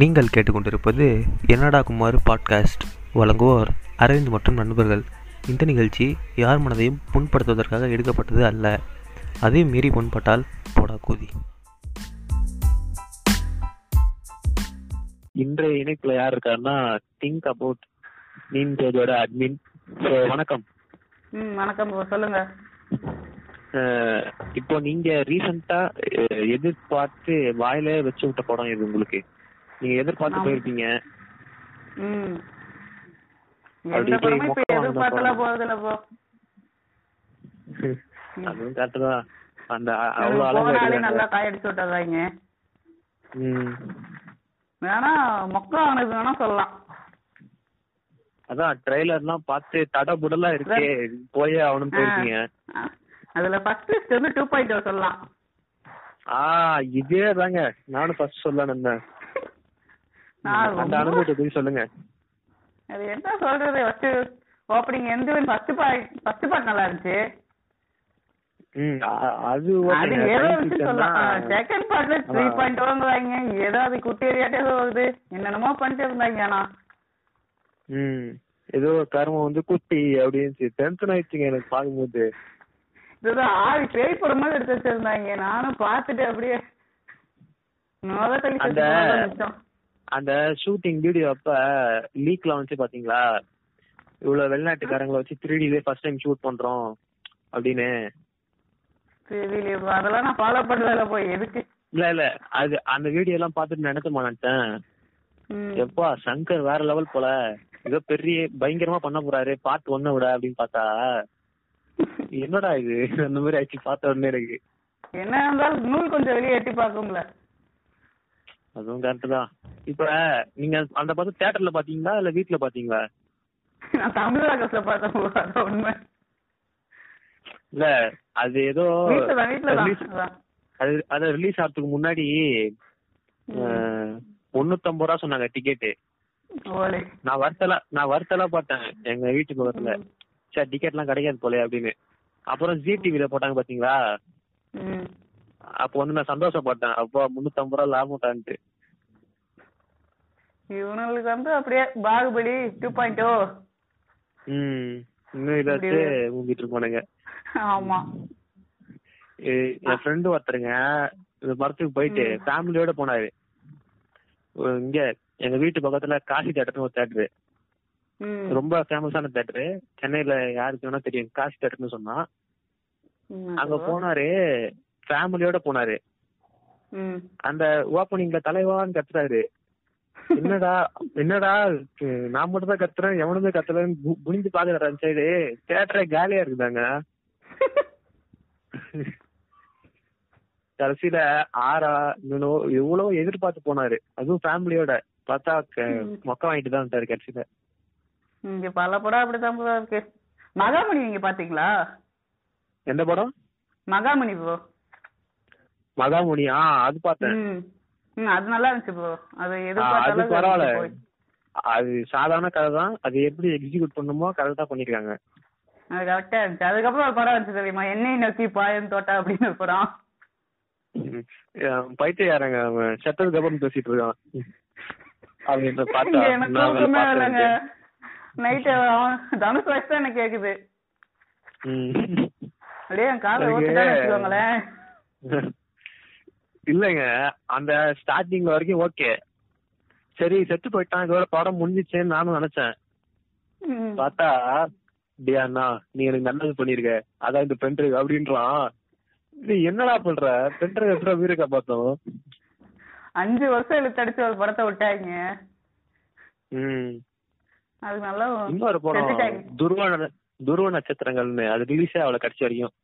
நீங்கள் கேட்டுக்கொண்டிருப்பது என்னடா குமார் பாட்காஸ்ட் வழங்குவோர் அரவிந்த் மற்றும் நண்பர்கள் இந்த நிகழ்ச்சி யார் மனதையும் புண்படுத்துவதற்காக எடுக்கப்பட்டது அல்ல அதையும் மீறி புண்பட்டால் போடா கூதி இன்றைய இணைப்புல யார் இருக்காருன்னா திங்க் அபவுட் மீன் பேஜோட அட்மின் ஸோ வணக்கம் ம் வணக்கம் bro. சொல்லுங்க அஹ் இப்போ நீங்க ரீசெண்டா எதிர்பார்த்து வாயிலே வச்சு விட்ட படம் இது உங்களுக்கு நீங்க எதிர்பார்த்து ஆமா. போயிருப்பீங்க ம் அப்படி எந்த போய் படமும் இப்ப மொக்க வாங்கின எதிர்பார்த்தெல்லாம் போறதில்ல ப்ரோ அதுவும் கரெக்ட் தான் அந்த அ- அவ்வளவு அழகா போனாலே நல்லா எடுக்கிறாங்க. காயடிச்சு விட்டுறாங்க ம். வேணா மொக்க ஆனது வேணா சொல்லலாம் அதான் ட்ரெய்லர்லாம் பார்த்து தடபுடலா இருக்கே போயே அவனும் போயிருக்கீங்க ஆ, அதுல first step two point oh சொல்லலாம் ஆ இதே தாங்க நானும் ஃபர்ஸ்ட் சொல்லணும் இருந்தேன் நான் அந்த ரொம்ப- அனுபவத்தை போய் சொல்லுங்க அது என்ன சொல்றது ஃபர்ஸ்ட் ஓப்பனிங் எந்த ஃபர்ஸ்ட் பார்ட் ஃபர்ஸ்ட் பார்ட் நல்லா இருந்துச்சு ம் அ- அது அது ஓகேங்க. ஏதோ சயின்ஸ் இருந்துச்சு ஃபிக்ஷன்னா- சொல்லலாம் செகண்ட் பார்ட்ல த்ரீ ஆ. பாயிண்ட் வாங்குவாங்க ஏதோ அது oh குட்டி ஏரியாட்டே போகுது என்னென்னமோ பண்ணிட்டு இருந்தாங்க ஆனா ம் ஏதோ கருமம் வந்து குட்டி அப்படின்னு டென்ஷன் ஆயிடுச்சுங்க எனக்கு பார்க்கும்போது இதுதான் ஆறு பேய் படம் மாதிரி எடுத்து வச்சிருந்தாங்க நானும் பார்த்துட்டு அப்படியே நோக தள்ளி அந்த- அந்த அந்த ஷூட்டிங் வீடியோ அப்ப லீக்ல வந்துச்சு பாத்தீங்களா இவ்வளவு வெளிநாட்டுக்காரங்களை வச்சு த்ரீ டிலே ஃபர்ஸ்ட் டைம் ஷூட் பண்றோம் அப்படின்னு சரி அதெல்லாம் நான் ஃபாலோ பண்ணுவேல போய் எதுக்கு இல்ல இல்ல அது அந்த வீடியோ எல்லாம் பார்த்துட்டு நினைச்சு மாட்டேன் ம். எப்பா சங்கர் வேற லெவல் போல ஏதோ பெரிய பயங்கரமா பண்ண போறாரு பார்ட் ஒன்ன விட அப்படின்னு பார்த்தா என்னடா இது அந்த மாதிரி ஆச்சு பார்த்த உடனே எனக்கு என்ன இருந்தாலும் நூல் கொஞ்சம் வெளியே எட்டி பார்க்கும்ல அதுவும் கரெக்ட் தான் இப்ப நீங்க அந்த படம் தியேட்டர்ல பாத்தீங்களா இல்ல வீட்ல பாத்தீங்களா நான் தமிழ் ஆகஸ்ட்ல பார்த்தேன் bro, அதான் உண்மை இல்ல அது ஏதோ வீட்டுல தான் வீட்டுல release- தான் அது அது ரிலீஸ் ஆகிறதுக்கு முன்னாடி அஹ், முன்னூத்தம்பது ரூபா சொன்னாங்க டிக்கெட்டு ஓலே நான் வருத்தலா நான் வருத்தலா பார்த்தேன் எங்க வீட்டு பக்கத்துல சார் டிக்கெட் எல்லாம் கிடைக்காது போலயே அப்படின்னு அப்புறம் ஜி டிவில போட்டாங்க பாத்தீங்களா ம். அப்போ வந்து நான் சந்தோஷப்பட்டேன் அப்போ முன்னூத்தம்பது ரூபா லாபம்ட்டான்ட்டு இவனுங்களுக்கு வந்து அப்படியே பாகுபலி டூ பாயிண்ட் ஓ ம் இன்னும் இதை வச்சு ஊங்கிட்டு இருப்பானுங்க ஆமா எ- என் ஃப்ரெண்டு ஒருத்தருங்க இந்த மரத்துக்கு போயிட்டு ஃபேமிலியோட போனாரு ஒரு இங்க எங்க வீட்டு பக்கத்துல காசி தேட்டர்னு ஒரு தேட்டரு ம். ரொம்ப ஃபேமஸான தேட்டரு சென்னையில யாருக்கு வேணா தெரியும் காசி தேட்டர்னு சொன்னா ம். அங்க போனாரு ஃபேமிலியோட போனாரு ம். அந்த ஓப்பனிங்ல தலைவான்னு கத்துறாரு என்னடா என்னடா அஹ் நான் மட்டும் தான் கத்துறேன் எவனுமே கத்துறேன்னு கு- குனிஞ்சு பாக்குறாரு அந்த சைடு தேட்டரே காலியா இருக்குதாங்க கடைசியில ஆறா இன்னோ எவ்வளவோ எதிர்பார்த்து போனாரு அதுவும் ஃபேமிலியோட பார்த்தா க- மொக்க வாங்கிட்டு தான் வந்துட்டாரு கடைசியில இங்க பல படம் அப்படிதான் bro இருக்கு மகாமணி நீங்க பாத்தீங்களா எந்த படம் மகாமணி ப்ரோ மகாமுனி ஆ அது பார்த்தேன் ம் அது நல்லா இருந்துச்சு ப்ரோ அது ஆ, அது எதிர்பார்த்த பரவாயில்ல அளவுக்கு போய். அது சாதாரண கதை தான் அது எப்படி எக்ஸிக்யூட் பண்ணுமோ கரெக்டா பண்ணிருக்காங்க அது கரெக்டா இருந்துச்சு அதுக்கப்புறம் ஒரு படம் இருந்துச்சு தெரியுமா என்னை நோக்கி பாயம் தோட்டா அப்படின்னு ஒரு படம் ம். அஹ் பைத்தியக்காரங்க அவன் செத்ததுக்கு அப்புறம் பேசிட்டு இருக்கான் அப்படின்னு பார்த்தா இங்க எனக்கு நான் அவளை தூக்கமே பார்த்தேன். வரலங்க நைட்டு தனுஷ் வாய்ஸ் தான் எனக்கு கேக்குது ம். அப்படியே என் காதை எனக்கு- ஓட்டுதான் வச்சுக்கோங்களேன் இல்லைங்க அந்த ஸ்டார்டிங் வரைக்கும் ஓகே சரி செத்து போயிட்டான் இதோட படம் முடிஞ்சிச்சேன்னு நானும் நினைச்சேன் ம். பார்த்தா டேய் அண்ணா நீ எனக்கு நல்லது பண்ணிருக்க அதான் இந்த பென்ட்ரைவ் அப்படின்றான் நீ என்னடா பண்ற பென்ட்ரைவ் எப்படி உயிரை காப்பாத்தோம் அஞ்சு வருஷம் இழுத்தடிச்சு ஒரு படத்தை விட்டாங்க ம் அது நல்லா இன்னொரு படம் செத்துட்டாங்க. துருவ ந- துருவ நட்சத்திரங்கள்னு அது ரிலீஸே அவ்வளவு கடைசி வரைக்கும்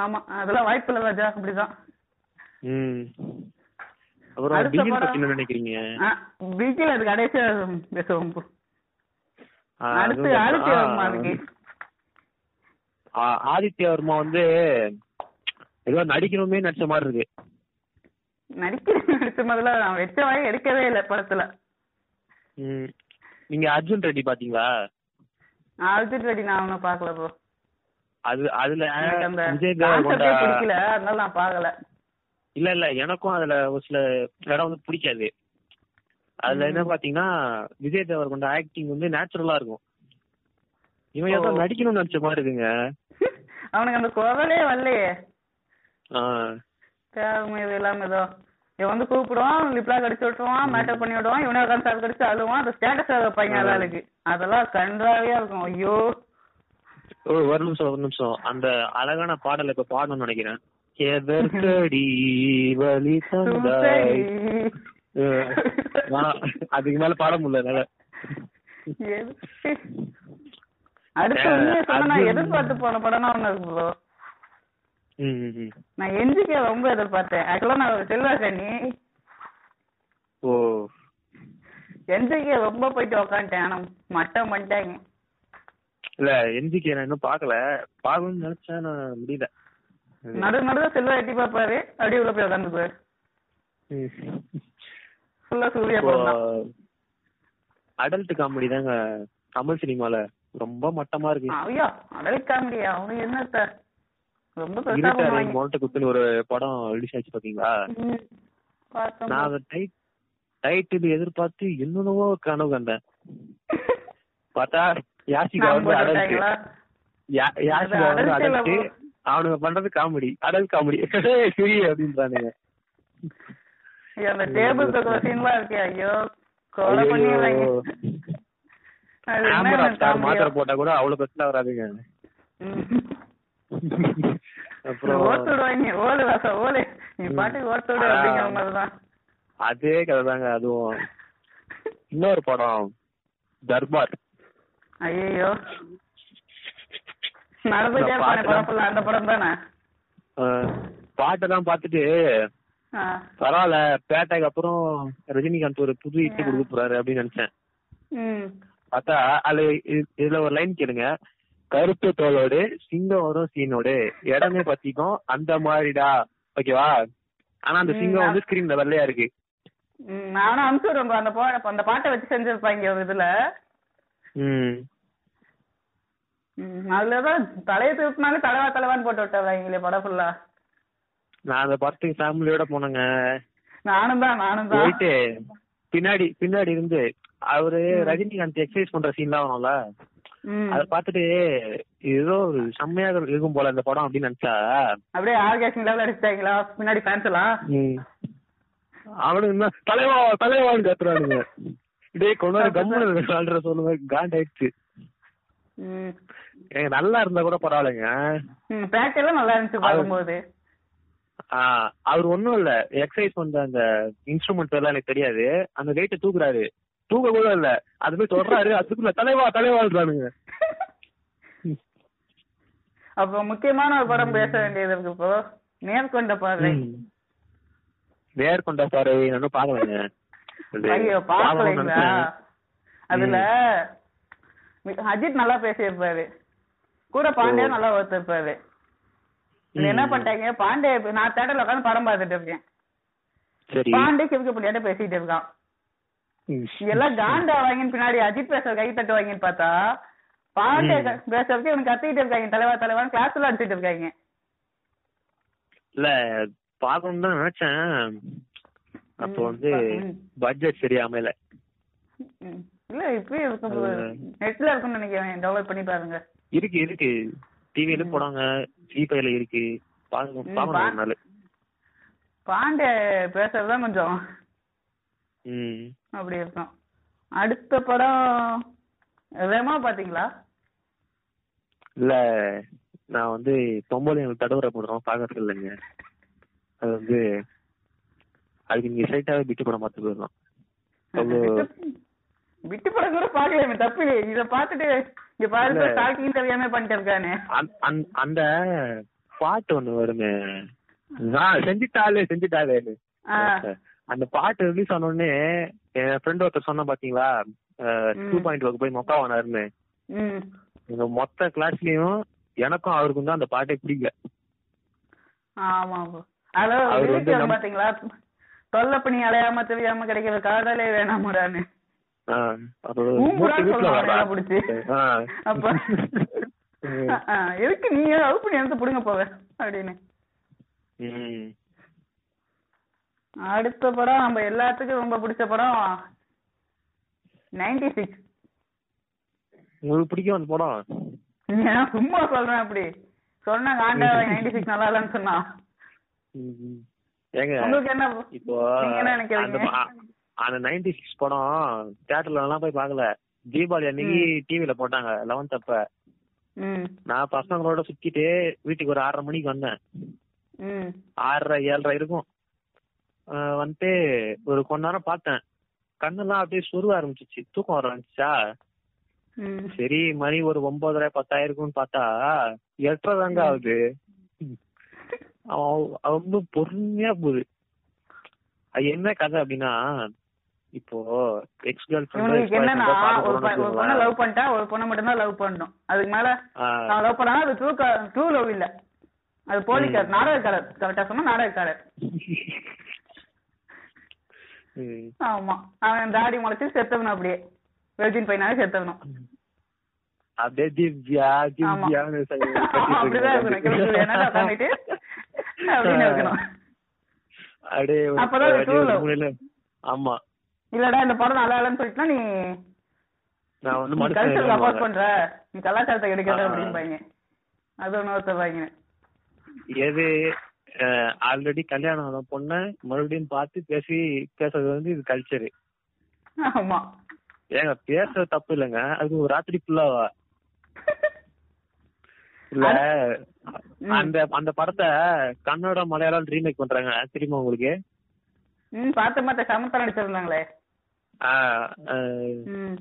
ஆமா அதெல்லாம் வாய்ப்பு இல்ல ராஜா அப்படிதான் ம் அப்புறம் அடுத்த பிகில் படம். பத்தி என்ன நினைக்கிறீங்க வீட்டில் அது கடைசியா பேசுவோம் bro. ஆ, அடுத்து அதுவும் அடுத்து ஆ, வருமா அதுக்கு ஆ, ஆதித்யா வர்மா வந்து ஏதோ நடிக்கணுமே நடிச்ச மாதிரி இருக்கு நடிக்கிற நடிச்ச முதல்ல நான் வெச்ச வாய் எடுக்கவே இல்லை படத்துல ம். நீங்க அர்ஜுன் ரெட்டி பாத்தீங்களா அழுத்துட்டு ரெடி நான் ஒன்னும் பாக்கல ப்ரோ அது அதுல எனக்கு அந்த விஜய் கான்செப்டே தேவரகொண்டா பிடிக்கல அதனால நான் பாக்கல இல்ல இல்ல எனக்கும் அதுல ஒரு சில இடம் வந்து பிடிக்காது அதுல என்ன பாத்தீங்கன்னா விஜய் தேவரகொண்ட ஆக்டிங் வந்து நேச்சுரலா இருக்கும் இவன் ஏதோ ஓ. நடிக்கணும்னு நினைச்ச மாதிரி இருக்குங்க அவனுக்கு அந்த குரலே வரலையே ஆஹ் தேவை இது இல்லாம ஏதோ இவன் வந்து கூப்பிடுவான் லிப்லாம் கடிச்சு விட்டுருவான் மேட்டர் பண்ணி விடுவான் இவனே உட்காந்து சார் கடிச்சு அழுவான் அந்த ஸ்டேட்டஸ் வைப்பாங்க எல்லா ஆளுக்கு அதெல்லாம் கன்றாவியா இருக்கும் ஐயோ ஒரு ஒரு நிமிஷம் ஒரு நிமிஷம் அந்த அழகான பாடலை இப்ப பாடணும்னு நினைக்கிறேன் எதற்கடி வலி தந்தாய் சரி. அஹ் நான் அதுக்கு மேல பாட முடியல என்னால. எதுக்கு? அடுத்து உண்மையை சொல்ல நான் எதிர்பார்த்து போன படம்னா ஒண்ணு இருக்கு bro. ம், ம், ம். நான் எஞ்சிக்க ரொம்ப எதிர்பார்த்தேன் ஆக்சுவலா நான் ஒரு செல்வாக்கண்ணி ஓ எஞ்சிக்க ரொம்ப போயிட்டு உக்காந்துட்டேன் ஆனா மட்டம் பண்ணிட்டாங்க இல்ல என்ஜிகே நான் இன்னும் பாக்கல பாக்கணும்னு நினைச்சேன் நான் முடியல நடு நடுவில் செல்வா எட்டி பார்ப்பாரு அப்படியே உள்ள போய் உட்காந்துப்பாரு ம். ஃபுல்லா சூர்யா இப்போ படம் தான் அடல்ட் காமெடி தாங்க தமிழ் சினிமால ரொம்ப மட்டமா இருக்கு ஐயா அடல் காமெடியா அவனுக்கு என்ன சார் ரொம்ப பெருசா இருட்டாரு பண்ணுவாங்க மொரட்டை குத்துன்னு ஒரு படம் ரிலீஸ் ஆச்சு பாத்தீங்களா ம். பார்த்தோம். நான் அதை டைட் டைட்டில் எதிர்பார்த்து என்னென்னவோ கனவு கண்டேன் பார்த்தா யாசிகா நான் வந்து போட்டு அடல்ட் விட்டாங்களா? யா- யாசிகா அது வந்து adult அடல்ட் level. அவனுங்க பண்றது காமெடி அடல்ட் காமெடி சரி அப்படின்றானுங்க ஐயோ, அந்த டேபிள் தூக்குற சீன்லாம் இருக்கே ஐயோ கொலை பண்ணிடுறாங்க ஐயோ. அது என்ன Camera star comedy மாத்திரை ஆ? போட்டா கூட அவ்வளவு பிரச்சனை வராதுங்க ம். அப்புறம் ஓட்டு விடுவாங்க ஓடு வாசா ஓடு நீ பாட்டுக்கு ஓட்டு விடு ஆ. அப்படிங்கிற மாதிரிதான் அதே கதை தாங்க அதுவும் இன்னொரு படம் தர்பார் ஐயோ நடந்துட்டே நான் இருப்பானே பார்த்தேன். படம் full ஆ, அந்த படம் தானே அஹ், பாட்டெல்லாம் பார்த்துட்டு ஆ. பரவாயில்ல பேட்டைக்கு அப்புறம் ரஜினிகாந்த் ஒரு புது இட்டு கொடுக்க போறாரு அப்படின்னு நினைச்சேன் ம் பார்த்தா அதுல இது- இதுல ஒரு லைன் கேளுங்க கருப்பு தோலோடு சிங்கம் வரும் சீனோடு இடமே பத்திக்கும் அந்த மாதிரிடா ஓகேவா ஆனா அந்த சிங்கம் வந்து ஸ்கிரீன்ல வெள்ளையா இருக்கு ம், நானும் அனுப்பிச்சுடுறேன் bro. அந்த போ அந்த பாட்டை வச்சு செஞ்சிருப்பாங்க ஒரு இதுல ம் ம், அதுலதான் தலையை திருப்பினாலும் தலைவா தலைவான்னு போட்டு விட்டாங்க படம் ஃபுல்லா நான் அந்த படத்துக்கு ஃபேமிலியோட போனேங்க நானும் தான் நானும் தான் போயிட்டு பின்னாடி பின்னாடி இருந்து அவரு ரஜினிகாந்த் எக்ஸசைஸ் பண்ற சீன்லாம் வரும்ல ம். அத பாத்துட்டு ஏதோ ஒரு செம்மையா இருக்கும் போல இந்த படம் அப்படின்னு நினைச்சா அப்படியே ஆர்காசிங் லெவல் அடிச்சிட்டாங்களா பின்னாடி ஃபேன்ஸ் எல்லாம் அவனுக்கு என்ன தலைவா தலைவான்னு கத்துறானுங்க டேய் கொண்டாரு கம்முன்னு சொல்லுங்க காண்டாயிடுச்சு ம். ஏங்க நல்லா இருந்தா கூட பரவாயில்லைங்க ம், பாட்டு எல்லாம் நல்லா இருந்துச்சு பார்க்கும்போது ஆஹ் அவர் ஒண்ணும் இல்ல எக்ஸசைஸ் பண்ற அந்த இன்ஸ்ட்ருமெண்ட் எல்லாம் எனக்கு தெரியாது அந்த வெயிட்ட தூக்குறாரு தூக்க கூட இல்ல அது போய் சொல்றாரு அதுக்குள்ள தலைவா தலைவான்றானுங்க அப்ப முக்கியமான ஒரு படம் பேச வேண்டியது இருக்கு இப்போ நேர்கொண்ட பார்வை நேர்கொண்ட பார்வை நானும் பாக்கலங்க அது ஐயோ பார்க்கணும்னு பாக்கலைங்களா நினைச்சேன். அதுல அஜித் நல்லா பேசியிருப்பாரு கூட பாண்டியா நல்லா ஒருத்திருப்பாரு இதுல என்ன பண்ணிட்டாங்க பாண்டே நான் தேட்டர்ல உட்காந்து படம் பார்த்துட்டு இருக்கேன் சரி பாண்டே சிவக்க பிள்ளையாட்ட பேசிட்டு இருக்கான் ம். எல்லாம் காண்டா வாங்கின்னு பின்னாடி அஜித் பேசுற கை தட்டு வாங்கின்னு பார்த்தா பாண்டே க- பேசுறதுக்கு இவனுக்கு கத்திக்கிட்டு இருக்காங்க தலைவா தலைவான்னு கிளாஸ் எல்லாம் அடிச்சிட்டு இருக்காங்க இல்ல பாக்கணும்னு தான் நினைச்சேன் அப்ப வந்து ம். பட்ஜெட் சரியா அமையல ம். இல்ல இப்பயே இருக்கும் நெட்ல இருக்கும்னு நினைக்கிறேன் டவுன்லோட் பண்ணி பாருங்க இருக்கு இருக்கு டிவில போடாங்க ஜிபேல இருக்கு பாக்கணும் பாக்கணும் ஒரு நாள் பாண்டே பேசுறதுதான் கொஞ்சம் ம் அப்படி இருக்கும் அடுத்த படம் ரெமா பாத்தீங்களா இல்ல நான் வந்து பொம்பளை எனக்கு தடவுற படம் பாக்கறது இல்லைங்க அது வந்து அதுக்கு நீங்க ஸ்ட்ரைட்டாவே பிட்டு படம் பார்த்து போயிடலாம் அவ்வளோ விட்டு- விட்டு படம் கூட பாக்கலாமே தப்பு இல்லையே இத பாத்துட்டு இங்க பாருங்க ஸ்டாக்கிங் தெரியாம பண்ணிட்டு இருக்கானே அந்த- அந்த- அந்த பாட்டு ஒண்ணு வருமே நான் செஞ்சுட்டாலே செஞ்சுட்டாலேன்னு ஆஹ் அந்த பாட்டு ரிலீஸ் ஆன உடனே என் ஃப்ரெண்ட் ஒருத்தர் சொன்னா பாத்தீங்களா டூ பாயிண்ட் ஒர்க் போய் மொக்கா வானாருன்னு உம் எங்க மொத்த கிளாஸ்லயும் எனக்கும் அவருக்கும் தான் அந்த பாட்டே பிடிக்கல ஆமா bro. அதாவது அவர் வந்து lyrics வரும் நம்ம- பாத்தீங்களா தொல்லை பண்ணி அலையாம தெரியாம கிடைக்கிற காதலே வேணாமுடான்னு ஆஹ் அப்புறம் மூக்கு ஊம்புடான்னு வீட்டுல சொல்லுவாங்க வரா. எல்லாம் பிடிச்சி ஆஹ். அப்ப ஆ, ஆ, எதுக்கு நீ அவுட் பண்ணி எடுத்து புடுங்க போவ அப்படின்னு உம். அடுத்த படம் நம்ம எல்லாத்துக்கும் ரொம்ப பிடிச்ச படம் நைன்டி சிக்ஸ் உங்களுக்கு பிடிக்கும் அந்த படம் நான் சும்மா சொல்றேன் அப்படி சொன்னாங்க ஆண்டா நைன்டி சிக்ஸ் நல்லா இல்லைன்னு சொன்னான் ம்ம். ஏங்க உங்களுக்கு என்ன இப்போ நீங்க என்ன அந்த நினைக்கிறீங்க ப- அந்த நைன்டி சிக்ஸ் படம் தியேட்டர்ல எல்லாம் போய் பார்க்கல தீபாவளி அன்னைக்கு டிவில போட்டாங்க லெவன்த் அப்ப ம் நான் பசங்களோட சுத்திட்டு வீட்டுக்கு ஒரு ஆறரை மணிக்கு வந்தேன் ம் ஆறரை ஏழரை இருக்கும் அஹ் வந்துட்டு ஒரு கொஞ்ச நேரம் பார்த்தேன் கண்ணெல்லாம் அப்படியே சொருவ ஆரம்பிச்சிச்சு தூக்கம் வர ஆரம்பிச்சா ம் சரி மணி ஒரு ஒன்பதரை பத்தாயிருக்கும்னு பார்த்தா எட்டரை தாங்க ஆகுது அவன் ரொம்ப பொறுமையா போகுது அது என்ன கதை அப்படின்னா இப்போ எக்ஸ் கேர்ள் இவனுக்கு என்னன்னா ஒரு ப- ஒரு பொண்ணை லவ் பண்ணிட்டா ஒரு பொண்ணை மட்டும் தான் லவ் பண்ணணும் அதுக்கு மேல நான் லவ் பண்ணா அது ட்ரூ ட்ரூ லவ் இல்ல அது போலி கலர் நாடக கலர் கரெக்டா சொன்னா நாடக கலர் ஆமா அவன் தாடி முளைச்சு செத்தவனும் அப்படியே வெர்ஜின் பையனாவே செத்தவனும் அப்படியே திவ்யா ஆமா. திவ்யான்னு சொல்லி கத்திட்டு அப்படிதான் இருக்கணும் கிளம்பி என்னடா உட்கார்ந்துட்டு? அப்படின்னு இருக்கணும். அப்படியே ஒரு- அப்பதான் அது அப்படியே ஒரு true love. மூலையில- ஆமா இல்லடா இந்த படம் நல்லா இல்லைன்னு சொல்லிட்டுனா நீ நான் வந்து கல்ச்சருக்கு அபார்ட் மனுஷன் பண்ற நீ கலாச்சாரத்தை எடுக்கிற ஆ. அப்படிம்பாங்க அது ஒண்ணு ஒருத்தவாங்க எது ஆல்ரெடி கல்யாணம் ஆன பொண்ணை மறுபடியும் பார்த்து பேசி பேசுறது வந்து இது கல்ச்சரு ஆமா ஏங்க பேசுறது தப்பு இல்லைங்க அது ஒரு ராத்திரி ஃபுல்லாவா இல்ல ம். அந்த அந்த படத்தை கன்னட மலையாளம் ரீமேக் பண்றாங்க தெரியுமா உங்களுக்கு ம் பார்த்த பார்த்த சமத்தா நடிச்சிருந்தாங்களே ஆஹ், ஆஹ், ம்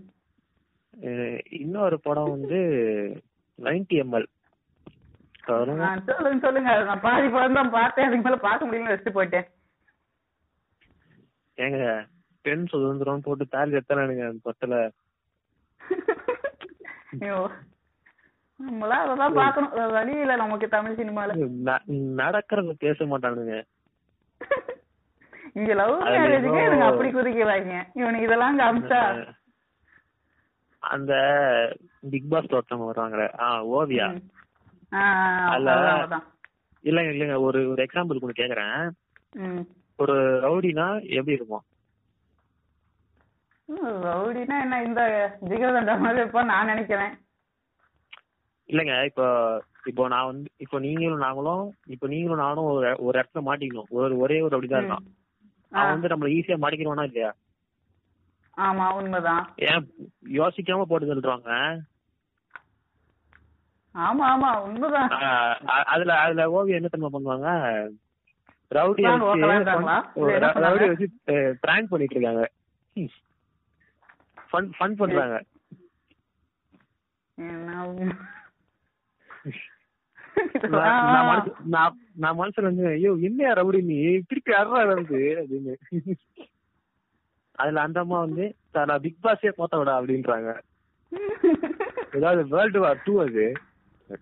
அஹ், இன்னொரு படம் வந்து நைன்டி எம்எல் ஆ, சொல்லுங்க சொல்லுங்க அது நான் பாதி படம் தான் பார்த்தேன் அதுக்கு மேல பார்க்க முடியல வச்சுட்டு போயிட்டேன் ஏங்க பெண் சுதந்திரம் போட்டு தாலி எத்தனானுங்க அந்த படத்துல ஐயோ நம்மளா அதெல்லாம் பார்க்கணும் வேற வழி இல்ல நமக்கு தமிழ் சினிமால ந- நடக்கறத பேச மாட்டானுங்க இங்க லவ் அதுல மேரேஜுக்கு ஏதோ- எனக்கு அப்படி குதிக்கிறாங்க இவனுக்கு இதெல்லாம் காமிச்சா அந்த பிக் பாஸ் ஒருத்தவங்க வருவாங்களே ஆஹ் ஓவியா ம். ஆ, ஆ, அதுல- அதான், அதான். இல்லைங்க இல்லைங்க ஒரு ஒரு எக்ஸாம்பிள் ஒன்று கேக்குறேன் ம். ஒரு ரவுடினா எப்படி இருக்கும் ம், ரவுடினா என்ன இந்த ஜிகர்தண்டா மாதிரி இருப்பான் நான் நினைக்கிறேன் இல்லைங்க இப்போ இப்போ நான் வந்து இப்போ நீங்களும் நாங்களும் இப்போ நீங்களும் நானும் ஒரு ஒரு இடத்துல மாட்டிக்கணும் ஒரு ஒரே ஒரு அப்படிதான் ம். இருக்கான் ஆ, அவன் வந்து நம்மள ஈஸியா மாட்டிக்கிறோம்னா இல்லையா ஆமா உண்மைதான் ஏன் யோசிக்காம போட்டு தள்ளுவாங்க ஆமா ஆமா உண்மைதான் ஆஹ் அ- அதுல அதுல ஓவியம் என்ன தெரியுமா பண்ணுவாங்க ரவுடி Plan ஓட்டலான்றாங்களா? இல்ல என்ன பண்ணாங்க? ரவுடி வச்சு பிராங்க் பண்ணிட்டு இருக்காங்க ஃபன் ஃபன் பண்றாங்க என்ன நான் நான் ஆ, ஆ. மனசு- நான்- நான் மனசுல வந்து ஐயோ என்னையா ரவுடி நீ திருப்பி அறா வருது அப்படின்னு அதுல அந்த அம்மா வந்து "சார், நான் பிக் பாஸே போத்த விடா அப்படின்றாங்க ஏதாவது வேர்ல்டு வார் டூ அது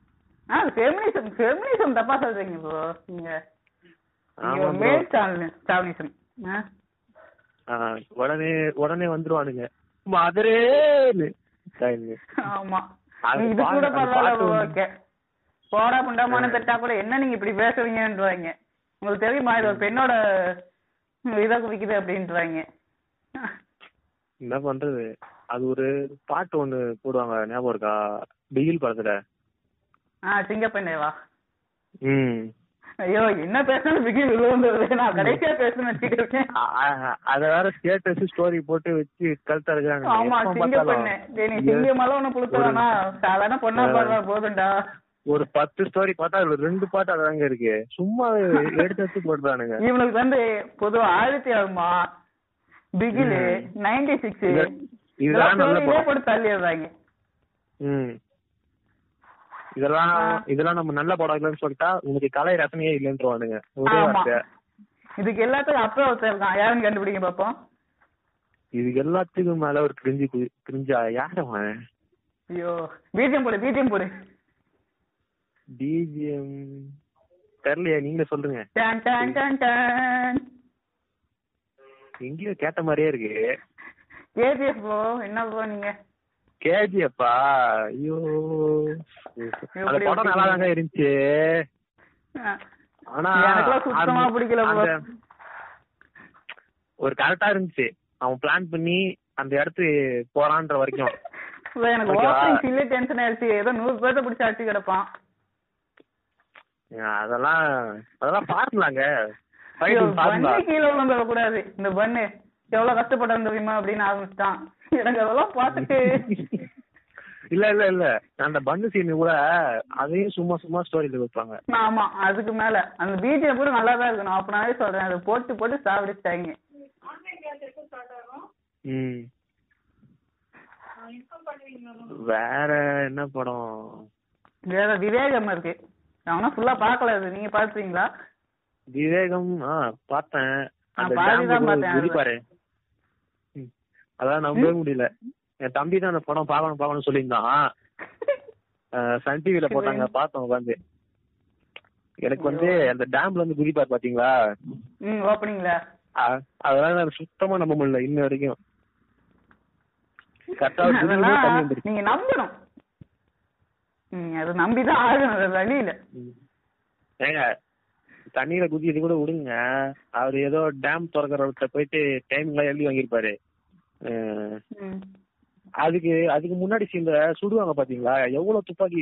ஆ ஃபெமினிசம் ஃபெமினிசம் தப்பா சொல்றீங்க ப்ரோ நீங்க ஆமா bro. மேல் சாவனி சாவனிசம் ஆ ஆ, உடனே உடனே வந்துருவானுங்க மதுரே ஆமா அது நீ இது பாருங்க, கூட அது பரவாயில்ல பார்த்து- ஓகே போடா புண்டாமான பெட்டா கூட என்ன நீங்க இப்படி பேசுவீங்கன்றாங்க உங்களுக்கு தெரியுமா இது ஒரு பெண்ணோட இதை குதிக்குது அப்படின்றாங்க என்ன பண்றது அது ஒரு பாட்டு ஒண்ணு போடுவாங்க ஞாபகம் இருக்கா பிகில் படத்துல ஆ சிங்க பெண்ணேவா ம் ஐயோ என்ன பேசினாலும் பிகி விழுவுன்றது நான் கடைசியா பேசணும்னு வச்சுக்கிறேன் அத வேற ஸ்டேட்டஸ் ஸ்டோரி போட்டு வச்சு கழுத்தா இருக்கிறாங்க ஆமா எப்ப சிங்க பார்த்தாலும். பெண்ணு டேய், நீ சிங்கமெல்லாம் ஒண்ணு புளுத்துறானா சாதாரண பொண்ணா பாடுறா போதும்டா ஒரு பத்து ஸ்டோரி பார்த்தா அதுல ரெண்டு பாட்டு அதாங்க இருக்கு சும்மா எடுத்து எடுத்து போடுறானுங்க இவனுக்கு வந்து பொதுவா ஆயிரத்தி ஆறுமா பிகிலு நைன்டி சிக்ஸ் இது- இதெல்லாம் நல்ல படம் போட்டு தள்ளிடுறாங்க ம் இதெல்லாம் இதெல்லாம் நம்ம நல்ல படம் இல்லைன்னு சொல்லிட்டா உனக்கு கலை ரசனையே இல்லைன்றவானுங்க ஒரே ஆமா. வார்த்தை இதுக்கு எல்லாத்துக்கும் அப்புறம் ஒருத்தர் இருக்கான் யாருன்னு கண்டுபிடிங்க பாப்போம் இது எல்லாத்துக்கும் மேல ஒரு கிரிஞ்சு கு- கிரிஞ்சா யார் அவன் ஐயோ பீஜம் போடு பீஜம் போடு டிஜிஎம் தெரியலையே நீங்க சொல்லுங்க டான் டான் டான் டான் எங்கேயோ கேட்ட மாதிரியே இருக்கு கேஜிஎஃப் போ என்ன போ நீங்க கேஜிஎப்பா ஐயோ அந்த எப்படி படம் நல்லா தாங்க இருந்துச்சு ஆ. ஆனா எனக்கெல்லாம் சுத்தமா அந்த- பிடிக்கல bro. அந்த- ஒரு கரெக்டா இருந்துச்சு அவன் பிளான் பண்ணி அந்த இடத்து போறான்ற வரைக்கும் இவன் எனக்கு Okay, ஓப்பனிங் வா. சீன்ல டென்ஷன் ஆயிடுச்சு ஏதோ நூறு பேர்த்த பிடிச்சி அடிச்சு கிடப்பான் ஏங்க, அதெல்லாம் அதெல்லாம் பாருங்களாங்க ஐயோ, பாருங்களா பண்ணு கீழே விழுந்துட கூடாது இந்த பண்ணு எவ்வளவு கஷ்டப்பட்டான் தெரியுமா அப்படின்னு ஆரம்பிச்சிட்டான் எனக்கு அதெல்லாம் பார்த்துட்டு இல்ல இல்ல இல்ல அந்த பண்ணு சீன் கூட அதையும் சும்மா சும்மா ஸ்டோரியில வைப்பாங்க ஆமா அதுக்கு மேல அந்த பிஜிஎம் கூட நல்லா தான் இருக்கணும் அப்படின்னாவே சொல்றேன் அதை போட்டு போட்டு சாவடிச்சிட்டாங்க ம் வேற என்ன படம் வேற விவேகம் இருக்கு அவனா ஃபுல்லா பாக்கல அது நீங்க பாத்துறீங்களா விவேகம் ஆ பார்த்தேன் அந்த நான் பாதி dam தான் கூட பார்த்தேன் குதி பாரு. ம். அதான் நம்பவே முடியல என் தம்பி தான் அந்த படம் பார்க்கணும் பார்க்கணும் சொல்லியிருந்தான் அஹ் சன் டிவில போட்டாங்க பார்த்தோம் உட்காந்து எனக்கு வந்து அந்த டேம்ல இருந்து குதிப்பார் பாத்தீங்களா ம் ஓப்பனிங்ல அ- அதெல்லாம் நான் சுத்தமா நம்ப முடியல இன்ன வரைக்கும் கரெக்டா குதிக்கவே தண்ணி அதெல்லாம் வந்துருச்சு நீங்க நம்பணும் நீங்க அதை நம்பிதான் ஆகணும் வேற வழி இல்ல ஏங்க தண்ணியில குதிக்கிறது கூட விடுங்க அவர் ஏதோ டேம் திறக்கிறவர்கிட்ட போயிட்டு டைம் எல்லாம் எழுதி வாங்கியிருப்பாரு அஹ் ம். அதுக்கு அதுக்கு முன்னாடி சேர்ந்த சுடுவாங்க பாத்தீங்களா எவ்வளவு துப்பாக்கி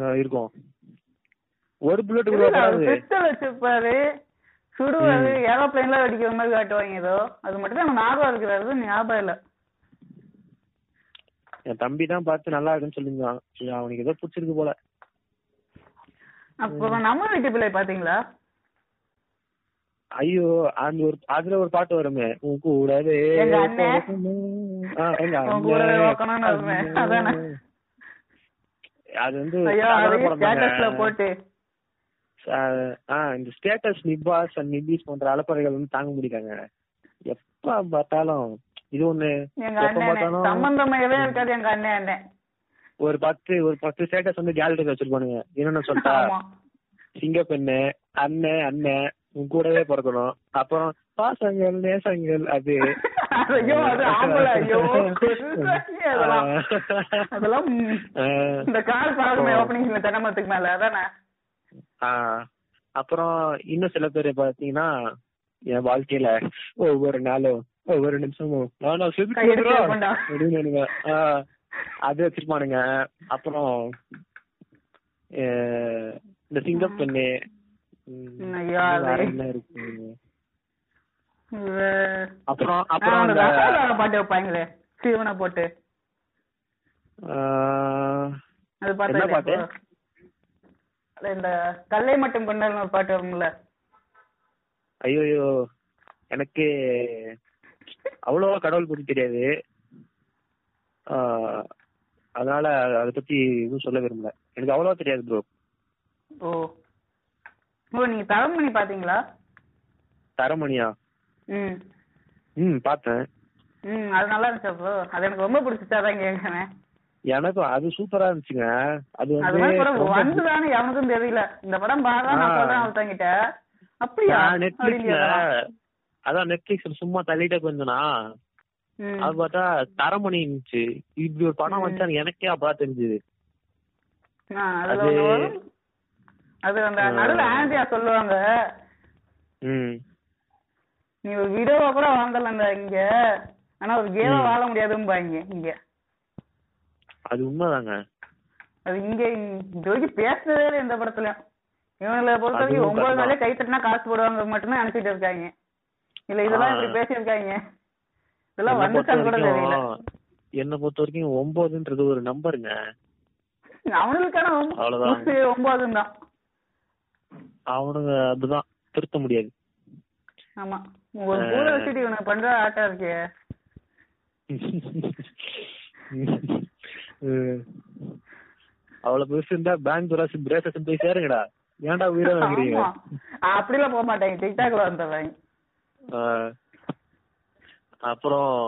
அஹ், இருக்கும் ஒரு புல்லட் கூட இல்ல, அவரு வராது pistol வச்சிருப்பாரு சுடுவாரு ஏரோப்ளேன்ல வெடிக்கிற மாதிரி காட்டுவாங்க ஏதோ அது மட்டும் தான் எனக்கு ஞாபகம் இருக்கிறது ஞாபகம் இல்ல என் தம்பி தான் பார்த்து நல்லா இருக்குன்னு சொல்லியிருந்தான் சரி, அவனுக்கு ஏதோ பிடிச்சிருக்கு போல அப்புறம் நம்ம வீட்டு பிள்ளை பாத்தீங்களா ஐயோ அந்த ஒரு அதுல ஒரு பாட்டு வருமே உன் கூடவே எங்க அண்ணன். ஆ, எங்க உன் கூடவே அண்ணன். உக்காரணும்னு வருமே, அதானே? அது வந்து ஐயோ சாதாரண அதையும் படம் தாங்க. ஸ்டேட்டஸ்ல போட்டு சா- ஆ, இந்த ஸ்டேட்டஸ் நிப்பாஸ் அண்ட் நிபிஸ் போன்ற அலப்பறைகள் வந்து தாங்க முடியாங்க எப்ப பார்த்தாலும் இது ஒண்ணு எங்க எப்ப அண்ணன் பார்த்தாலும் சம்பந்தமாவே இருக்காது எங்க அண்ணன் அண்ணன் ஒரு பத்து ஒரு பத்து ஸ்டேட்டஸ் வந்து கேலரியில வச்சிருப்பானுங்க என்னென்ன சொல்லிட்டா ஆமா சிங்க பெண்ணு அண்ணன் அண்ணன் உன் கூடவே பிறக்கணும் அப்புறம் பாசங்கள் நேசங்கள் அது ஐயோ அது ஆம்பளை ஐயோ அதெல்லாம் அதெல்லாம் ம், அஹ் இந்த கால் பாருமே ஓப்பனிங்ல தென்னமரத்துக்கு மேல அதானே ஆஹ் அப்புறம் இன்னும் சில பேர் பாத்தீங்கன்னா என் வாழ்க்கையில ஒவ்வொரு நாளும் ஒவ்வொரு நிமிஷமும் நானா செதுக்கு கையெடுத்து வந்துடுறா வைப்பேன்டா. அப்படின்னு ஆஹ் அது வச்சிருப்பானுங்க அப்புறம் அஹ் இந்த சிங்கப் பெண்ணு உம், ம், ஐயா, அது- வேற என்ன இருக்கு இவ- அப்புறம் ஆ, அப்புறம் அந்த அந்த ரசாயன பாட்டு வைப்பாங்களே சீவனை போட்டு ஆஹ் அது என்ன பாட்டு? பாத்தா இந்த கல்லை மட்டும் கொண்டாடுன ஒரு பாட்டு வரும்ல ஐயோ ஐயோ, எனக்கு அவ்வளவா கடவுள் பத்தி தெரியாது ஆஹ் அதனால அதை பத்தி எதுவும் சொல்ல விரும்பல எனக்கு அவ்வளவா தெரியாது ப்ரோ ஓ ஓ நீங்க தரம் பண்ணி பாத்தீங்களா தரமணியா ம் ம் பார்த்தேன் ம் அது நல்லா இருந்துச்சு அப்போ அது எனக்கு ரொம்ப பிடிச்சிச்சு அதான் கேட்கிறேன் எனக்கும் அது சூப்பரா இருந்துச்சுங்க அது அது வந்து மாதிரி படம் ரொம்ப- வந்துதானு எவனுக்கும் தெரியல இந்த படம் பாரு நான் ஆ. சொல்றேன் அவர்கிட்ட அப்படியா நான் அப்படின்னு நெட்ஃபிளிக்ஸ்ல கேட்டான். அதான் நெட்ஃபிளிக்ஸ் சும்மா தள்ளிட்டே போயிருந்தேனா ம். அது பார்த்தா தரமணி இருந்துச்சு இப்படி ஒரு படம் ம். வந்துச்சா எனக்கே அப்பா தெரிஞ்சது ஆ, அதுல அது- ஒண்ணு வரும். அது அந்த நடுவுல ஆண்ட்ரியா சொல்லுவாங்க ம் நீ ஒரு விடவா கூட வாழ்ந்தலண்டா இங்க ஆனா ஒரு கேவா வாழ முடியாதும்பாங்க இங்க அது உண்மைதாங்க அது இங்க இங்க- இது வரைக்கும் பேசுறதே இல்லை எந்த படத்துலயும் இவங்களை பொறுத்த வரைக்கும் அதுவும் ஒன்பது கரெக்ட் நாளே கை தட்டினா காசு போடுவாங்க மட்டும்தான் நினைச்சிட்டு இருக்காங்க இல்ல இதெல்லாம் ஆ. இப்படி பேசியிருக்காங்க இதெல்லாம் என்னை பொறுத்த வந்துச்சான்னு கூட தெரியல வரைக்கும் என்னை பொறுத்த வரைக்கும் ஒன்பதுன்றது ஒரு நம்பருங்க அவனுக்கான அவ்வளவுதான். ஒன்பதும் தான் அவனுங்க அதுதான் திருத்த முடியாது ஆமா ஒரு கூட ஆ. வச்சுட்டு இவனுக்கு பண்ற ஆட்டம் இருக்கே உம். அவ்வளவு பெருசு இருந்தா பேங்க் துராசி பிரேசஸ் போய் சேருங்கடா ஏன்டா உயிரை வாங்குறீங்க ஆமா அப்படிலாம் போக மாட்டாங்க டிக்டாக்ல வந்துடுறாங்க ஆஹ். அப்புறம்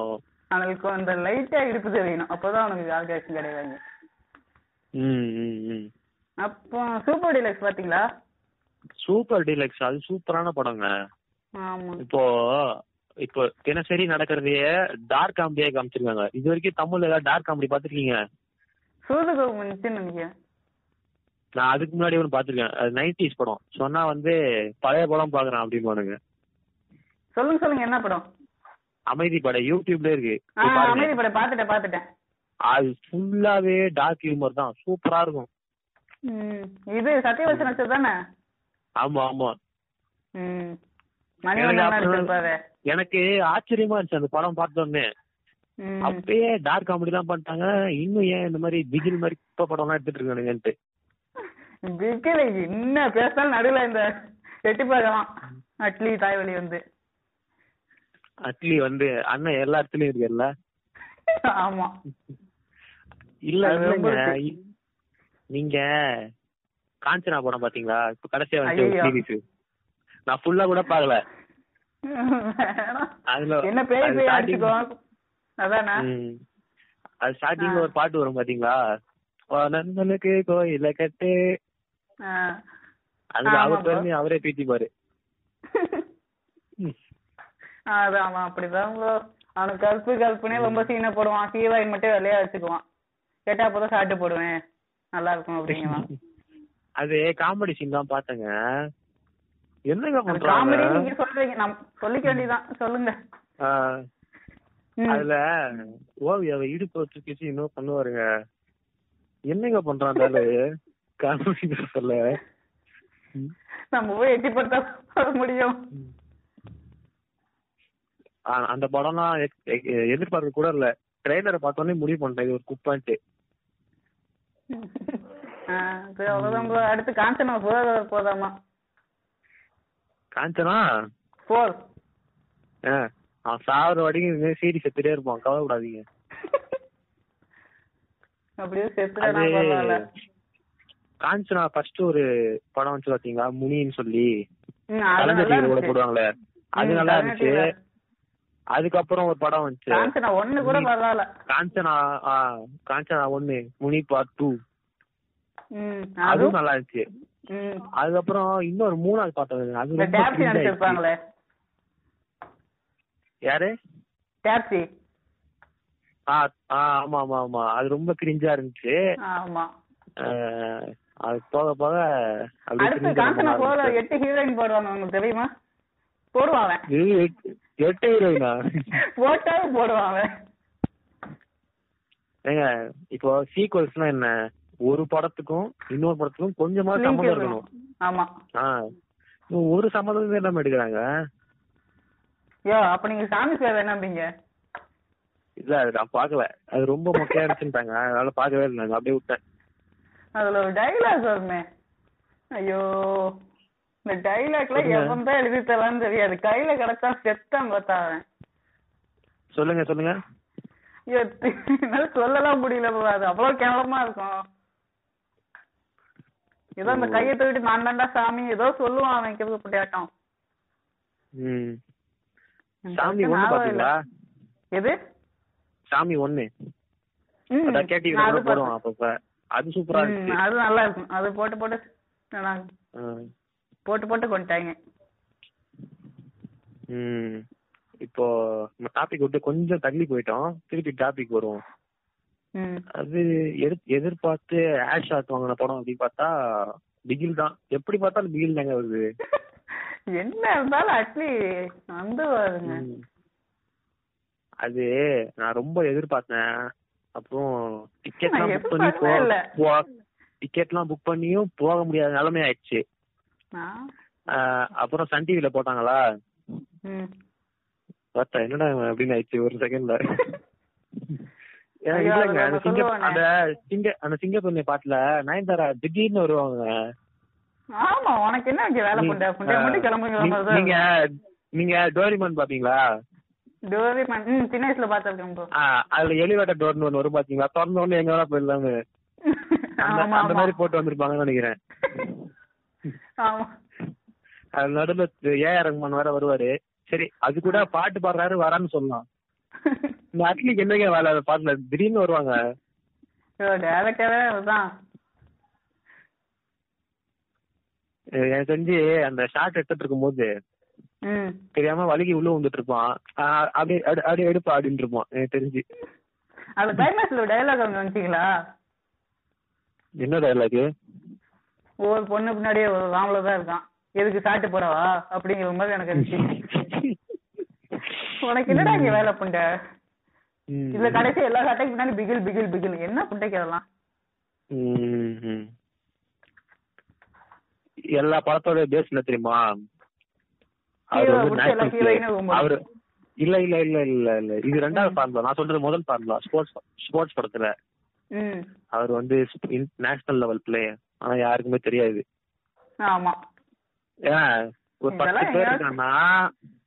அவனுக்கு அந்த லைட்டா இடுப்பு தெரியணும் அப்பதான் அவனுக்கு ஆல்காஷன் கிடையாது உம், உம், உம். அப்போ சூப்பர் டீலக்ஸ் பாத்தீங்களா சூப்பர் டீலக்ஸ் அது சூப்பரான படங்க ஆமா இப்போ இப்போ தினசரி நடக்கிறதையே டார்க் காமெடியா காமிச்சிருக்காங்க இது வரைக்கும் தமிழ்ல ஏதாவது டார்க் காமெடி பாத்திருக்கீங்க சூதுகோபம் வந்துச்சுன்னு நினைக்கிறேன் நான் அதுக்கு முன்னாடி ஒன்று பார்த்துருக்கேன் அது நைன்டிஸ் படம் சொன்னா வந்து பழைய படம் பார்க்குறேன் அப்படின்னு பாருங்க சொல்லுங்க சொல்லுங்க என்ன படம் அமைதி படம் யூடியூப்ல இருக்கு ஆ, போய் பாருங்க. அமைதி படம் பாத்துட்டேன் பாத்துட்டேன் அது ஃபுல்லாவே டார்க் ஹியூமர் தான் சூப்பரா இருக்கும் ம். இது சத்யவசன் நடிச்சது தானே ஆமா ஆமா ம். மணிவண்ணன் நடிச்சிருப்பாரு எனக்கு ஆச்சரியமா இருந்துச்சு அந்த படம் பார்த்தோன்னே ம். அப்பயே டார்க் காமெடி எல்லாம் பண்ணிட்டாங்க இன்னும் ஏன் இந்த மாதிரி பிகில் மாதிரி குப்பை படம் எல்லாம் எடுத்துட்டு இருக்கானுங்கன்ட்டு விக்கல என்ன பேசினாலும் நடுவுல இந்த எட்டி பழம் அட்லி தாய்வழி வந்து அட்லி வந்து அண்ணன் எல்லா இடத்துலயும் இருக்குல்ல ஆமா இல்ல அது ரொம்ப இல்லைங்க. இருக்கு. இ- நீங்க காஞ்சனா படம் பாத்தீங்களா இப்ப கடைசியா வந்து ஐயையோ. சீரிஸ் நான் ஃபுல்லா கூட பாக்கல வேணாம். அதுல என்ன பேய் அது பேய் starting- அடிச்சுக்கோ அதானே ம். அது ஸ்டார்டிங்ல ஆ. ஒரு பாட்டு வரும் பாத்தீங்களா "ஓ நண்பனுக்கு கோயில கட்டு ஆ. அதுல ஆமா அவர் bro. பேருமே அவரே பீத்திப்பாரு அதான் அவன் அப்படிதான் bro. அவனுக்கு கருப்பு கருப்புனே ரொம்ப சீனை போடுவான் ஹீரோயின் மட்டும் வெள்ளையா வச்சுக்குவான் கேட்டா அப்பதான் சாட்டு போடுவேன் நல்லா இருக்கும் அப்படிங்குவான் அது காமெடி சீன் தான் பாத்தங்க என்னங்க காமெடி பண்றாங்க நீங்க சொல்றீங்க நம்ம சொல்லிக்க வேண்டியதுதான் சொல்லுங்க ஆ, ம். அதுல ஓவியாவை இடுப்பு வச்சு கிச்சு இன்னும் பண்ணுவாருங்க என்னங்க பண்றான் அந்த ஆளு? காமெடி சொல்ல நம்ம போய் எட்டி படுத்தா போட முடியும் அந்த படம்லாம் எக்- எக்- எதிர்பார்க்க கூட இல்ல ட்ரெய்லரை பார்த்தோன்னே முடிவு பண்ணிட்டேன் இது ஒரு குப்பான்ட்டு ஆ, சரி, அவ்வளவுதான் bro. அடுத்து காஞ்சனா போதா போதாமா காஞ்சனா போர் ஆ, அவன் சாவர வரைக்கும் சீரியஸ் எடுத்துட்டே இருப்பான் கவலைப்படாதீங்க அப்படியே அது செத்துட்டா காஞ்சனா ஃபர்ஸ்ட் ஒரு படம் வந்து பாத்தீங்களா முனின்னு சொல்லி ம், அது கலைஞர் TV நல்லா ல கூட இருந்துச்சு. போடுவாங்களே அது ம், நல்லா கலைஞர் இருந்துச்சு TV ல. அதுக்கப்புறம் ஒரு படம் வந்துச்சு காஞ்சனா ஒண்ணு கூட பரவாயில்ல காஞ்சனா ஆ, காஞ்சனா ஒண்ணு முனி பார்ட் டூ ம், அதுவும் அதுவும் நல்லா இருந்துச்சு ம், அதுக்கப்புறம் இன்னொரு மூணாவது பார்த்தேன் அது இந்த ரொம்ப டாப்ஸி cringe ஆயிடுச்சு. நடிச்சிருப்பாங்களே யாரு டாப்ஸி ஆ ஆ, ஆமா ஆமா ஆமா அது ரொம்ப கிரிஞ்சா இருந்துச்சு ஆமா ஆ, அது போக போக அப்படியே அடுத்து cringe ஆன காஞ்சனா படம் போல ஆரம்பிச்சு. எட்டு ஹீரோயின் போடுவாங்க உங்களுக்கு தெரியுமா போடுவான் அவன். இது எட்டு- எட்டு ஹீரோயினா போட்டாலும் போடுவான் அவன். ஏங்க இப்போ சீக்வல்ஸ்னா என்ன ஒரு படத்துக்கும் இன்னொரு படத்துக்கும் கொஞ்சமா Link சம்மந்தம் இருக்கணும். இருக்கணும் ஆமா ஆ இவங்க ஒரு சம்மந்தமே இல்லாம எடுக்கிறாங்க யோ அப்ப நீங்க சாமி சேவை என்னம்பீங்க இல்ல அது நான் பாக்கல அது ரொம்ப மொக்கையா இருந்துச்சுட்டாங்க அதனால பாக்கவே இல்லை நான் அப்படியே விட்டேன் அதுல ஒரு டைலாக் வருமே ஐயோ இந்த டைலாக்ல சொல்லுங்க. எவன் தான் எழுதி தரலான்னு தெரியாது கையில கிடைச்சா செத்தான் பார்த்தா அவன் சொல்லுங்க சொல்லுங்க ஐயோ, தி- என்னால சொல்லலாம் முடியல bro. அது அவ்வளவு கேவலமா இருக்கும் ஏதோ அந்த ஓ. கையை தூக்கிட்டு நான் தாண்டா சாமி ஏதோ சொல்லுவான் அவன் கேள்விப்பட்டாட்டம் ம் சாமி ஒண்ணு பாத்தீங்களா எது சாமி ஒண்ணு ம், அதான் கேட்டி நான் அது போடுவோம் அப்பப்ப அது சூப்பரா பார்த்தேன். இருந்துச்சு ம், அது நல்லா இருக்கும் அது போட்டு போட்டு நான் ஆ. போட்டு போட்டு கொண்டுட்டாங்க ம் இப்போ நம்ம டாபிக் விட்டு கொஞ்சம் தள்ளி போயிட்டோம் திருப்பி டாபிக் வருவோம் ம் அது எதிர்- எதிர்பார்த்து ஆஷ் ஷாட் வாங்கின படம் அப்படின்னு பார்த்தா பிகில் தான் எப்படி பார்த்தாலும் பிகில் தாங்க வருது என்ன இருந்தாலும் அட்லி வந்து வருங்க ம். அது நான் ரொம்ப எதிர்பார்த்தேன் அப்புறம் டிக்கெட்லாம் நான் புக் பண்ணி எதிர்பார்க்கவே இல்ல. டிக்கெட்லாம் புக் பண்ணியும் போக முடியாத நிலைமை ஆயிடுச்சு ஆ, ஆஹ் அப்புறம் சன் டிவில போட்டாங்களா ம். பார்த்தா என்னடா இவன் அப்படின்னு ஆயிடுச்சு ஒரு செகண்ட்ல ஐயோ, இல்லங்க அது அந்த நம்ம சிங்க சொல்லுவோனே. அந்த சிங்க அந்த சிங்க பொண்ணு பாட்டுல நயன்தாரா திடீர்னு வருவாங்க ஆமா உனக்கு என்ன இங்க வேலை பண்ற புண்டை மட்டும் கிளம்பு நீ- கிளம்புறதா நீங்க நீங்க டோரிமான் பாப்பீங்களா டோரி மன் ம் சின்ன வயசுல பாத்திருக்கேன் bro. அதுல எலிவேட்டர் டோர்னு ஒண்ணு வரும் பாத்தீங்களா திறந்த உடனே எங்க வேணா போயிடலாம்னு அந்த ஆமா அந்த ஆமா மாதிரி போட்டு வந்திருப்பாங்கன்னு நினைக்கிறேன் ஆமா அது நடுவுல ஏஆர் ரஹ்மான் வேற வருவாரு சரி அது கூட பாட்டு பாடுறாரு வரான்னு சொல்லலாம் இந்த அட்லிக்கு என்னங்க வேலை அந்த பாட்டுல திடீர்னு வருவாங்க டேரக்டாவே அதுதான் அஹ் எனக்கு தெரிஞ்சு அந்த ஷார்ட் எடுத்துட்டு இருக்கும்போது ம் தெரியாம வலிக்கு உள்ள வந்துட்டு இருப்பான் ஆஹ் அப்படியே அடு- அப்படியே எடுப்பா அப்படின்னு இருப்பான் எனக்கு தெரிஞ்சு அது கிளைமேக்ஸ்ல டயலாக் ஒன்று வந்துச்சிங்களா என்ன டைலாக் ஒவ்வொரு பொண்ணு பின்னாடியே ஒரு ஆம்பளை தான் இருக்கான் எதுக்கு சாட்டு போடவா அப்படிங்கிற மாதிரி எனக்கு இருந்துச்சு உனக்கு என்னடா இங்க வேலை புண்டை ம், இதுல கடைசி எல்லா சட்டைக்கு பின்னாடி பிகில் பிகில் பிகில் என்ன புண்டைக்கு அதெல்லாம் ம், ம். எல்லா படத்தோட பேஸ் என்ன தெரியுமா அவர் Hero வந்து முடிச்சு எல்லா heroine natural உம் அவரு இல்ல இல்ல இல்ல இல்ல இல்ல இது ரெண்டாவது ஃபார்முலா நான் சொல்றது முதல் ஃபார்முலா ஸ்போர்ட்ஸ் ஸ்போர்ட்ஸ் படத்துல ம் அவர் வந்து நேஷனல் லெவல் பிளேயர் ஆனா யாருக்குமே தெரியாது ஆமா ஏன்னா ஒரு பத்து இதெல்லாம் பேர் எங்கேயாவது- இருக்கானா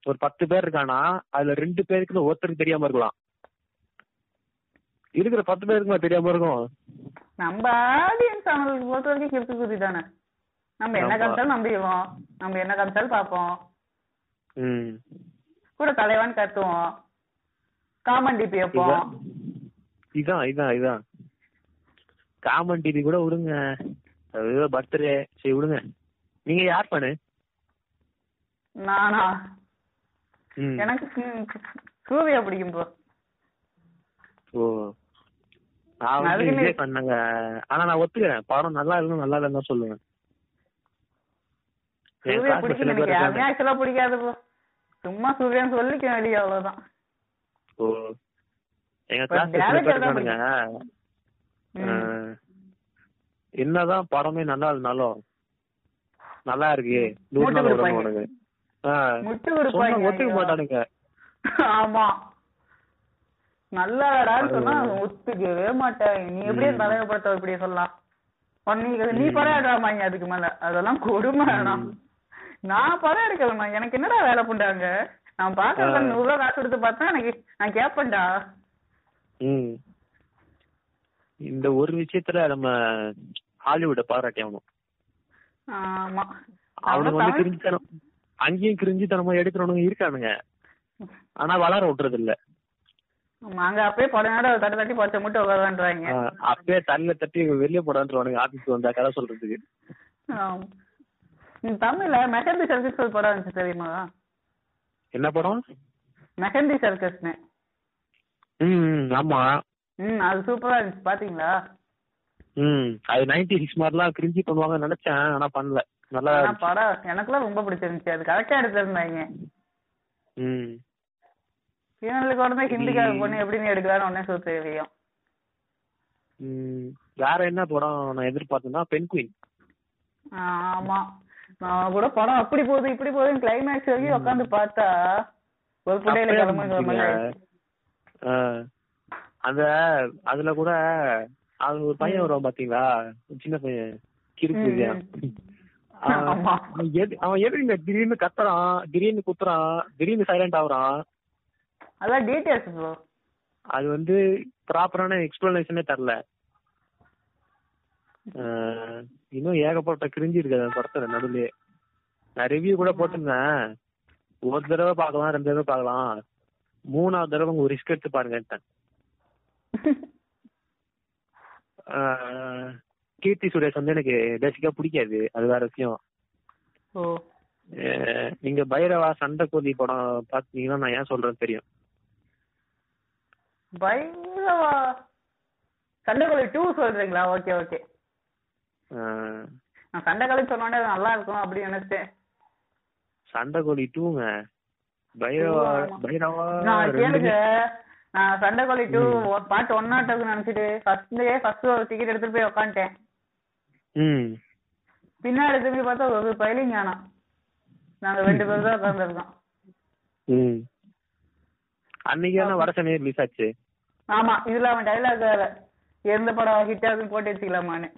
ஒரு பத்து பேர் இருக்கானா அதுல ரெண்டு பேருக்கு ஒருத்தருக்கு தெரியாம இருக்கலாம் இருக்கிற பத்து பேருக்குமே தெரியாம இருக்கும் நம்ம ஆடியன்ஸ் அவங்களுக்கு பொறுத்த வரைக்கும் கிஃப்ட் குதி தானே நம்ம என்ன ஆமா. காமிச்சாலும் நம்பிடுவோம் நம்ம என்ன காமிச்சாலும் பார்ப்போம் ம். கூட தலைவான்னு கத்துவோம் காமன் டிபி வைப்போம் இதான் இதான் இதான் இதான் காமன் டிவி கூட விடுங்க அது பர்த்டே சரி விடுங்க நீங்க யார் பண்ணு நானா எனக்கு ம், சூர்யா பிடிக்கும் ப்ரோ ஓ நான் வந்து அதுக்குன்னு- விஜய் பண்ணங்க ஆனா நான் ஒத்துக்கிறேன் படம் நல்லா இருக்கும் நல்லா இல்லைன்னு தான் சொல்லுவேன் என் சூர்யா class ல பிடிக்கும் சில பேர் எனக்கு யாருமே இருக்காங்க. ஆக்சுவலா பிடிக்காது ப்ரோ சும்மா சூர்யான்னு சொல்லிக்க வேண்டிய அவ்வளவுதான் ஓ எங்க But கிளாஸ் சில damage பேர் ஆகாம இருக்கானுங்க ம். அஹ், என்னதான் படமே நல்லா இருந்தாலும் நல்லா இருக்கு நூறு மூட்டை நாள் கொடுப்பாங்க. விடணுங்க முட்டு சொன்னா கொடுப்பாங்க ஒத்துக்க மாட்டானுங்க ஆமா நல்லாடான்னு சொன்னா அவன் ஒத்துக்கவே மாட்டாங்க நீ எப்படி ம். தலைவ படத்தை இப்படி சொல்லலாம் உன்னை நீ நீ படம் எடுறாமாங்க அதுக்கு மேல அதெல்லாம் கொடுமை வேணாம் நான் படம் எடுக்கலமா எனக்கு என்னடா வேலை பண்றாங்க நான் பாக்குறத ஆ. நூறு ரூபா காசு கொடுத்து பார்த்தா எனக்கு நான் கேப்பேன்டா ம். இந்த ஒரு விஷயத்துல நம்ம ஹாலிவுட பாராட்டி ஆகணும் ஆமா அவனுக்கு அவ்வளவு வந்து கிரிஞ்சித்தனம் அங்கேயும் கிரிஞ்சித்தனமா எடுக்கிறவனுங்க இருக்கானுங்க ஆனா வளர விட்டுறது இல்ல ஆமா, அங்க அப்படியே படம் நேரம் தட்டி தட்டி பச்சை மட்டும் உட்காந்துறாங்க அஹ், அப்படியே தள்ள தட்டி வெளியே போடான்றவனுங்க ஆபீஸ்க்கு வந்தா கதை சொல்றதுக்கு தமிழ்ல மெஹந்தி சர்க்கஸ் ஒரு படம் இருந்துச்சு தெரியுமா என்ன படம் மெஹந்தி சர்க்கஸ்னு ம் ம், ஆமா ம் அது சூப்பரா இருந்துச்சு பாத்தீங்களா ம் அது நைன்டி சிக்ஸ் மாதிரிலாம் கிரிஞ்சி பண்ணுவாங்கன்னு நினைச்சேன் ஆனா பண்ணல நல்லா ஆனா படம் எனக்குலாம் ரொம்ப பிடிச்சிருந்துச்சு அது கரெக்டா எடுத்திருந்தாங்க ம் இவங்களுக்கு உடனே ஹிந்திக்கார ம். பொண்ணு எப்படி நீ எடுக்கலாம்னு உடனே சொல்லி தெரியும் ம் வேற என்ன படம் நான் எதிர்பார்த்தேன்னா பெண் குயின் ஆமா நான் கூட படம் அப்படி போகுது இப்படி போகுதுன்னு கிளைமேக்ஸ் வரைக்கும் உட்காந்து பார்த்தா ஒரு புண்டையில கிளம்பு கிளம்பு அந்த அதுல கூட அது ஒரு பையன் வருவான் பாத்தீங்களா ஒரு சின்ன பையன் கிறுக்கு ம், விஜயன். அவன் ஆமா. அவன் எது- அவன் எதுக்கு திடீர்னு கத்துறான் திடீர்னு குத்துறான் திடீர்னு சைலண்ட் ஆகுறான் அதான் டீட்டெயில்ஸ் ப்ரோ அது வந்து ப்ராப்பரான எக்ஸ்பிளனேஷனே தரல அஹ், இன்னும் ஏகப்பட்ட கிரிஞ்சி இருக்கு அந்த படத்துல நடுவுலயே நான் ரிவ்யூ கூட போட்டிருந்தேன் ஒரு தடவை பார்க்கலாம் ரெண்டு தடவை பார்க்கலாம் மூணாவது தடவை உங்க ரிஸ்க் எடுத்து பாருங்கட்டேன் கீர்த்தி சுரேஷ் வந்து எனக்கு பேசிக்கா பிடிக்காது அது வேற விஷயம் ஓ அஹ், நீங்க பைரவா சண்டை கோதி படம் பாத்தீங்கன்னா நான் ஏன் சொல்றது தெரியும் பயங்கரவா சண்டைக்கொலை டூ சொல்றீங்களா ஓகே ஓகே அஹ், நான் சண்டைக்கொலை சொன்னோடனே அது நல்லா இருக்கும் அப்படின்னு நினைச்சேன் சண்டை கோழி டூங்க பைரவா ஆமா. பைரவா நான் ரெண்டுமே கேளுங்க நான் சண்டை கோழி டூ பாட்டு ஒன் நாட் டூக்கு நினைச்சிட்டு ஃபர்ஸ்ட் டே ஃபர்ஸ்ட் ஒரு டிக்கெட் எடுத்துட்டு போய் உட்காந்துட்டேன் ம் பின்னாடி திரும்பி பார்த்தா ஒரு பயிலிங் ஆனா நாங்க ரெண்டு பேர் தான் உட்காந்துருக்கோம் ம் அன்னைக்கு தானே வரசனே ரிலீஸ் ஆச்சு ஆமா இதுல அவன் டைலாக் வேற எந்த படம் ஹிட் ஆகுதுன்னு போட்டு வச்சுக்கலாமான்னு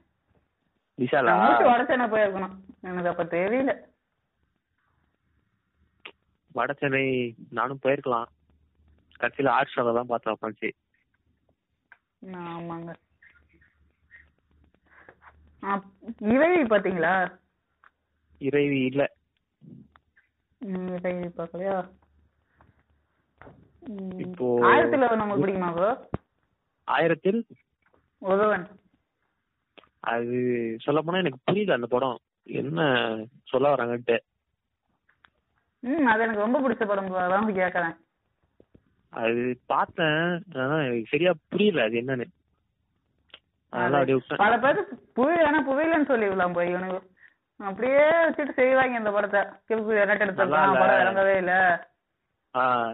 விஷாலா நான் மூச்சு வடச்சனை போயிருக்கணும் எனக்கு அப்ப தெரியல வடசென்னை நானும் போயிருக்கலாம் கடைசியில ஆர்ட் ஷோல தான் பார்த்தேன் உட்காந்து ஆமாங்க அப்- இறைவி பாத்தீங்களா இறைவி இல்ல ம், இறைவி பாக்கலையா ம். இப்போ ஆயிரத்துல நமக்கு பிடிக்குமா bro? ஆயிரத்தில் உதவன் அது சொல்ல போனா எனக்கு புரியல அந்த படம் என்ன சொல்ல வராங்கன்ட்டு ம் அது எனக்கு ரொம்ப பிடிச்ச படம் bro. அதான் வந்து கேக்குறேன் அது பார்த்தேன் ஆனா எனக்கு சரியா புரியல அது என்னன்னு அதெல்லாம் அப்படியே விட்டேன் பல பேர் புரியலன்னா புரியலன்னு சொல்லிடலாம் போய் இவனுக்கு அப்படியே வச்சுட்டு செய்வாங்க இந்த படத்தை கிறுக்கு என்னட்டு நல்லா எடுத்துருக்கான் இல்ல. படம் இறங்கவே இல்ல ஆஹ்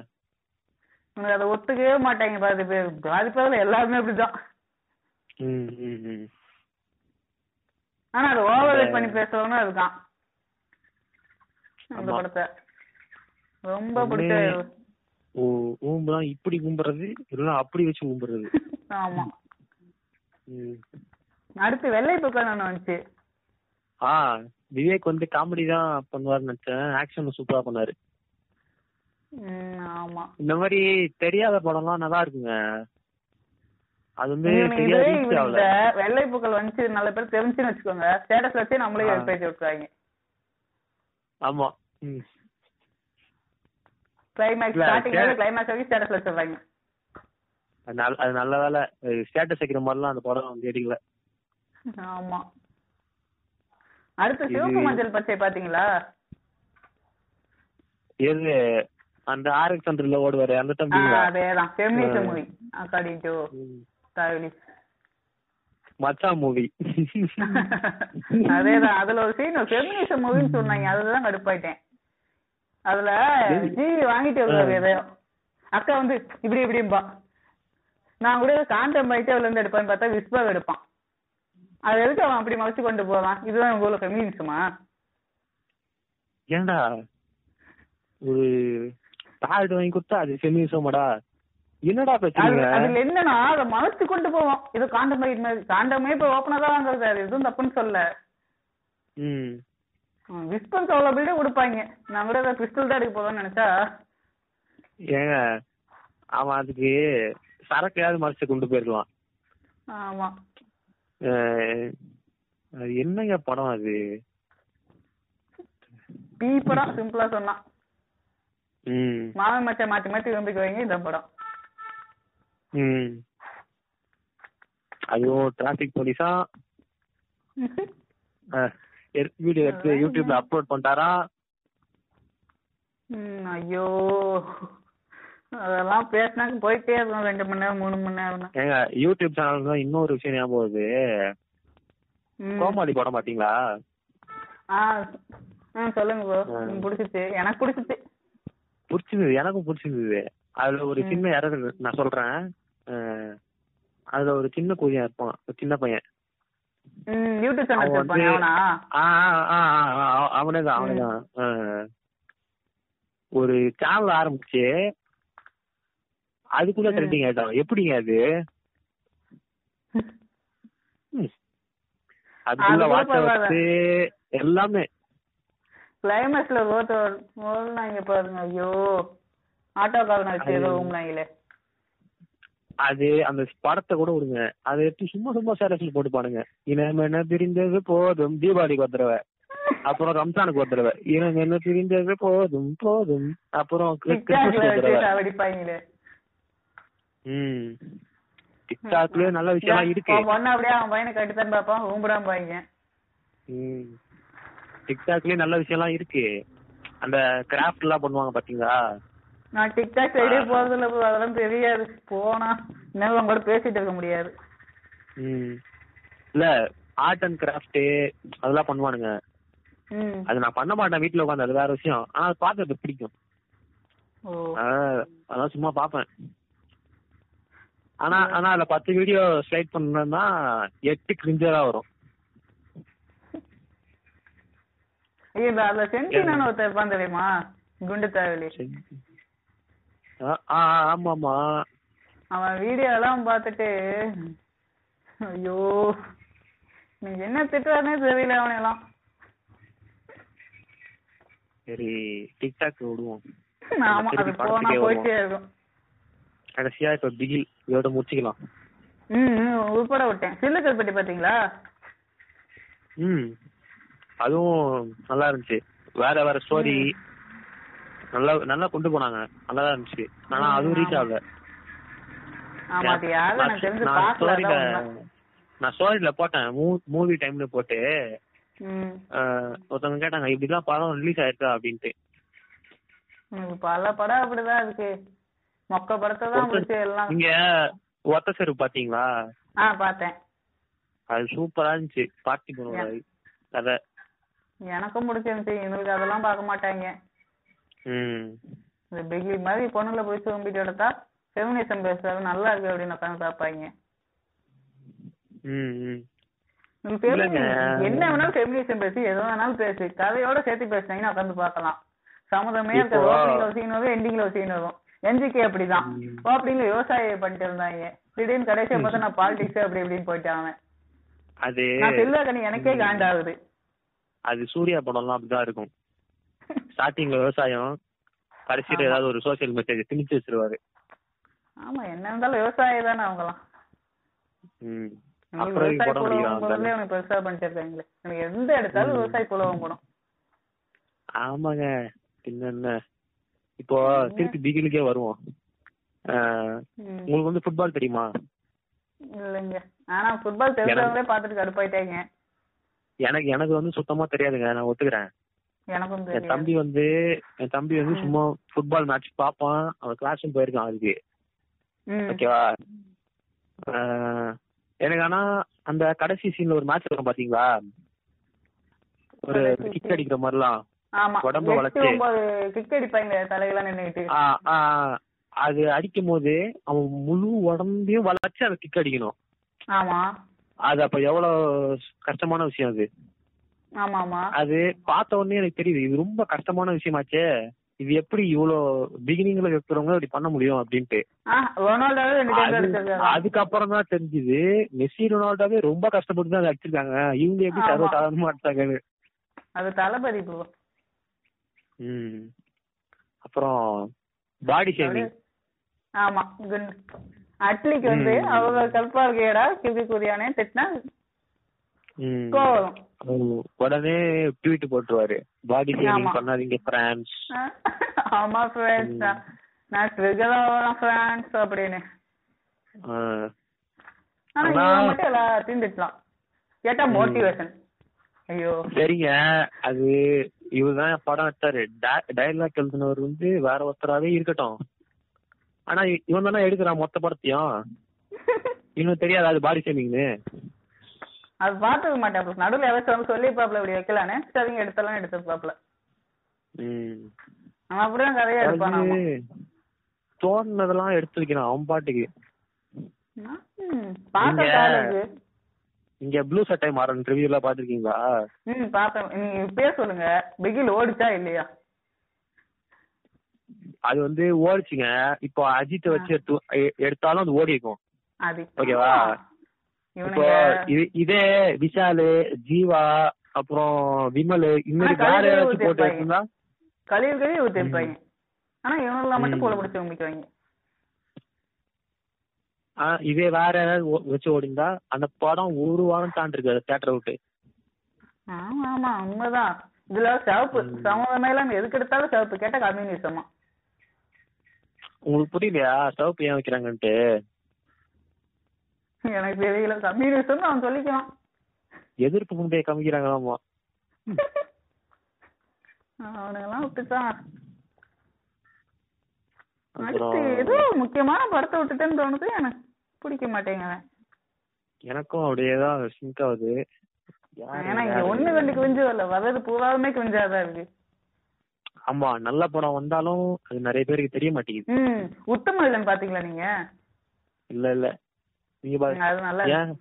உனக்கு அதை ஒத்துக்கவே மாட்டாங்க பாதி பேர் பாதி பேர்ல எல்லாருமே அப்படிதான் ம் ம் ம் ஆனா அது ஓவர் பண்ணி பேசுறவனும் இருக்கான் அந்த ஆமா. படத்தை ரொம்ப ஒண்ணு- பிடிச்ச ஓ ஊம்புனா இப்படி கும்புறது இல்லைன்னா அப்படி வச்சு கும்புறது ஆமா ம். அடுத்து வெள்ளை புக்கன் ஒண்ணு வந்துச்சு ஆ விவேக் வந்து காமெடி தான் பண்ணுவாருன்னு நினைச்சேன் ஆக்ஷன் சூப்பரா பண்ணாரு உம் ஆமா இந்த மாதிரி தெரியாத படம்லாம் நல்லா இருக்குங்க அது வந்து இவனு சரியா இதே ரீச் இவன் ஆகல இந்த வெள்ளை புக்கல் வந்துச்சு நல்ல பேர் தெரிஞ்சுன்னு வச்சுக்கோங்க ஸ்டேட்டஸ்ல வச்சு நம்மளே ஆ. பேசி விட்டுருவாங்க ஆமா ம். கிளைமேக்ஸ் இல்ல, ஸ்டார்டிங் சே- கிளைமேக்ஸ் வரைக்கும் ஸ்டேட்டஸ்ல வச்சிருவாங்க அது நல்ல அது நல்ல வேலை ஸ்டேட்டஸ் வைக்கிற மாதிரிலாம் அந்த படம் வந்து எடுக்கல ஆமா அடுத்து இது- சிவப்பு மஞ்சள் பச்சை பாத்தீங்களா எது அந்த ஆர்எக்ஸ் ஹண்ட்ரட்ல ஓடுவாரு அந்த ஆ, தம்பி அதேதான் ஃபெமினிஸ்ட் ஆ. மூவி அக்கார்டிங் டு தாவலி மச்சான் மூவி அதேதான் அதுல ஒரு சீன் ஃபெமினிஸ்ட் மூவின்னு சொன்னாங்க அதுலதான் கடுப்பாயிட்டேன் அதுல ஜி வாங்கிட்டு வருவாரு எதையோ அக்கா வந்து இப்படி இப்படிம்பா நான் கூட காந்தம் பைட்டு அவள இருந்து எடுப்பான்னு பார்த்தா விஸ்பாவை எடுப்பான் அது எதுக்கு அவன் அப்படி மறைச்சு கொண்டு போவான் இதுதான் உங்க ஊர்ல ஃபெமினிசமா ஏன்டா ஒரு பேட் வாங்கி கொடுத்தா அது ஃபெமினிசமாடா என்னடா அது- பிரச்சனை அதுல என்னன்னா அதை மறைச்சு கொண்டு போவோம் இது காண்டம் பைட் மாதிரி காண்டமே இப்ப ஓப்பனா தான் வாங்குறது அது எதுவும் தப்புன்னு சொல்ல ம் விஸ்பன் அவ்வளோ பில்டே கொடுப்பாங்க நான் கூட அதை பிஸ்டல் தான் எடுக்க போதும்னு நினைச்சா ஏங்க அவன் அதுக்கு சரக்கையாவது மறைச்சு கொண்டு போயிருக்கலாம் ஆமா அஹ், அது என்னங்க படம் அது பீ படம் சிம்பிளா சொன்னான் ம் மாமன் மச்சை மாத்தி மாத்தி விரும்பிக்குவாங்க இந்த படம் ம் அதுவும் டிராஃபிக் போலீஸா வீடியோ எடுத்து யூடியூப்ல அப்லோட் பண்ணிட்டாரா ம், ஐயோ அதெல்லாம் பேசினா போயிட்டே இருக்கும் ரெண்டு மணி நேரம் மூணு மணி நேரம் ஏங்க யூடியூப் சேனல் தான் இன்னொரு விஷயம் ஞாபகம் வருது கோமாளி படம் பாத்தீங்களா ஆ ஆ சொல்லுங்க bro. ஆ. எனக்கு பிடிச்சிச்சு எனக்கு பிடிச்சிச்சு பிடிச்சிருந்தது எனக்கும் பிடிச்சிருந்தது அதுல ஒரு ம். சின்ன யாராவது நான் சொல்றேன் அஹ், அதுல ஒரு சின்ன பையன் இருப்பான் ஒரு சின்ன பையன் ம் யூடியூப் சேனல் அவன் வச்சிருப்பானே வந்து- அவனா ஆ, ஆ, ஆ, ஆ, ஆ, ஆ, அவனேதான் அவனேதான் அஹ், ஒரு சேனல் ஆரம்பிச்சு அதுக்குள்ள ம். ட்ரெண்டிங் ஆயிட்டான் எப்படிங்க அது ம். அதுக்குள்ள அதுக்குள்ள வாட்ட பரவாயில்ல. வச்சு எல்லாமே கிளைமேக்ஸ்ல ஓட்டு ஓடுனாங்க பாருங்க ஐயோ ஆட்டோக்காரனை வச்சு ஏதோ ஐயோ. ஊங்குனாங்களே அது அந்த படத்தை கூட விடுங்க அதை எடுத்து சும்மா சும்மா சேலஸ்ல போட்டு பாருங்க இனமென பிரிந்தது போதும் தீபாவளிக்கு ஒரு தடவை அப்புறம் ரம்ஜானுக்கு ஒரு தடவை இனமென பிரிந்தது போதும் போதும் அப்புறம் கிறிஸ்- டிக்டாக்ல கிறிஸ்மஸ்க்கு ஒரு வச்சு தடவை சாவடிப்பாங்களே ம் டிக்டாக்ல நல்ல விஷயம் இருக்கு உன் பொண்ணு அப்படியே அவன் பையனை கட்டித்தான் பார்ப்பான் ஊம்புடாம பாய்ங்க ம் டிக்டாக்லயே நல்ல விஷயம்லாம் இருக்கு அந்த கிராஃப்ட் எல்லாம் பண்ணுவாங்க பாத்தீங்களா நான் டிக்டாக் சைடே போறதில்ல bro. அதெல்லாம் தெரியாது போனா இன்னும் அவங்க கூட பேசிட்டு இருக்க முடியாது ம் இல்ல ஆர்ட் அண்ட் கிராஃப்ட் அதெல்லாம் பண்ணுவானுங்க ம் அது நான் பண்ண மாட்டேன் வீட்டுல உட்காந்து அது வேற விஷயம் ஆனா அது பாக்குறது பிடிக்கும் ஓ ஆஹ் அதான் சும்மா பாப்பேன் ஆனா ஆனா அதுல பத்து வீடியோ ஸ்லைட் பண்ணா எட்டு கிரிஞ்சரா வரும் ஐயோ இந்த அதுல சென்டினான்னு ஒருத்தர் இருப்பான் தெரியுமா குண்டு தேவலி சரி. ஆ, ஆ, ஆமா ஆமா அவன் வீடியோ எல்லாம் பார்த்துட்டு ஐயோ நீங்க என்ன திட்டுறாருன்னே தெரியல அவனெல்லாம் சரி டிக்டாக் விடுவோம் ஆமா அது திருப்பி போனா படத்துக்கே போயிட்டே இருக்கும் கடைசியா இப்ப பிகில் இதோட முடிச்சுக்கலாம் ம் ம், உட்பட விட்டேன் சில்லு கருப்பட்டி பாத்தீங்களா ம் அதுவும் நல்லா இருந்துச்சு வேற வேற ஸ்டோரி நல்லா நல்லா கொண்டு போனாங்க நல்லா தான் இருந்துச்சு ஆனா அதுவும் ரீச் ஆகல ஆமா அது யாரு எனக்கு தெரிஞ்சு நான் பார்க்கல ஸ்டோரியில அதான் உண்மை. நான் ஸ்டோரியில போட்டேன் மூவி டைம்ல போட்டு ம் ஆஹ் ஒருத்தவங்க கேட்டாங்க இப்படிதான் படம் ரிலீஸ் ஆயிருக்கா அப்படின்ட்டு உனக்கு பல படம் அப்படிதான் இருக்கு மொக்க படத்தை தான் ஒருத்தர் பிடிச்சி எல்லாம் நீங்க ஒத்த செருப்பு பாத்தீங்களா ஆ பார்த்தேன் அது சூப்பரா இருந்துச்சு பார்ட்டி பண்ணுவாரு கதை எனக்கும் பிடிச்சிருந்துச்சு இவங்களுக்கு அதெல்லாம் பார்க்க மாட்டாங்க ம் இந்த பிகில் மாதிரி பொண்ணுங்களை போய் சோம்பிட்டு எடுத்தா ஃபெமினிசம் பேசுறது நல்லா இருக்கு அப்படின்னு உட்காந்து பாப்பாங்க ம் ம் நீ femi- இல்லைங்க. என்ன வேணாலும் ஃபெமினிசம் பேசி எது வேணாலும் பேசி கதையோட சேர்த்து பேசினாங்கன்னா உட்காந்து பார்க்கலாம் சம்மதமே இருக்க இப்போ- ஓப்பனிங்ல ஒரு சீன் வரும் எண்டிங்ல ஒரு சீன் வரும் என்ஜிகே அப்படிதான் ஓப்பனிங்ல விவசாயம் பண்ணிட்டு இருந்தாங்க திடீர்னு கடைசியா பார்த்தா நான் பாலிடிக்ஸ் அப்படி இப்படின்னு போயிட்டான் அவன் அது நான் செல்வாக்கணி எனக்கே காண்டாகுது அது சூர்யா படம்லாம் அப்படிதான் இருக்கும் ஸ்டார்டிங்ல விவசாயம் கடைசியில ஏதாவது ஒரு சோஷியல் மெசேஜ் திணிச்சு வச்சிருவாரு ஆமா என்ன இருந்தாலும் விவசாயி தானே அவங்கலாம் ம் அவங்களுக்கு அப்புறம் படம் நடிக்கிறான் விவசாய குலவம் போதுல அவனுக்கு பெருசா பண்ணிச்சிருக்காங்களே எனக்கு எந்த எடுத்தாலும் விவசாய குலவம் படம் ஆமாங்க பின்ன இப்போ திருப்பி பிகிலுக்கே வருவோம் ஆஹ், ம். உங்களுக்கு வந்து ஃபுட்பால் தெரியுமா இல்லைங்க ஆனா ஃபுட்பால் தெரிஞ்சவங்களே பார்த்துட்டு கடுப்பாயிட்டாங்க எனக்கு எனக்கு வந்து சுத்தமா தெரியாதுங்க நான் ஒத்துக்கிறேன் எனக்கும் என் தெரியும் தம்பி வந்து என் தம்பி வந்து சும்மா ஃபுட்பால் மேட்ச் பார்ப்பான் அவன் கிளாஸும் போயிருக்கான் அதுக்கு ம். ஓகேவா ஆஹ், எனக்கு ஆனா அந்த கடைசி சீன்ல ஒரு மேட்ச் வரும் பாத்தீங்களா ஒரு கடைசி கிக் அடிக்கிற மாதிரிலாம் ஆமா உடம்பு எட்டு வளைச்சு. ஒன்பது கிக் அடிப்பாங்க தலையெல்லாம் நின்னுகிட்டு ஆ, ஆ, அது அடிக்கும் போது அவன் முழு உடம்பையும் வளைச்சு அதை கிக் அடிக்கணும் ஆமா அது அப்ப எவ்வளவு கஷ்டமான விஷயம் அது ஆமா ஆமா அது பார்த்த உடனே எனக்கு தெரியுது இது ரொம்ப கஷ்டமான விஷயமாச்சே இது எப்படி இவ்வளோ பிகினிங்ல இருக்கிறவங்க இப்படி பண்ண முடியும் அப்படின்ட்டு ஆஹ் ரொனால்டோவே ரெண்டு டைம் அது- அடிச்சிருக்காங்க அதுக்கப்புறம் தான் தெரிஞ்சுது மெஸ்ஸி ரொனால்டோவே ரொம்ப கஷ்டப்பட்டு தான் அதை அடிச்சிருக்காங்க இவங்க எப்படி ஆமா. சர்வ சாதாரணமா அடிச்சாங்கன்னு அது தளபதி ப்ரோ ம். அப்புறம் பாடி ஷேமிங் ஆமா குண்டு அட்லிக்கு வந்து ம். அவங்க கல்பா இருக்கேடா கிபி குரியானே திட்டினா கோவம் உடனே ட்வீட் போட்டுருவாரு பாடி ஷேமிங் ஆமா. பண்ணாதீங்க பிரான்ஸ் ஆஹ் ஆமா ஃப்ரெண்ட்ஸ் தான் நான் ஸ்விகதான் ஃப்ரெண்ட்ஸ் அப்படின்னு ஆனா ஆனா- இவன் மட்டும் எல்லாத்தையும் திட்டலாம் கேட்டா மோட்டிவேஷன் ஐயோ சரிங்க அது இவர்தான் படம் எடுத்தாரு டைலாக் எழுதினவர் வந்து வேற ஒருத்தராவே இருக்கட்டும் ஆனா இவன் தானே எடுக்கிறான் மொத்த படத்தையும் இன்னும் தெரியாது அது பாடி ஷேமிங்னு அது பார்த்துக்க மாட்டேன் நடுவில் எதாச்சும் சொல்லிப்பாப்ல இப்படி வைக்கலான்னு சரிங்க எடுத்தெல்லாம் எடுத்துருப்பாப்ல ம். அவன் அப்படிதான் கதையா எடுப்பான் அது தோணுனதெல்லாம் எடுத்து வைக்கிறான் அவன் பாட்டுக்கு பாத்த நீங்க- காலேஜ் இங்க ப்ளூ சட்டை மாறன் ரிவ்யூல பாத்திருக்கீங்களா ம் பார்த்தேன் நீங்க இப்பயே சொல்லுங்க பிகில் ஓடிச்சா இல்லையா அது வந்து ஓடிச்சுங்க இப்போ அஜித்தை வச்சு எடுத்து எ- எடுத்தாலும் அது ஓடி இருக்கும் அது ஓகேவா? இப்போ இவனுங்க இது- இதே விஷாலு ஜீவா அப்புறம் விமலு இந்த மாதிரி ஆனா வேற கலைஞர் ஏதாச்சும் போட்டு ஊத்திருப்பாங்க. எடுத்திருந்தா கழிவு கழிவு ஊத்திருப்பாங்க ஆனா இவனுங்கள மட்டும் ம். போல பிடிச்சவங்க முடிக்குவாங்க ஆ, இதே வேற ஏதாவது ஓ- வச்சு ஓடிந்தா அந்த படம் ஒரு வாரம் தாண்டி இருக்காது தேட்டர் விட்டு ஆமா ஆமா உண்மைதான் இதுல சிவப்பு சமூகமே இல்லாம எதுக்கு எடுத்தாலும் சிவப்பு கேட்டா கம்யூனிசமா உங்களுக்கு புரியலையா சிவப்பு ஏன் வைக்கிறாங்கன்ட்டு எனக்கு தெரியல கம்யூனிசம் அவன் சொல்லிக்கலாம் எதிர்ப்பு முந்தைய காமிக்கிறாங்க ஆமா அவனுங்கெல்லாம் விட்டுட்டான் அடுத்து அப்புறம் ஏதோ முக்கியமான படத்தை விட்டுட்டேன்னு தோணுது எனக்கு பிடிக்க மாட்டேங்கிறேன் எனக்கும் அப்படியேதான் சிங்க் ஆகுது யாரு- ஏன்னா இங்க யாரு? ஒண்ணு ரெண்டு குவிஞ்சோ இல்ல வர்றது பூராவுமே குவிஞ்சாதான் இருக்கு ஆமா நல்ல படம் வந்தாலும் அது நிறைய பேருக்கு தெரிய மாட்டேங்குது ம் உத்தம இல்லன்னு பாத்தீங்களா நீங்க இல்ல இல்ல நீங்க பாரு அது நல்லா இருக்கு. ஏன்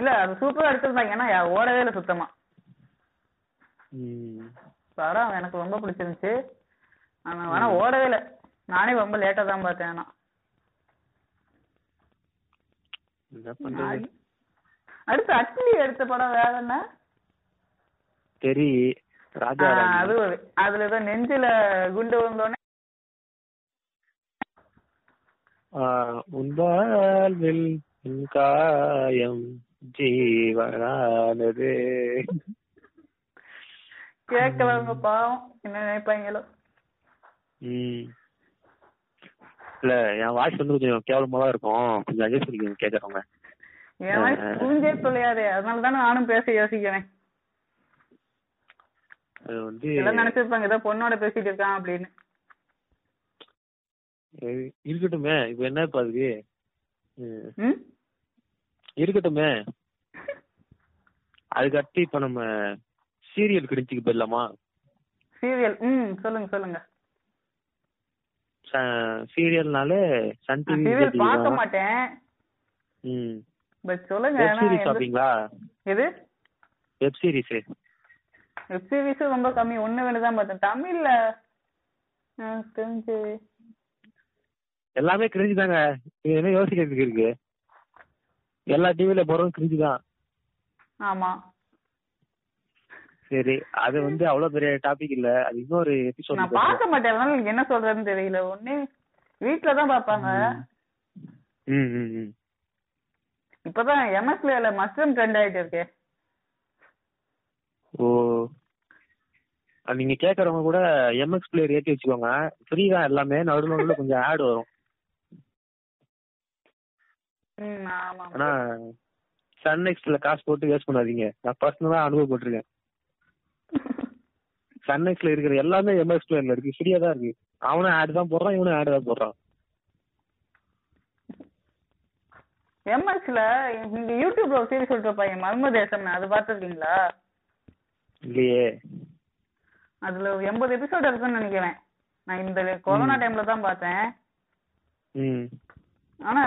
இல்ல அது சூப்பரா எடுத்திருந்தாங்க ஏன்னா யா- ஓடவே இல்ல சுத்தமா ம். படம் எனக்கு ரொம்ப பிடிச்சிருந்துச்சு ஆனா ஆனா ஓடவே இல்ல நானே ரொம்ப லேட்டா தான் பார்த்தேன் ஆனா என்ன பண்றது அடி- அடுத்து அட்லி எடுத்த படம் வேற என்ன தெரி ராஜா ஆ, ராணி. அது ஒரு அதுல ஏதோ நெஞ்சில குண்டு விழுந்தோடனே ஆ, உன்பால்வில் உன் காயம் ஜீவனானது கேட்கலவங்க பாவம் என்ன நினைப்பாங்களோ ம். இல்ல என் வாய்ஸ் வந்து கொஞ்சம் கேவலமா தான் இருக்கும் கொஞ்சம் அட்ஜஸ்ட் பண்ணிக்கோங்க கேட்கறவங்க என் வயசு புரிஞ்சே தொலையாதே அதனால தானே நானும் பேச யோசிக்கிறேன் அது வந்து எல்லாம் நினைச்சிருப்பாங்க ஏதோ பொண்ணோட பேசிட்டு இருக்கான் அப்படின்னு இரு- இருக்கட்டுமே இப்ப என்ன இப்ப அதுக்கு ம், ம் இருக்கட்டுமே அதுக்கடுத்து இப்ப நம்ம சீரியல் கிடிச்சுக்கு போயிடலாமா சீரியல் ம் சொல்லுங்க சொல்லுங்க சீரியல்னாலே சன் டிவி சீரியல் பார்க்க மாட்டேன் ம் பட் சொல்லுங்க வெப் ஏன்னா சீரிஸ் எந்த- பாப்பீங்களா எது வெப் சீரிஸ் வெப் சீரிஸும் ரொம்ப கம்மி ஒண்ணு வேணும் தான் பார்த்தேன் தமிழ்ல எனக்கு தெரிஞ்சு எல்லாமே கிரிஞ்சு தாங்க இது என்ன யோசிக்கிறதுக்கு இருக்கு எல்லா டிவில போறதும் கிரிஞ்சு தான் ஆமா சரி அது வந்து அவ்வளவு பெரிய டாபிக் இல்ல அது இன்னொரு நான் எபிசோட் பார்க்க மாட்டேன் அதனால எனக்கு என்ன சொல்றதுன்னு தெரியல ஒண்ணு வீட்ல தான் பார்ப்பாங்க ம் ம் ம் இப்பதான் எம்எஸ்ல மஷ்ரூம் ட்ரெண்ட் ஆயிட்டு இருக்கு ஓ அது நீங்க கேக்குறவங்க கூட எம்எக்ஸ் பிளேயர் ஏத்தி வச்சுக்கோங்க ஃப்ரீ தான் எல்லாமே நடுவில் நடுவில் கொஞ்சம் ஆட் வரும் ம், ஆமா ஆமா. ஆனா சன் நெக்ஸ்ட்ல காசு போட்டு வேஸ்ட் பண்ணாதீங்க நான் பர்சனலா அனுபவப்பட்டிருக்கேன் சன் நெக்ஸ்ட்ல இருக்கிற எல்லாமே எம்எக்ஸ் பிளேயர்ல இருக்கு ஃப்ரீயா தான் இருக்கு அவனும் ஆட் தான் போடுறான் இவனும் ஆட் தான் போடுறான் எம்எஸ்ல நீங்க யூடியூப்ல ஒரு சீரிஸ் சொல்லிருப்பாங்க மர்ம தேசம்னு அது பாத்துருக்கீங்களா இல்லையே அதுல ஒரு எண்பது எபிசோட் இருக்குன்னு நினைக்கிறேன் நான் இந்த கொரோனா டைம்ல தான் பார்த்தேன் ம் ஆனா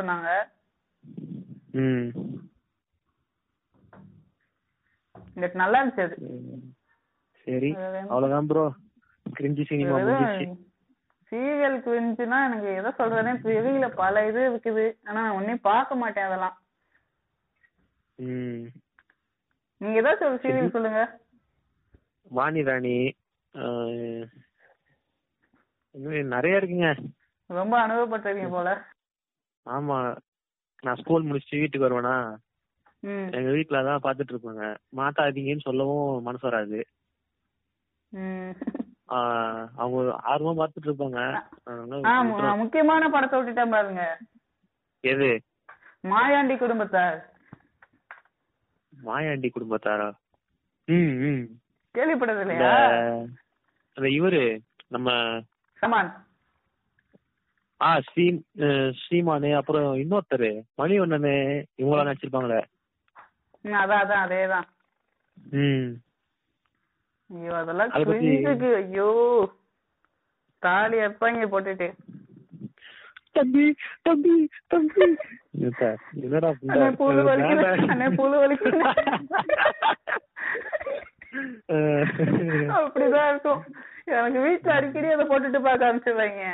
சொன்னாங்க ம் எனக்கு நல்லா இருந்துச்சு அது. சரி அது அவ்வளவுதான் ப்ரோ கிரிஞ்சி சினிமா முடிஞ்சிச்சு சீரியல் குவிஞ்சுனா எனக்கு எதை சொல்றதுனே தெரியல பல இது இருக்குது ஆனா நான் ஒன்னையும் பார்க்க மாட்டேன் அதெல்லாம் ம் நீங்க ஏதாச்சும் ஒரு சீரியல் சொல்லுங்க வாணி ராணி ஆஹ், இன்னும் நிறைய இருக்குங்க ரொம்ப அனுபவப்பட்டிருக்கீங்க போல ஆமா நான் ஸ்கூல் முடிச்சுட்டு வீட்டுக்கு வருவேனா ம் எங்க வீட்டுல தான் பாத்துட்டு இருப்பாங்க மாட்டாதீங்கன்னு சொல்லவும் மனசு வராது ம் ஆஹ், அவங்க ஆர்வமா பாத்துட்டு இருப்பாங்க ஆ, அதனால மு- நான் முக்கியமான படத்தை விட்டுட்டேன் பாருங்க எது மாயாண்டி குடும்பத்தார் மாயாண்டி குடும்பத்தாரா ம் ம் கேள்விப்பட்டது இந்த இல்லையா அந்த இவரு நம்ம சமான் ஆ ஸ்ரீ அஹ், ஸ்ரீமானு அப்புறம் இன்னொருத்தரு மணிவண்ணனு இவங்களாம் நடிச்சிருப்பாங்களே ம், அதான் அதான் அதேதான் ம் ஐயோ அதெல்லாம் அதை பத்தி- குவிஞ்சுக்கு ஐயோ தாலி அப்பாங்க போட்டுட்டு தம்பி தம்பி தம்பி என்னடா புண்டை? அண்ணே, புழு வலிக்குது. மேல- அண்ணே, புழு வலிக்குது. அஹ், அப்படிதான் இருக்கும் எனக்கு வீட்டுல அடிக்கடி அதை போட்டுட்டு பார்க்க ஆரம்பிச்சிருவாங்க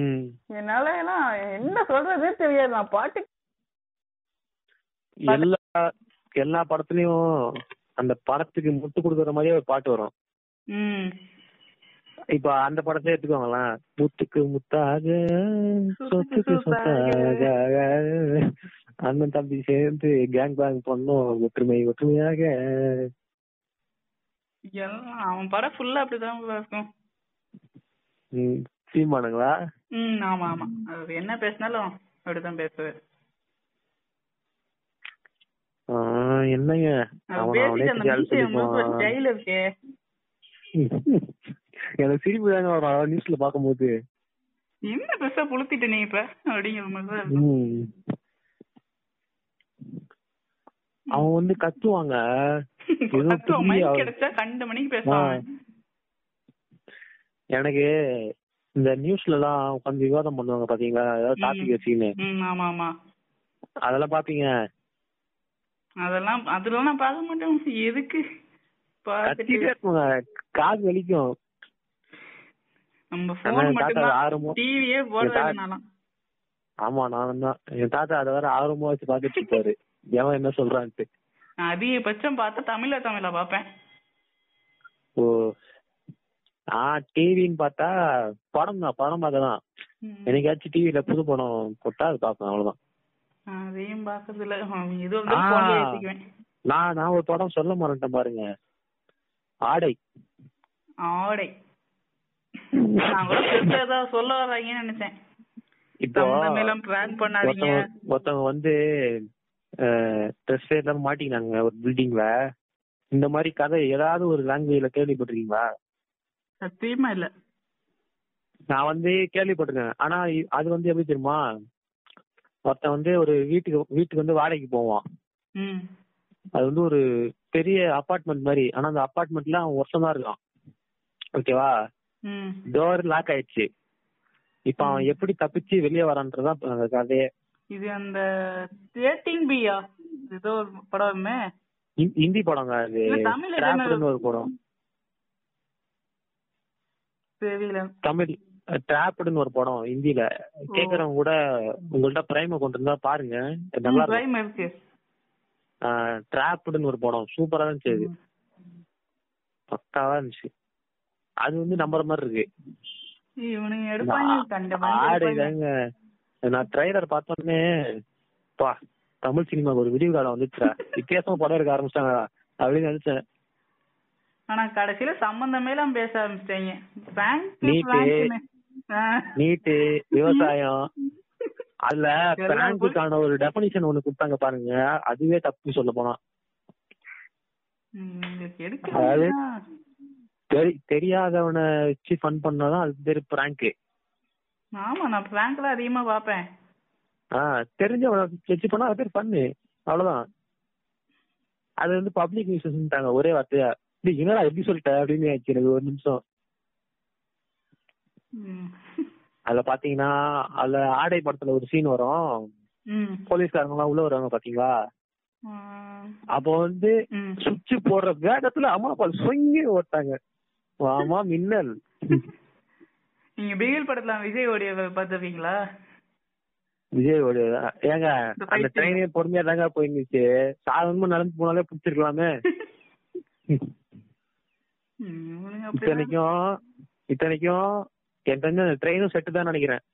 ம். என்னால எல்லாம் என்ன சொல்றதே தெரியாது நான் பாட்டு எல்லா எல்லா படத்துலயும் அந்த படத்துக்கு முட்டு கொடுக்குற மாதிரியே ஒரு பாட்டு வரும் ம் இப்ப அந்த படத்தை எடுத்துக்கோங்களேன் முத்துக்கு முத்தாக சொத்துக்கு சொத்தாக அண்ணன் தம்பி சேர்ந்து கேங் பேங் பண்ணோம் ஒற்றுமை ஒற்றுமையாக எல்லாம் அவன் படம் ஃபுல்லா அப்படிதான் உள்ள இருக்கும் ம், சீமானுங்களா ம் ஆமா ஆமா அது என்ன பேசினாலும் அப்படிதான் பேசுவேன் ஆ, என்னங்க அவன அவனே தெரியாது சொல்லிப்பான். ஜெயில இருக்கே எனக்கு சிரிப்பு தாங்க வரும் நியூஸ்ல பாக்கும்போது என்ன பெருசா புளுத்திட்ட நீ இப்ப அப்படிங்கிற மாதிரி தான் இருக்கும் ம். அவன் வந்து கத்துவாங்க ஏதோ அப்புறம் புரிய மைக் அவன். கிடைச்சா கண்டு மணிக்கு பேசுவான் எனக்கு இந்த நியூஸ்ல எல்லாம் உட்காந்து விவாதம் பண்ணுவாங்க பாத்தீங்களா ஏதாவது டாபிக் ம். வச்சுக்கின்னு ம் ஆமா ஆமா அதெல்லாம் பாப்பீங்க அதெல்லாம் அதெல்லாம் நான் பார்க்க மாட்டேன் எதுக்கு பார்த்துட்டு கத்திட்டே இருப்பாங்க காது வலிக்கும் நம்ம ஆனா போன் தாத்தா மட்டும்தான் ஆர்வமா டிவியே என் தா- போடுறதுனாலும் ஆமா நானும் தான் என் தாத்தா அதை வேற ஆர்வமா வச்சு பாத்துட்டு இருப்பாரு எவன் என்ன சொல்றான்ட்டு நான் அதிகபட்சம் பார்த்தா தமிழ்ல தமிழ்ல பார்ப்பேன் ஓ நான் டிவின்னு பார்த்தா படம் தான் படம் பார்க்கலாம் ம். என்னைக்காச்சும் டிவில புது படம் போட்டா அது பார்ப்பேன் அவ்வளவுதான் நான் அதையும் பார்த்தது இல்ல அவன் எது வந்து ஆ. போன்ல ஏத்திக்குவேன் நான் நான் ஒரு படம் சொல்ல மறந்துட்டேன் பாருங்க ஆடை ஆடை நான் கூட பெருசா ஏதாவது சொல்ல வர்றாங்கன்னு நினைச்சேன் இப்போ சம்பந்தமே எல்லாம் பிராங்க் பண்ணாதீங்க ஒருத்தவங்க ஒருத்தவங்க வந்து ட்ரெஸ் எல்லாம் மாட்டிக்கினாங்க ஒரு பில்டிங்ல இந்த மாதிரி கதை ஏதாவது ஒரு லாங்குவேஜ்ல கேள்விப்பட்டிருக்கீங்களா சத்தியமா இல்ல நான் வந்து கேள்விப்பட்டிருக்கேன் ஆனா இ- அது வந்து எப்படி தெரியுமா ஒருத்தன் வந்து ஒரு வீட்டுக்கு வீட்டுக்கு வந்து வாடகைக்கு போவான் ம் அது வந்து ஒரு பெரிய அபார்ட்மெண்ட் மாதிரி ஆனா அந்த அபார்ட்மெண்ட்ல அவன் ஒருத்தன் தான் இருக்கான் ஓகேவா ம் டோர் லாக் ஆயிடுச்சு இப்ப அவன் எப்படி தப்பிச்சு வெளியே வரான்றதான் இப்ப அந்த கதையே இது அந்த தேர்ட்டின் பியா ஏதோ ஒரு படமே ஹிந்- ஹிந்தி படங்க அது இல்ல, தமிழ் எதுனா- டிராப்னு ஒரு படம் தெரியல தமிழ் டிராப்டுன்னு ஒரு படம் ஹிந்தில கேக்குறவங்க கூட உங்கள்ட்ட பிரைம கொண்டு இருந்தா பாருங்க நல்லா இருக்கும் பிரைம் இருக்கு டிராப்டுன்னு ஒரு படம் சூப்பரா இருந்துச்சு அது பக்காவா இருந்துச்சு அது வந்து நம்புற மாதிரி இருக்கு இவனுங்க எடுப்பாங்க கண்டிப்பா ஆடு தாங்க நான் ட்ரைலர் பார்த்தோன்னே பா தமிழ் சினிமாக்கு ஒரு விடிவு காலம் வந்துச்சுடா வித்தியாசமா படம் எடுக்க ஆரம்பிச்சிட்டாங்க அப்படின்னு நினைச்சேன் ஆனா கடைசியில சம்பந்தமே எல்லாம் பேச ஆரம்பிச்சிட்டாங்க பிராங்க் நீட்டு. பிராங்க்னு. ஆ. நீட்டு விவசாயம் அதுல எல்லாம் பிராங்குக்கான ஒரு டெபனிஷன் ஒண்ணு கொடுத்தாங்க பாருங்க அதுவே தப்பு சொல்ல போனா ம், இவங்களுக்கு எடுக்க அதாவது- வேண்டாம். தெரி தெரியாதவனை வச்சு ஃபன் பண்ணாதான் அது பேரு பிராங்க் ஆமா நான் பிராங்க் எல்லாம் அதிகமா பாப்பேன் ஆஹ் தெரிஞ்சவனை வச்சு பண்ணா அது பேர் பண்ணு அவ்வளவுதான் அது வந்து பப்ளிக் நியூஸ்ட்டாங்க ஒரே வார்த்தையா டேய், என்னடா எப்படி சொல்லிட்ட அப்படின்னு ஆச்சு எனக்கு ஒரு நிமிஷம் ம். அதுல பாத்தீங்கன்னா அதுல ஆடை படத்துல ஒரு சீன் வரும் ம். போலீஸ்காரங்க எல்லாம் உள்ள வருவாங்க பாத்தீங்களா ஆ. அப்போ வந்து ம். சுவிட்ச் போடுற வேகத்துல அம்மா அப்பா சொங்கி ஓட்டாங்க ஆமா மின்னல் நீங்க பிகில் படத்துல விஜய் ஓடிய பாத்துருக்கீங்களா விஜய் ஓடியதா ஏங்க இந்த fight அந்த scene. ட்ரெயினே பொறுமையா தாங்க போயிருந்துச்சு சாதாரணமா நடந்து போனாலே பிடிச்சிருக்கலாமே ம், இவனுங்க அப்படிதான். இத்தனைக்கும் இத்தனைக்கும் என் தெரிஞ்ச அந்த ட்ரெயினும் செட்டு தான் நினைக்கிறேன்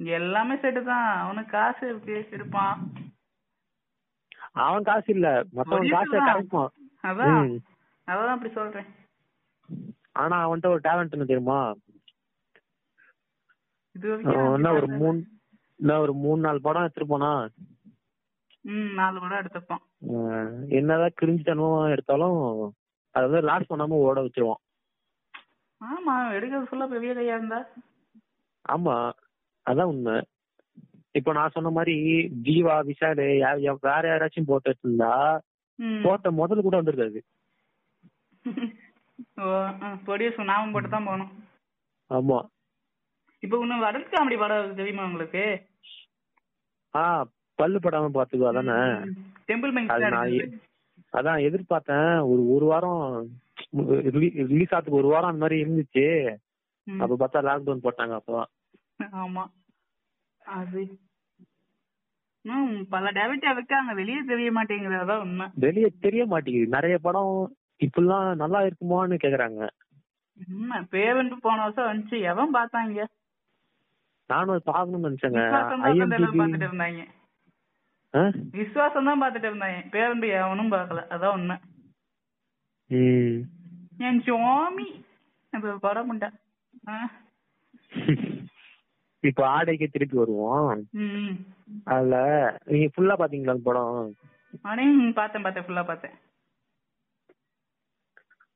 இங்க எல்லாமே செட்டு தான் அவனுக்கு காசு இருக்கு இருப்பான் அவன் காசு இல்ல மத்தவன் காசை புரியுதுதான். கிடைக்கும் அதான் ம். அதான் அப்படி சொல்றேன் ஆனா அவன்கிட்ட ஒரு டேலண்ட் என்ன தெரியுமா இது அவன் என்ன ஒரு வரைக்கும் மூணு என்ன ஒரு மூணு நாலு படம் எடுத்துருப்பானா ம் நாலு படம் எடுத்துப்பான் அஹ் என்னதான் கிழிஞ்சித்தனமா எடுத்தாலும் அதை வந்து லாஸ் பண்ணாம ஓட வச்சிருவான் ஆமா எடுக்கிறது ஃபுல்லா பெரிய கையா இருந்தா ஆமா அதான் உண்மை இப்போ நான் சொன்ன மாதிரி ஜீவா விஷாலு யார் யா- வேற யாராச்சும் போட்டு இருந்தா ம். போட்ட முதல்ல கூட வந்திருக்காது ஓ ப்ரொடியூசர் நாமம் போட்டு தான் போகணும் ஆமா இப்போ இன்னும் அடல்ட் காமெடி படம் இருக்கு தெரியுமா உங்களுக்கு ஆஹ் பல்லு படாம பாத்துக்கோ அதானே டெம்பிள் அது நான் மைன்ஸ் எ- அதான் எதிர்பார்த்தேன் ஒரு ஒரு வாரம் ரிலீஸ் ஆகிறதுக்கு ஒரு வாரம் அந்த மாதிரி இருந்துச்சு அப்ப பார்த்தா லாக்டவுன் போட்டாங்க அப்பதான் ஆமா அது ம் பல டேவிட்டா இருக்காங்க வெளியே தெரிய மாட்டேங்குது அதான் உண்மை வெளியே தெரிய மாட்டேங்குது நிறைய படம் இப்படிலாம் நல்லா இருக்குமான்னு கேக்குறாங்க உண்மை பேருந்து போன வருஷம் வந்துச்சு எவன் பார்த்தாங்க நானும் அது பார்க்கணும்னு நினைச்சேங்க விசுவாசம் தான் அந்த தடவை ஐஎம்டிபி பார்த்துட்டு இருந்தாங்க விசுவாசம் தான் பார்த்துட்டு இருந்தாங்க பேருந்து எவனும் பார்க்கல அதான் உண்மை ம் என் சுவாமி அது ஒரு படம் உண்டா ஆ. இப்போ ஆடைக்கே திருப்பி வருவோம் ம் அதுல நீங்க ஃபுல்லா பாத்தீங்களா அந்த படம் ஆனே பார்த்தேன் பார்த்தேன் ஃபுல்லா பார்த்தேன்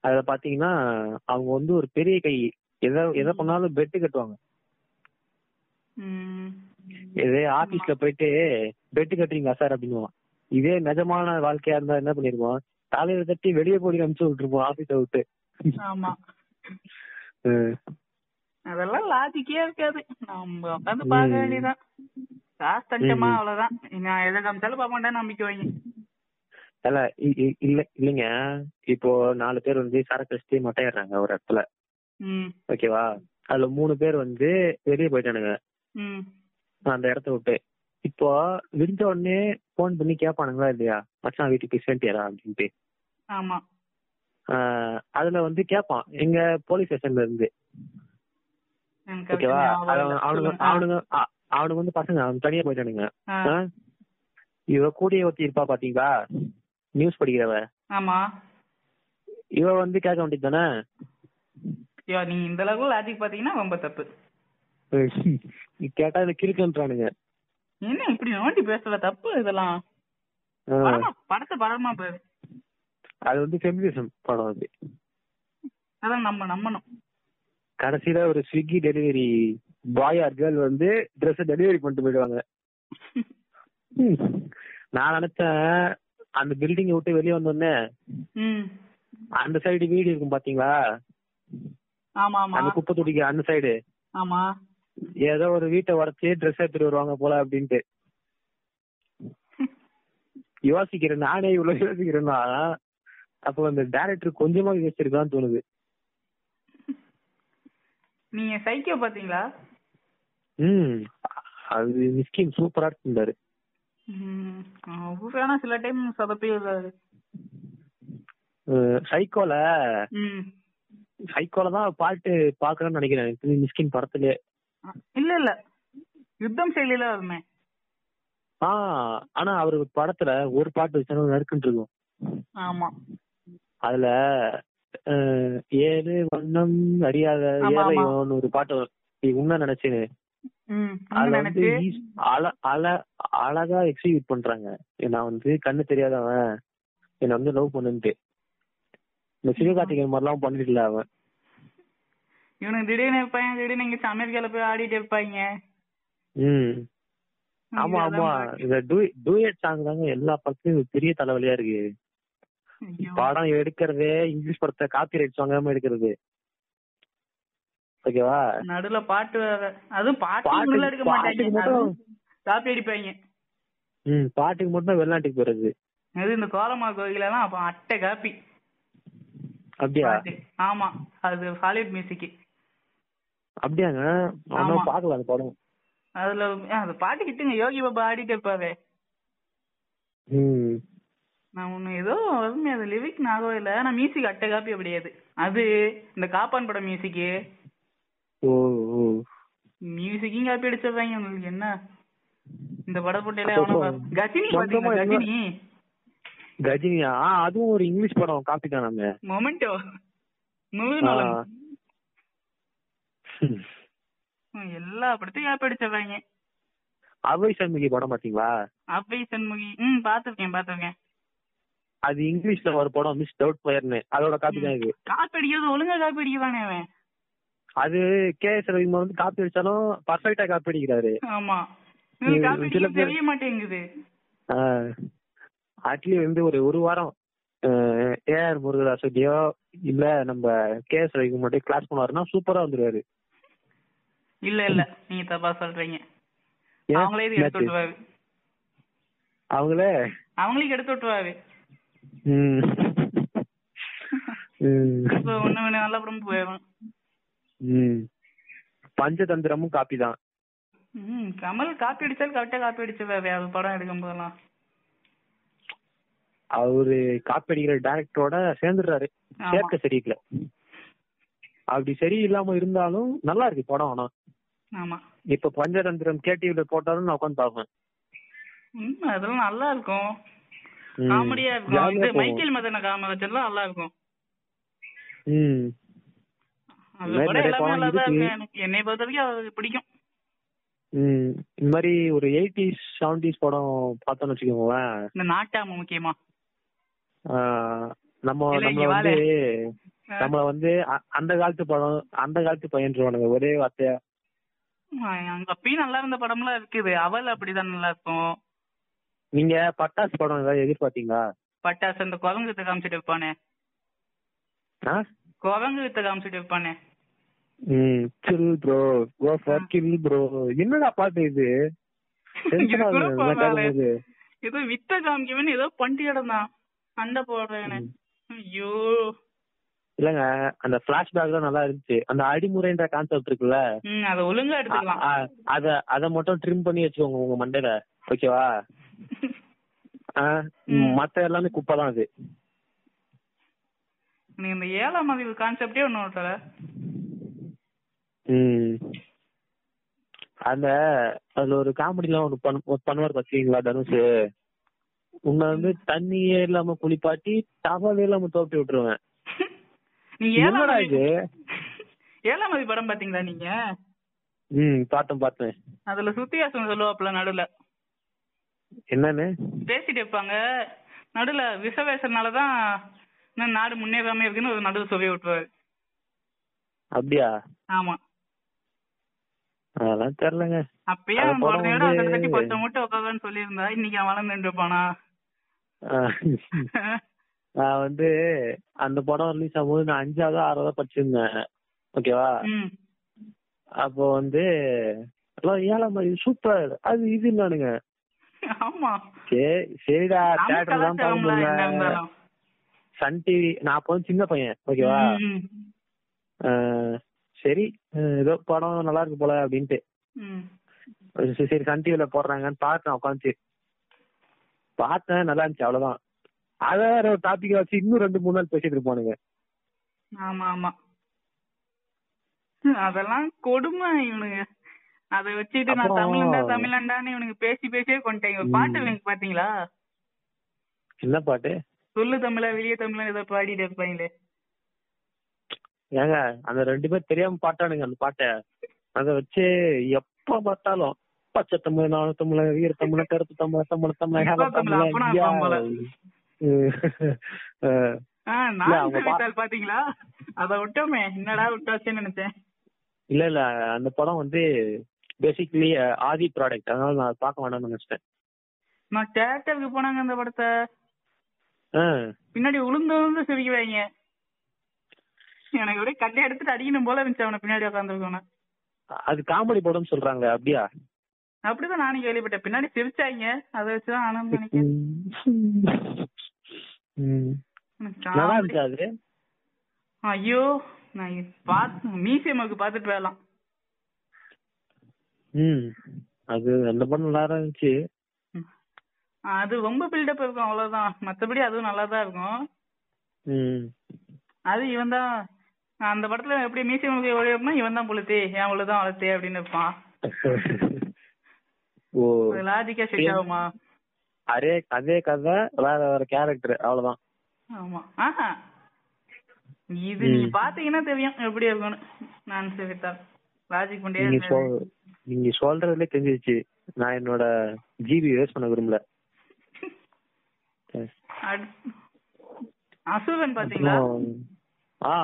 அதுல பாத்தீங்கன்னா அவங்க வந்து ஒரு பெரிய கை எதை எதை பண்ணாலும் பெட்டு கட்டுவாங்க ம் இதே ஆபீஸ்ல போயிட்டு பெட்டு கட்டுறீங்க சார் அப்படின்னுவான் இதே நிஜமான வாழ்க்கையா இருந்தா என்ன பண்ணிருப்போம் தலையில தட்டி வெளியே போய் அனுப்பிச்சு விட்டுருப்போம் ஆபீஸ விட்டு ஆமா அஹ் அதெல்லாம் லாஜிக்கே இருக்காது நம்ம உட்காந்து பார்க்க வேண்டியதுதான் காசு தட்டமா அவ்வளவுதான் நான் எதை காமிச்சாலும் பார்க்க மாட்டேன் நம்பிக்கை வைங்க இல்ல இ- இ- இல்ல இல்லைங்க இப்போ நாலு பேர் வந்து சரக்கு அடிச்சு மட்டையிடுறாங்க ஒரு இடத்துல ம் ஓகேவா அதுல மூணு பேர் வந்து வெளியே போயிட்டானுங்க ம் அந்த இடத்த விட்டு இப்போ விழுந்த உடனே ஃபோன் பண்ணி கேட்பானுங்களா இல்லையா மச்சான் வீட்டுக்கு சேர்ந்துட்டியாரா அப்படின்ட்டு ஆமா ஆஹ் அதுல வந்து கேட்பான் எங்க போலீஸ் ஸ்டேஷன்ல இருந்து எனக்கு அது ஓகேவா ஞாபகம் அவனுங்க அவனுங்க- இல்ல. சொல்லுங்க. அவனுங்க அ- அவனுங்க வந்து பசங்க அவன் தனியா போயிட்டானுங்க ஆ, ஆ? இவ கூடிய ஒருத்தி இருப்பா பாத்தீங்களா நியூஸ் படிக்கிறவ ஆமா இவ வந்து கேட்க வேண்டியது தானே ஐயோ நீங்க இந்த அளவுக்கு லாஜிக் பாத்தீங்கன்னா ரொம்ப தப்பு கேட்டா இதுல கிறுக்குன்றானுங்க என்ன இப்படி நோண்டி பேசுற தப்பு இதெல்லாம் ஆ. படமா படத்தை படமா பாரு அது வந்து ஃபெமினிசம் படம் அது அதான் நம்ம நம்பணும் கடைசியில ஒரு Swiggy delivery boy or girl வந்து ட்ரெஸ் டெலிவரி பண்ணிட்டு போயிடுவாங்க ம். நான் நினைச்சேன் அந்த பில்டிங் விட்டு வெளியே வந்தோடனே ம் அந்த சைடு வீடு இருக்கும் பாத்தீங்களா ஆமா ஆமா அந்த குப்பை தொட்டிக்கு அந்த சைடு ஆமா ஏதோ ஒரு வீட்டை உடச்சி ட்ரெஸ் எடுத்துட்டு வருவாங்க போல அப்படின்ட்டு யோசிக்கிறேன் நானே இவ்வளவு யோசிக்கிறேன்னா அப்போ அந்த டேரக்டர் கொஞ்சமா யோசிச்சிருக்கான்னு தோணுது நீங்க சைக்கியோ பாத்தீங்களா ம் அது மிஸ்கின் சூப்பரா இருந்தாரு ம், அவரு ஆனா சில டைம் சொதப்பி விடுறாரு சைக்கோல ம். சைக்கோல தான் பாட்டு பாக்கணும்னு நினைக்கிறேன் எனக்கு தெரிஞ்சு மிஸ்கின் படத்துலயே இல்ல இல்ல யுத்தம் செயலில வருமே ஆ ஆனா அவரு படத்துல ஒரு பாட்டு வச்சாலும் நறுக்குன்னு இருக்கும் ஆமா அதுல அஹ், ஏழு வண்ணம் அறியாத ஆமா, ஆமா. ஏழையோன்னு ஒரு பாட்டு வரும். நீ உன்ன நினைச்சேன்னு ம் அதுல வந்து நினைச்சு ஈஸ்- அழ- அழ- அழகா எக்ஸிக்யூட் பண்றாங்க நான் வந்து கண்ணு தெரியாதவன் என்ன வந்து லவ் பண்ணுன்ட்டு இந்த சிவகார்த்திகேயன் மாதிரிலாம் பண்ணிருக்கல அவன் இவனுக்கு திடீர்னு இருப்பாங்க திடீர்னு இங்க அமெரிக்கால போய் ஆடிட்டு இருப்பாங்க ம் ஆமா ஆமா இங்கதான் இந்த டூயட் சாங் தாங்க எல்லா படத்துலயும் ஒரு பெரிய தலைவலியா இருக்கு ஐயோ. படம் எடுக்கிறதே இங்கிலீஷ் படத்தை காப்பி ரைட் வாங்காம எடுக்கிறது ஓகேவா நடுல பாட்டு வேற அதுவும் பாட்டு பாட்டு- உள்ள எடுக்க பாட்டுக்கு மாட்டாங்க மட்டும் காப்பி அடிப்பாங்க ம் பாட்டுக்கு மட்டும் தான் வெளிநாட்டுக்கு போறது அது இந்த கோலமா கோயில எல்லாம் அப்ப அட்டை காப்பி அப்படியா பாட்டு. ஆமா அது ஹாலிவுட் மியூசிக் அப்படியாங்க ஆமா. அவனும் பாக்கல அந்த படம் அதுல ஆ, அது பாட்டு கிட்டுங்க யோகி பாபா ஆடிட்டு இருப்பாரு ம் நான் ஒண்ணு ஏதோ வருமே அது லிரிக் ஞாபகம் இல்ல ஆனா மியூசிக் அட்டை காப்பி அப்படியாது அது இந்த காப்பான் படம் மியூசிக் ஓ ஓ மியூசிக்கும் காப்பி அடிச்சிடுறாங்க உங்களுக்கு என்ன இந்த பட போட்டியில அப்போ எவனோ பா- கஜினி மொத்தமா பாத்தீங்களா என்ன- கஜினி கஜினியா ஆ, அதுவும் ஒரு இங்கிலீஷ் படம் காப்பி தானாங்க மொமெண்டோ முழு ஆ. நலம் எல்லா படத்தையும் காப்பி அடிச்சிடுறாங்க அவை சண்முகி படம் பாத்தீங்களா அவ்வை சண்முகி ம் பாத்துருக்கேன் பாத்துருக்கேன் அது இங்கிலீஷ்ல ஒரு படம் மிஸ் டவுட் ஃபயர்னு அதோட காப்பி தான் இது காப்பி அடிக்கிறது ஒழுங்கா காப்பி அடிக்கிறானே அவன் அது கே எஸ் ரவிக்குமார் வந்து காப்பி அடிச்சாலும் பர்ஃபெக்டா காப்பி அடிக்கிறாரு ஆமா இது இவனுக்கு காப்பி சில அடிக்க பேர்- தெரிய மாட்டேங்குது ஆக்சுவலி வந்து ஒரு ஒரு வாரம் ஏஆர் முருகதாசோடையோ இல்ல நம்ம கே எஸ் ரவிக்குமார்ட்டே கிளாஸ் பண்ணுவாருன்னா சூப்பரா வந்துருவாரு இல்ல இல்ல நீங்க தப்பா சொல்றீங்க ஏன்? அவங்களே இது எடுத்து என்னாச்சு? விட்டுருவாரு அவங்களே அவங்களுக்கு எடுத்து விட்டுருவாரு ம். ம். இப்ப ஒண்ணு ஒண்ணு நல்லா அப்புறம் போயிடும் ம். பஞ்சதந்திரமும் காப்பி தான் ம் கமல் காப்பி அடிச்சாலும் கரெக்டா காப்பி அடிச்சிருவாரு அவர் படம் எடுக்கும் போதெல்லாம் அவரு காப்பி அடிக்கிற டேரக்டரோட சேர்ந்துடுறாரு ஆமா. சேர்க்க சரியில்லை அப்படி சரி இல்லாம இருந்தாலும் நல்லா இருக்கு படம் ஆனா ஆமா இப்ப பஞ்சதந்திரம் கேடிவில போட்டாலும் நான் உட்காந்து பார்ப்பேன் ம் அதெல்லாம் நல்லா இருக்கும் ம். காமெடியா இருக்கும் jolly ஆ இது போகும். மைக்கேல் மதன காமெடிச்செல்லாம் நல்லா இருக்கும் ம். இந்த அது மாதிரி கூட நிறைய எல்லாமே படம் நல்லா தான் இருக்கு. இருக்கும் எனக்கு என்னை பொறுத்த வரைக்கும் அது பிடிக்கும் ம். இந்த மாதிரி ஒரு எயிட்டிஸ் செவன்டிஸ் படம் பார்த்தோம்னு வச்சுக்கோங்களேன் இந்த நாட்டாம முக்கியமா ஆ, நம்ம இல்ல, நம்மள இங்க வந்து ஆ. நம்மள வந்து அ- அந்த காலத்து படம் அந்த காலத்து பையன்றவனுங்க ஒரே வார்த்தையா அங்க அப்பயும் நல்லா இருந்த படம்லாம் இருக்குது அவள் அப்படிதான் நல்லா இருக்கும் நீங்க பட்டாசு படம் ஏதாவது எதிர்பார்த்தீங்களா பட்டாசு அந்த குரங்கு வித்த காமிச்சிட்டு வைப்பானே ஆ? குரங்கு வித்த காமிச்சிட்டு வைப்பானே ம் chill bro go for kill bro என்னடா பாட்டு இது இது டென்ஷனா கூட பரவாயில்ல. கேட்கும்போது ஏதோ வித்த காமிக்கவன் ஏதோ பண்டி இடம்தான் சண்டை போடுறவனே ஐயோ இல்லங்க அந்த பிளாஷ்பேக் தான் நல்லா இருந்துச்சு அந்த அடிமுறைன்ற கான்செப்ட் இருக்குல்ல ம் அத ஒழுங்கா அ- எடுத்துக்கலாம் அ- அத அத மட்டும் ட்ரிம் பண்ணி வச்சுக்கோங்க உங்க மண்டையில ஓகேவா ஆ, மத்த எல்லாமே குப்பை தான் அது நீ இந்த ஏழாம் அறிவு கான்செப்டே ஒண்ணு விட்டல ம். அந்த அதுல ஒரு காமெடிலாம் ஒன்னு பண்ணு- ஒரு பண்ணுவார் பாத்தீங்களா தனுஷ் உன்னை வந்து தண்ணியே இல்லாம குளிப்பாட்டி டவாலே இல்லாம தோப்பி விட்டுருவேன் நீ ஏழாம் என்னடா அறிவு இது ஏழாம் அறிவு படம் பாத்தீங்களா நீங்க ம் பார்த்தேன் பார்த்தேன் அதுல சுத்தியாசம் சொல்லுவாப்புல நடுல என்னன்னு பேசிட்டு இருப்பாங்க நடுல விசவேசனாலதான் இன்னும் நாடு முன்னேறாம இருக்குன்னு ஒரு நடுவு சொல்லி விட்டுருவாரு அப்படியா ஆமா அதெல்லாம் தெரியலங்க அப்பயே அந்த அவன் படம் குழந்தையோட வந்து- அதை பத்து மூட்டை உட்காந்து சொல்லியிருந்தா இன்னைக்கு அவன் வளர்ந்துட்டு இருப்பானா ஆ, நான் வந்து அந்த படம் ரிலீஸ் ஆகும்போது நான் அஞ்சாவது ஆறாவது படிச்சிருந்தேன் ஓகேவா ம் அப்போ வந்து எல்லாம் ஏழாம் மாதிரி சூப்பர் அது இது நானுங்க ஆமா சரி சரிடா நம்ம தேட்டர் தான் கலாச்சாரம்ல என்ன பாருங்க இருந்தாலும். சன் டிவி நான் அப்போ வந்து சின்ன பையன் ஓகேவா ம், ஆஹ் சரி ஆஹ் ஏதோ படம் நல்லா இருக்கு போல அப்படின்ட்டு ம், சரி, சரி சன் டிவில போடுறாங்கன்னு பார்த்தேன் உட்காந்து பார்த்தேன் நல்லா இருந்துச்சு அவ்வளவுதான் அத வேற ஒரு டாபிக் வச்சு இன்னும் ரெண்டு மூணு நாள் பேசிட்டு இருப்பானுங்க ஆமா ஆமா ஹம், அதெல்லாம் கொடுமை இவனுங்க அத வச்சுட்டு நான் அப்புறம் தமிழண்டா தமிழண்டான்னு இவனுங்க பேசி பேசியே கொண்டுட்டாங்க பாட்டு இவனுக்கு பாத்தீங்களா என்ன பாட்டு சொல்லு தமிழா வெளிய தமிழா ஏதோ பாடிட்டு இருப்பாங்களே ஏங்க அந்த ரெண்டு பேர் தெரியாம பாட்டானுங்க அந்த பாட்டை அத வச்சு எப்ப பார்த்தாலும் பச்சை தமிழ் நாலு தமிழ் வீர தமிழ் கருப்பு தமிழ் தமிழ் தமிழ் இப்ப ஹேல தமிழ், தமிழ் அப்பனா ஐயா. அப்பன் போல. அஹ் ஆ, இல்ல, நான் அவங்க பா- விட்டால் பாத்தீங்களா அத விட்டோமே என்னடா விட்டாச்சேன்னு நினைச்சேன் இல்ல இல்ல அந்த படம் வந்து பேசிக்கலி ஆதி ப்ராடக்ட் அதனால நான் அத பார்க்க வேணாம்னு நினைச்சிட்டேன் நான் தேட்டருக்கு போனாங்க அந்த படத்தை அஹ் பின்னாடி உளுந்து உளுந்து சிரிக்குவாங்க எனக்கு அப்படியே கட்டை எடுத்துட்டு அடிக்கணும் போல இருந்துச்சு அவனை பின்னாடி உட்காந்துருக்கோன்னு அது காமெடி படம்னு சொல்றாங்க அப்படியா அப்படிதான் நானும் கேள்விப்பட்டேன் பின்னாடி சிரிச்சாங்க அதை வச்சுதான் ஆனந்தம் நினைக்கிறேன் ம். எனக்கு நல்லா comedy- இருந்துச்சு அது ஐயோ நான் இது பாத்து மியூசியமுக்கு பாத்துட்டு போயிடலாம் ம் அது அந்த படம் நல்லா இருந்துச்சு அது ரொம்ப பில்டப் இருக்கும் அவ்வளவுதான் மத்தபடி அதுவும் நல்லா தான் இருக்கும் ம் அது இவன் தான் அந்த படத்துல எப்படி மியூசியமுக்கு ஓடினா இவன் தான் புளுத்தி என் உள்ள தான் வளர்த்தி அப்படின்னு இருப்பான் ஓ அது லாஜிக்கா செட் ஏன்? ஆகுமா அதே அதே கதை வேற வேற கேரக்டர் அவ்வளவுதான் ஆமா ஆஹா இது நீ பாத்தீங்கன்னா தெரியும் எப்படி இருக்கும்னு நான் சிரித்தால் லாஜிக் நீங்க பண்ணியே சொல் நீங்க சொல்றதுல தெரிஞ்சிருச்சு நான் என்னோட ஜிபி வேஸ்ட் பண்ண விரும்பல அடு- அசுரன் பாத்தீங்களா ஆ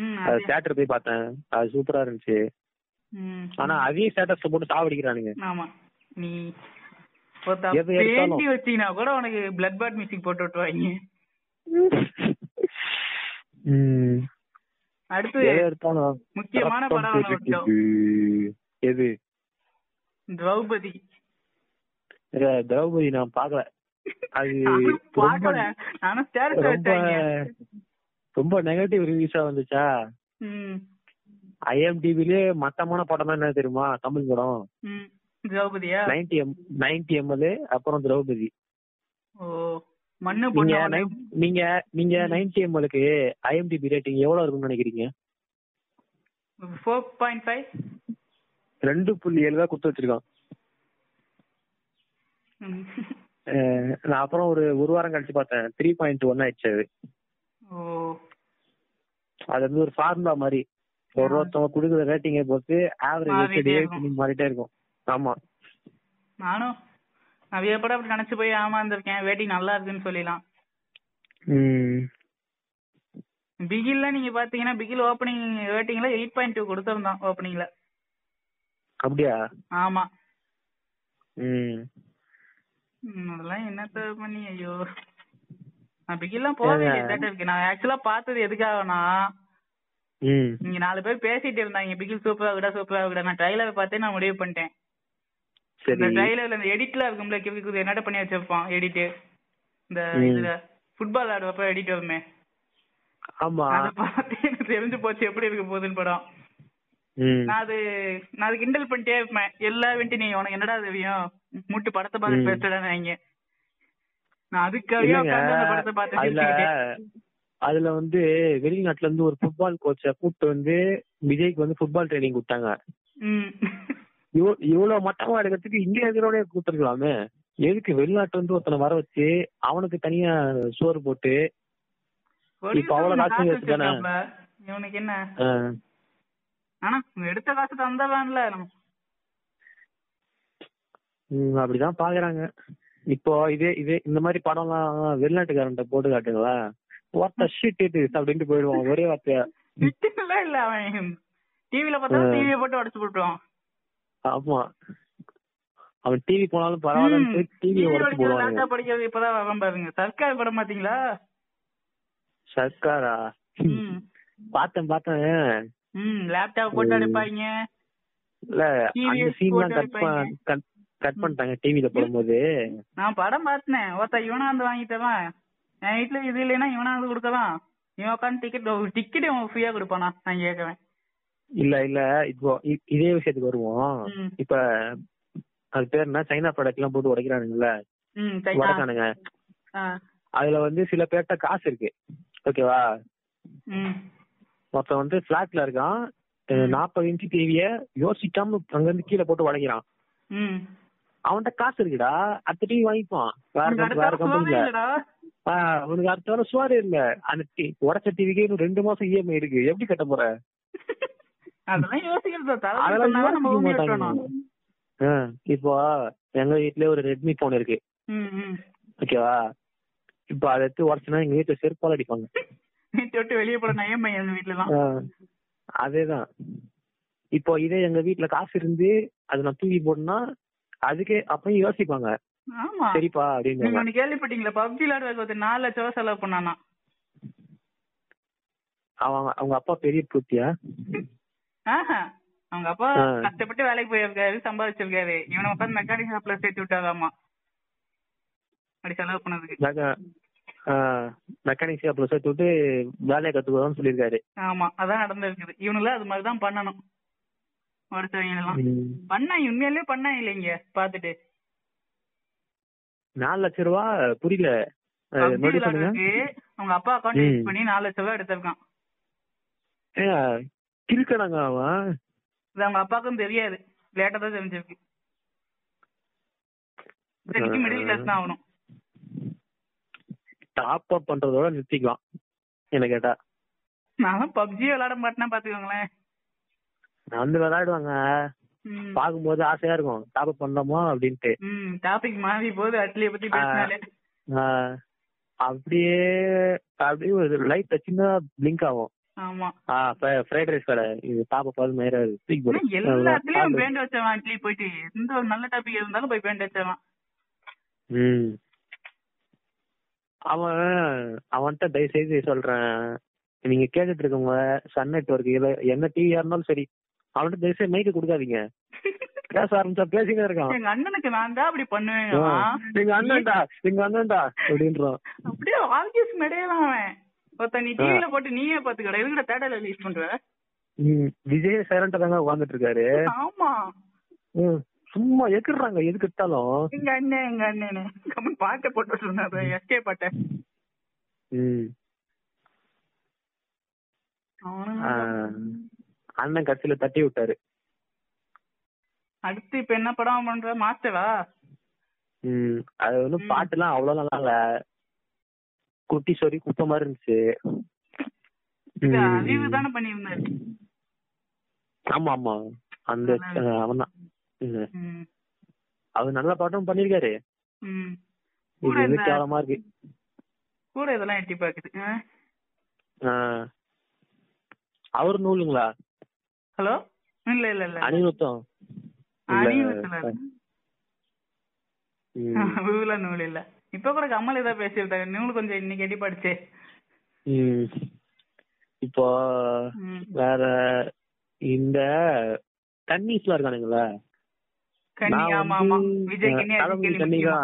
ம் அது அது- தியேட்டர் போய் பார்த்தேன் அது சூப்பரா இருந்துச்சு ம். ஆனா அதே ஸ்டேட்டஸ்ல போட்டு சாவடிக்கிறானுங்க ஆமா நீ ஒருத்த எது எடுத்தாலும். பேட்டி வச்சீங்கன்னா கூட உனக்கு பிளட் பாட் மியூசிக் போட்டு விட்டுருவாங்க ம். அடுத்து எதை எடுத்தாலும் முக்கியமான ரத்தம் படம் ஒண்ணு கொதிக்குது. விட்டோம் எது திரௌபதி இல்ல, திரௌபதி நான் பாக்கல அது நானும் ரொம்ப பார்க்கல நானும் ஸ்டேட்டஸ் ரொம்ப வச்சாங்க ரொம்ப நெகட்டிவ் ரிவ்யூஸா வந்துச்சா ம், ஐஎம்டிபிலே மட்டமான படம் என்ன தெரியுமா தமிழ் படம் ம். திரௌபதியா நைன்டி எம் நைன்டி எம்எல் அப்புறம் திரௌபதி ஓ மண்ணு நீங்க பொண்ணு அவனே. nine- நீங்க நீங்க நைன்டி எம்எல்க்கு ஐஎம்டிபி ரேட்டிங் எவ்வளவு இருக்கும்னு நினைக்கிறீங்க 4.5 ரெண்டு புள்ளி ஏழு தான் கொடுத்து வச்சிருக்கான் ம். அஹ் நான் அப்புறம் ஒரு ஒரு வாரம் கழிச்சு பார்த்தேன் த்ரீ பாயிண்ட் ஒன் ஆயிடுச்சு அது ஓ அது வந்து ஒரு ஃபார்முலா மாதிரி ஒரு ஒருத்தவங்க கொடுக்குற ரேட்டிங்கை பொறுத்து ஆவரேஜ் மாறிட்டே இருக்கும். மாறிட்டே இருக்கும் ஆமா நானும் நிறைய படம் அப்படி நினைச்சு போய் ஏமாந்துருக்கேன் வேட்டி நல்லா இருக்குன்னு சொல்லிடலாம் ம் பிகில்ல நீங்க பாத்தீங்கன்னா பிகில் ஓப்பனிங் ரேட்டிங்ல எயிட் பாயிண்ட் டூ கொடுத்துருந்தான் ஓப்பனிங்ல அப்படியா ஆமா ம் ம், அதெல்லாம் என்னத்த பண்ணி ஐயோ நான் பிகில்லாம் போவே ஏங்க? தேட்டருக்கு நான் ஆக்சுவலா பார்த்தது எதுக்காகனா ம் இங்க நாலு பேர் பேசிட்டு இருந்தாங்க பிகில் சூப்பரா விட சூப்பரா விட நான் ட்ரைலர் பார்த்தே நான் முடிவு பண்ணிட்டேன் இந்த சரி ட்ரைலர்ல இந்த எடிட்ல இருக்கும்ல கிவி குது என்னடா பண்ணி வச்சிருப்பான் எடிட் இந்த ம். இதுல ஃபுட்பால் ஆடுறப்ப எடிட் வருமே ஆமா அத பார்த்து எனக்கு தெரிஞ்சு போச்சு எப்படி இருக்க போகுதுன்னு படம் ம் நான் அது நான் அது கிண்டல் பண்ணிட்டே இருப்பேன் எல்லா வெண்டி நீ உனக்கு என்னடா தெரியும் மூட்டு படத்தை பார்த்து ம். பேசுறாங்க நான் அதுக்காகவே இல்லைங்க உட்கார்ந்து அந்த படத்தை பார்த்து அதுல சிரிச்சுக்கிட்டேன். அதுல வந்து வெளிநாட்டுல இருந்து ஒரு ஃபுட்பால் கோச்சை கூப்பிட்டு வந்து விஜய்க்கு வந்து ஃபுட்பால் ட்ரைனிங் கொடுத்தாங்க ம். இவ்வ- இவ்வளவு மட்டமா எடுக்கிறதுக்கு இந்திய எதிரோடய கொடுத்துருக்கலாமே எதுக்கு வெளிநாட்டுல இருந்து ஒருத்தனை வர வச்சு அவனுக்கு தனியா சோறு போட்டு இப்ப அவ்வளவு producer காசு காசு வச்சிருக்கானே. வச்சிருக்காப்ல. இவனுக்கு என்ன அஹ், ஆனா இவன் எடுத்த காசு தந்தவான்ல ம், அப்படிதான் பாக்குறாங்க இப்போ இதே இதே இந்த மாதிரி படம்லாம் வெளிநாட்டுக்காரன்ட்ட போட்டு காட்டுங்களா வாட் ஷீட் இது அப்படின்ட்டு போயிடுவான் ஒரே வார்த்தையா விட்டுலாம் இல்ல அவன் டிவில பார்த்தா ஆ. டிவியை போட்டு உடச்சு போட்டுருவான் ஆமா அவன் டிவி போனாலும் ம். பரவாயில்லன்னு TV டிவியை உடச்சு படிக்கிறது, போடுவாங்க laptop படிக்கிறது இப்பதான் வரம் பாருங்க சர்க்கார் படம் பாத்தீங்களா சர்க்காரா ம். பார்த்தேன் பார்த்தேன் ம் லேப்டாப் போட்டு அடிப்பாங்க இல்ல அந்த TVS சீன் எல்லாம் போட்டு கட் கட் கட் பண்ணிட்டாங்க டிவில போடும்போது நான் படம் பார்த்தேன் ஒருத்த இவனாந்து வாங்கிட்டவன் என் வீட்டுல இது இல்லைன்னா இவனாந்து கொடுக்கலாம் இவன் உட்காந்து டிக்கெட் டிக்கெட் இவன் ஃப்ரீயா கொடுப்பானா நான் கேட்கவேன் இல்ல இல்ல இப்போ இ- இதே விஷயத்துக்கு வருவோம் ம். இப்ப அது பேர் என்ன சைனா ப்ராடக்ட் எல்லாம் போட்டு உடைக்கிறானுங்கல்ல ம் சரி ஆ, உடைக்கானுங்க ஆ, அதுல வந்து சில பேர்ட்ட காசு இருக்கு ஓகேவா ம் ஒருத்தன் வந்து பிளாட்ல இருக்கான் நாற்பது இன்ச்சு டிவிய யோசிக்காம அங்க இருந்து கீழே போட்டு உடைக்கிறான் ம் அவன்கிட்ட காசு இருக்குடா அடுத்த டிவி வாங்கிப்பான் வேற company- உனக்கு வேற அடுத்த சோறு கம்பெனில இல்லடா உனக்கு அடுத்த வாரம் சோறு இல்ல அந்த டி- உடைச்ச டிவிக்கு இன்னும் ரெண்டு மாசம் இஎம்ஐ இருக்கு எப்படி கட்ட போற அதெல்லாம் யோசிக்கிறது அதெல்லாம் தலைவர் சொன்னா யோசிக்க நம்ம பூமி மாட்டாங்க. ஆ, விட்டுறணும் இப்போ எங்க வீட்லயே ஒரு ரெட்மி போன் இருக்கு ம் ம் ஓகேவா இப்போ அதை எடுத்து உடச்சுனா எங்க வீட்டுல செருப்பால் அடிப்பாங்க வீட்டை விட்டு வெளியே போட நயம் பையன் எங்க வீட்டுல எல்லாம் ஆ, அதேதான் இப்போ இதே எங்க வீட்ல காசு இருந்து அது நான் தூக்கி போடணும்னா அதுக்கே அப்பயும் யோசிப்பாங்க ஆமா சரிப்பா நீங்க அப்படின்னு ஒண்ணு கேள்விப்பட்டீங்களா பப்ஜி விளையாடுறதுக்கு ஒருத்தன் நாலு லட்ச ரூபா செலவு பண்ணானா அவன் அவங்க அப்பா பெரிய பூத்தியா ஆஹா. அவங்க அப்பா ஆ. கஷ்டப்பட்டு வேலைக்கு போயிருக்காரு சம்பாதிச்சிருக்காரு இவனை உட்காந்து மெக்கானிக் ஷாப்ல சேர்த்து விட்டாராமா அப்படி செலவு பண்ணதுக்கு மெக்கானிக் ஷாப்ல சேர்த்து விட்டு வேலையை கத்துக்கோன்னு சொல்லியிருக்காரு ஆமா அதான் நடந்திருக்குது இவனுல அது மாதிரிதான் பண்ணணும் ஒரு சிலவங்க எல்லாம் ம். பண்ணா உண்மையிலேயே பண்ணா இல்லைங்க பாத்துட்டு நாலு லட்ச ரூபா புரியல அஹ், PUBG மறுபடியும் சொல்லுங்க விளையாடுறதுக்கு அவங்க அப்பா அக்கௌண்ட் ம். யூஸ் பண்ணி நாலு லட்ச ரூபா எடுத்திருக்கான் ஏங்க, கிறுக்கனாங்க அவன் இது அவங்க அப்பாவுக்கும் தெரியாது லேட்டா தான் தெரிஞ்சிருக்கு இத்தனைக்கு மிடில் கிளாஸ் தான் ஆகணும் டாப் அப் பண்றதோட நிறுத்திக்கலாம் என்ன கேட்டா நானும் பப்ஜி விளையாட மாட்டேன்னா பாத்துக்கோங்களேன் நான் வந்து விளையாடுவாங்க ம். பார்க்கும்போது ஆசையா இருக்கும் டாப் அப் பண்ணலாமா அப்படின்ட்டு ம் டாபிக் மாறி போகுது அட்லிய பத்தி ஆ. பேசினாலே ஆஹ், அப்படியே அப்படியே ஒரு லைட் சின்னதா பிளிங்க் ஆகும் ஆமா ஃப்ரைட் ரைஸ் கடை இது டாப் அப் அது மாதிரி ஆகுது. தூக்கி போடு. ஆனா எல்லாத்துலயும் பேண்ட் வச்சவன் அட்லி போயிட்டு எந்த ஒரு நல்ல டாபிக் இருந்தாலும் போய் பேண்ட் வச்சவன் ம். அவன் அவன்கிட்ட தயவு செய்து சொல்றேன் நீங்க கேட்டுட்டு இருக்கவங்க சன் நெட்ஒர்க் இல்ல என்ன டிவியா இருந்தாலும் சரி அவன்கிட்ட தயவு செய்து மைக்கு கொடுக்காதீங்க பேச ஆரம்பிச்சா பேசிக்கிட்டே இருக்கான் எங்க அண்ணனுக்கு நான் தான் அப்படி பண்ணுவேன் ஆ, எங்க அண்ணன்டா எங்க அண்ணன்டா அப்படின்றான் அப்படியே ஆல்கேஸ் மெடையலாம் அவன் ஒருத்தன் நீ டிவில போட்டு நீயே பாத்துக்கடா எதுக்கிட்ட தேடல ரிலீஸ் பண்ற ம், விஜய் சைலண்டா தாங்க உட்காந்துட்டு இருக்காரு ஆமா ம், சும்மா எக்குறாங்க எதுக்கு எடுத்தாலும் எங்க அண்ணன் எங்க அண்ணனு கம்மன் பாட்டை போட்டு சொன்னாரு எஸ்கே பாட்டை ம். அவனும் ஆ, அண்ணன் கட்சியில தட்டி விட்டாரு அடுத்து இப்ப என்ன படம் பண்ற மாஸ்டரா ம், அது வந்து ம். பாட்டு எல்லாம் அவ்வளவு நல்லா இல்ல குட்டி சொறி குப்பை மாதிரி இருந்துச்சு இது ம். அறிவு தானே பண்ணியிருந்தாரு ஆமா ஆமா அந்த நல்லா அவன் தான் ம். அவர் நல்ல பாட்டும் பண்ணிருக்காரு ம். இது கூட வந்து இந்த கேவலமா இருக்கு கூட இதெல்லாம் எட்டி பாக்குது ஆ. அவர் நூலுங்களா ஹலோ இல்ல இல்ல இல்ல அனிருத்தம் இல்ல. அனிருத்தம் ம், விவுல நூல் இல்ல இப்ப கூட கமல் ஏதோ பேசியிருந்தாங்க நூல் கொஞ்சம் இன்னைக்கு எட்டி படிச்சே ம். இப்போ ம். வேற இந்த கன்னிஸ்லாம் இருக்கானுங்களா கன்னி நான் ஆமா வந்து, ஆமா விஜய் கன்னி அஹ், அஜித் தளபதி கன்னி கன்னிகா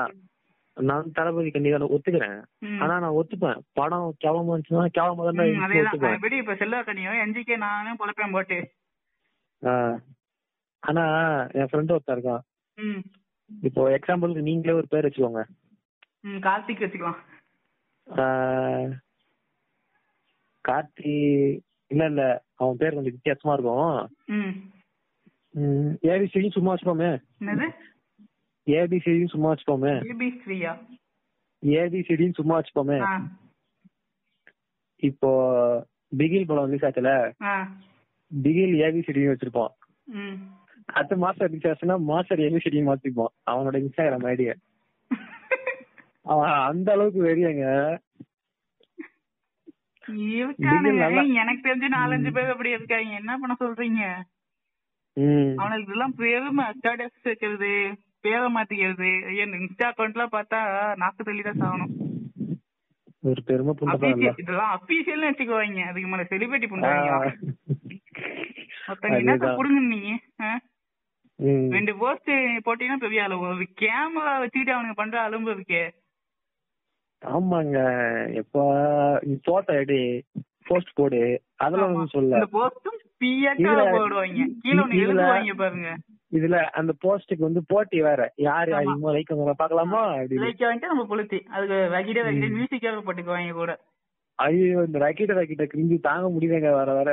நான் தளபதி கன்னிகா ஒத்துக்கிறேன் ம். ஆனா நான் ஒத்துப்பேன் படம் கேவலமா இருந்துச்சுன்னா கேவலமா தான் ம், இருந்துச்சு அதேதான் ஒத்துப்பேன் எப்படி இப்ப செல்வா கனியோ என்ஜிகே நானும் பொழப்பேன் போட்டு ஆ. ஆனா என் ஃப்ரெண்ட் ஒருத்தன் இருக்கான் ம் இப்போ எக்ஸாம்பிளுக்கு நீங்களே ஒரு பேர் வச்சுக்கோங்க ம் கார்த்திக் வச்சுக்கலாம் ஆ, கார்த்தி இல்ல இல்ல அவன் பேர் கொஞ்சம் வித்தியாசமா இருக்கும் ம் ம், ஏபிசியும் சும்மா வச்சுப்போமே என்னது ஏபிசியும் சும்மா வச்சுப்போமே ஏபி ஸ்ரீயா ஏபிசிடியும் சும்மா வச்சுப்போமே ஆ இப்போ பிகில் படம் வந்து சாச்சல ஆ பிகில் ஏபிசிடியும் வச்சிருப்போம் ம் அடுத்த மாஸ்டர் ரிசார்ஸ்னா மாஸ்டர் ஏபிசிடியும் மாத்திப்போம் அவனோட இன்ஸ்டாகிராம் ஐடியா அவன் அந்த அளவுக்கு வெறியங்க இருக்கானுங்க நல்லா- எனக்கு தெரிஞ்சு நாலஞ்சு பேர் அப்படி இருக்காங்க என்ன பண்ண சொல்றீங்க ம், அவனுக்கு இதெல்லாம் பேரும் ஸ்டேட்டஸ் வைக்கிறது பேரை மாத்திக்கிறது ஐயோ இன்ஸ்டா அக்கௌண்ட்லாம் பார்த்தா நாக்கு தள்ளி தான் சாகணும் ஒரு பெருமை புண்டை Official- இதெல்லாம் அபிஷியல் வச்சுக்குவாங்க அதுக்கு மேல செலிபிரிட்டி பண்ணுவாங்க மொத்தம் என்ன அதேதான் புடுங்க நீங்க ஆ? ம், ரெண்டு போஸ்ட் போட்டீங்கன்னா பெரிய அளவு ஒரு கேமரா வச்சுக்கிட்டு அவனுங்க பண்ற அலும்பு இருக்கே ஆமாங்க எப்பா நீ போட்டோ எடு போஸ்ட் போடு அதெல்லாம் ஆமா. ஒண்ணும் சொல்ல இந்த போஸ்டும் பியாட்டா இதுல- போடுவாங்க கீழே ஒண்ணு இதுல- எழுதுவாங்க பாருங்க இதுல அந்த போஸ்டுக்கு வந்து போட்டி வேற யார் ஆமா. அதிகமா லைக் பண்ணுவாங்க பாக்கலாமா அப்படின்னு லைக் வாங்கிட்டு நம்ம புளுத்தி அதுக்கு வகிட வகிட மியூசிக்காக போட்டுக்குவாங்க கூட ஐயோ இந்த ரக்கிட்ட ரக்கிட்ட கிரிஞ்சு தாங்க முடியலங்க வர வர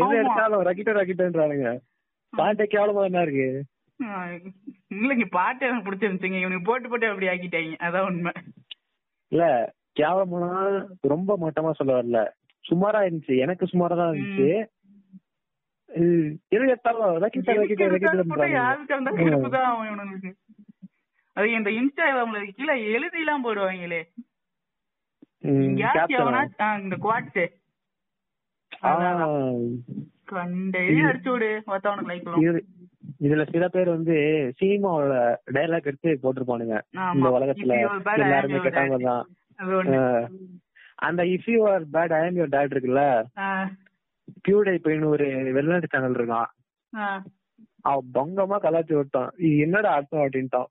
எது ஆமா. எடுத்தாலும் ரக்கிட்ட ரக்கிட்டன்றானுங்க பாட்டே கேவலமா என்ன இருக்கு ஆ, இல்லைங்க பாட்டு எனக்கு பிடிச்சிருந்துச்சுங்க இவனுக்கு போட்டு போட்டு அப்படி ஆக்கிட்டாங்க அதான் உண்மை இல்ல கேவலமா ரொம்ப மட்டமா சொல்ல வரல சுமாரா இருந்துச்சு எனக்கு சுமாரா தான் இருந்துச்சு இது எது எடுத்தாலும் ரக்கிட்ட ரக்கிட்ட போட்டா யாருக்கு இருந்தாலும் ரக்கிட்ட கடுப்புதான் ஆகும் இவனுங்களுக்கு அது இந்த இன்ஸ்டாகிராம்ல கீழே எழுதி எல்லாம் போடுவாங்களே யாருக்கு எவனா ஆ, இந்த குவாட்ஸ் கண்ட இதையும் அடிச்சு விடு ஒருத்தவனுக்கு லைக் பண்ணும் இது இதுல சில பேர் வந்து சினிமாவோட டைலாக் எடுத்து போட்டிருப்பானுங்க இந்த உலகத்துல எல்லாருமே கெட்டவங்க தான் ஆஹ் அந்த if you are bad I am your dad இருக்குல்ல பியூடை பையன் ஒரு வெளிநாட்டு சேனல் இருக்கான் அவன் பங்கமா கலாச்சி விட்டான் இது என்னடா அர்த்தம் அப்படின்ட்டான்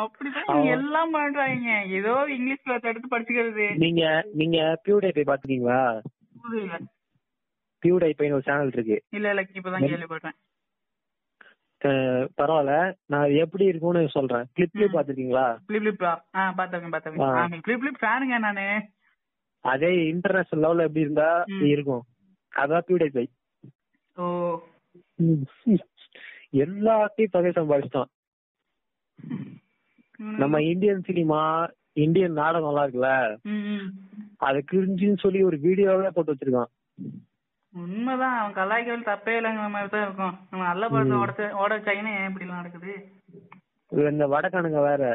அப்படிதான் இவங்க எல்லாம் பண்றாங்க ஏதோ இங்கிலீஷ் கிளாஸ் எடுத்து படிச்சுக்கிறது நீங்க நீங்க பியூடை பை பாத்துக்கீங்களா புரியல. பியூடை பையன் ஒரு சேனல் இருக்கு இல்ல இல்ல இப்பதான் கேள்விப்படுறேன் ஆஹ் பரவாயில்ல நான் அது எப்படி இருக்கும்னு சொல்றேன் கிளிப்லயே ம். பாத்துருக்கீங்களா பிளிப் பிளிப்பா ஆ பாத்தவங்க பாத்தவங்க ஆ. ஆ பிளிப் பிளிப் ஃபேனுங்க நானு அதே இன்டர்நேஷனல் லெவல்ல எப்படி இருந்தா ம். இருக்கும் அதான் பியூடை பை ஓ எல்லாத்தையும் பகை சம்பாதிச்சிட்டான் ம். நம்ம இந்தியன் சினிமா இந்தியன் நாடகம் எல்லாம் இருக்குல்ல ம், ம். அது கிரிஞ்சின்னு சொல்லி ஒரு வீடியோவே போட்டு வச்சிருக்கான் உண்மைதான் அவன் கலாய்க்கிறது தப்பே இல்லைங்கிற மாதிரி தான் இருக்கும் நம்ம நல்ல படத்தை உடச்சு ஓட வச்சாங்கன்னா ஏன் இப்படி எல்லாம் நடக்குது இது இந்த வடக்கானுங்க வேற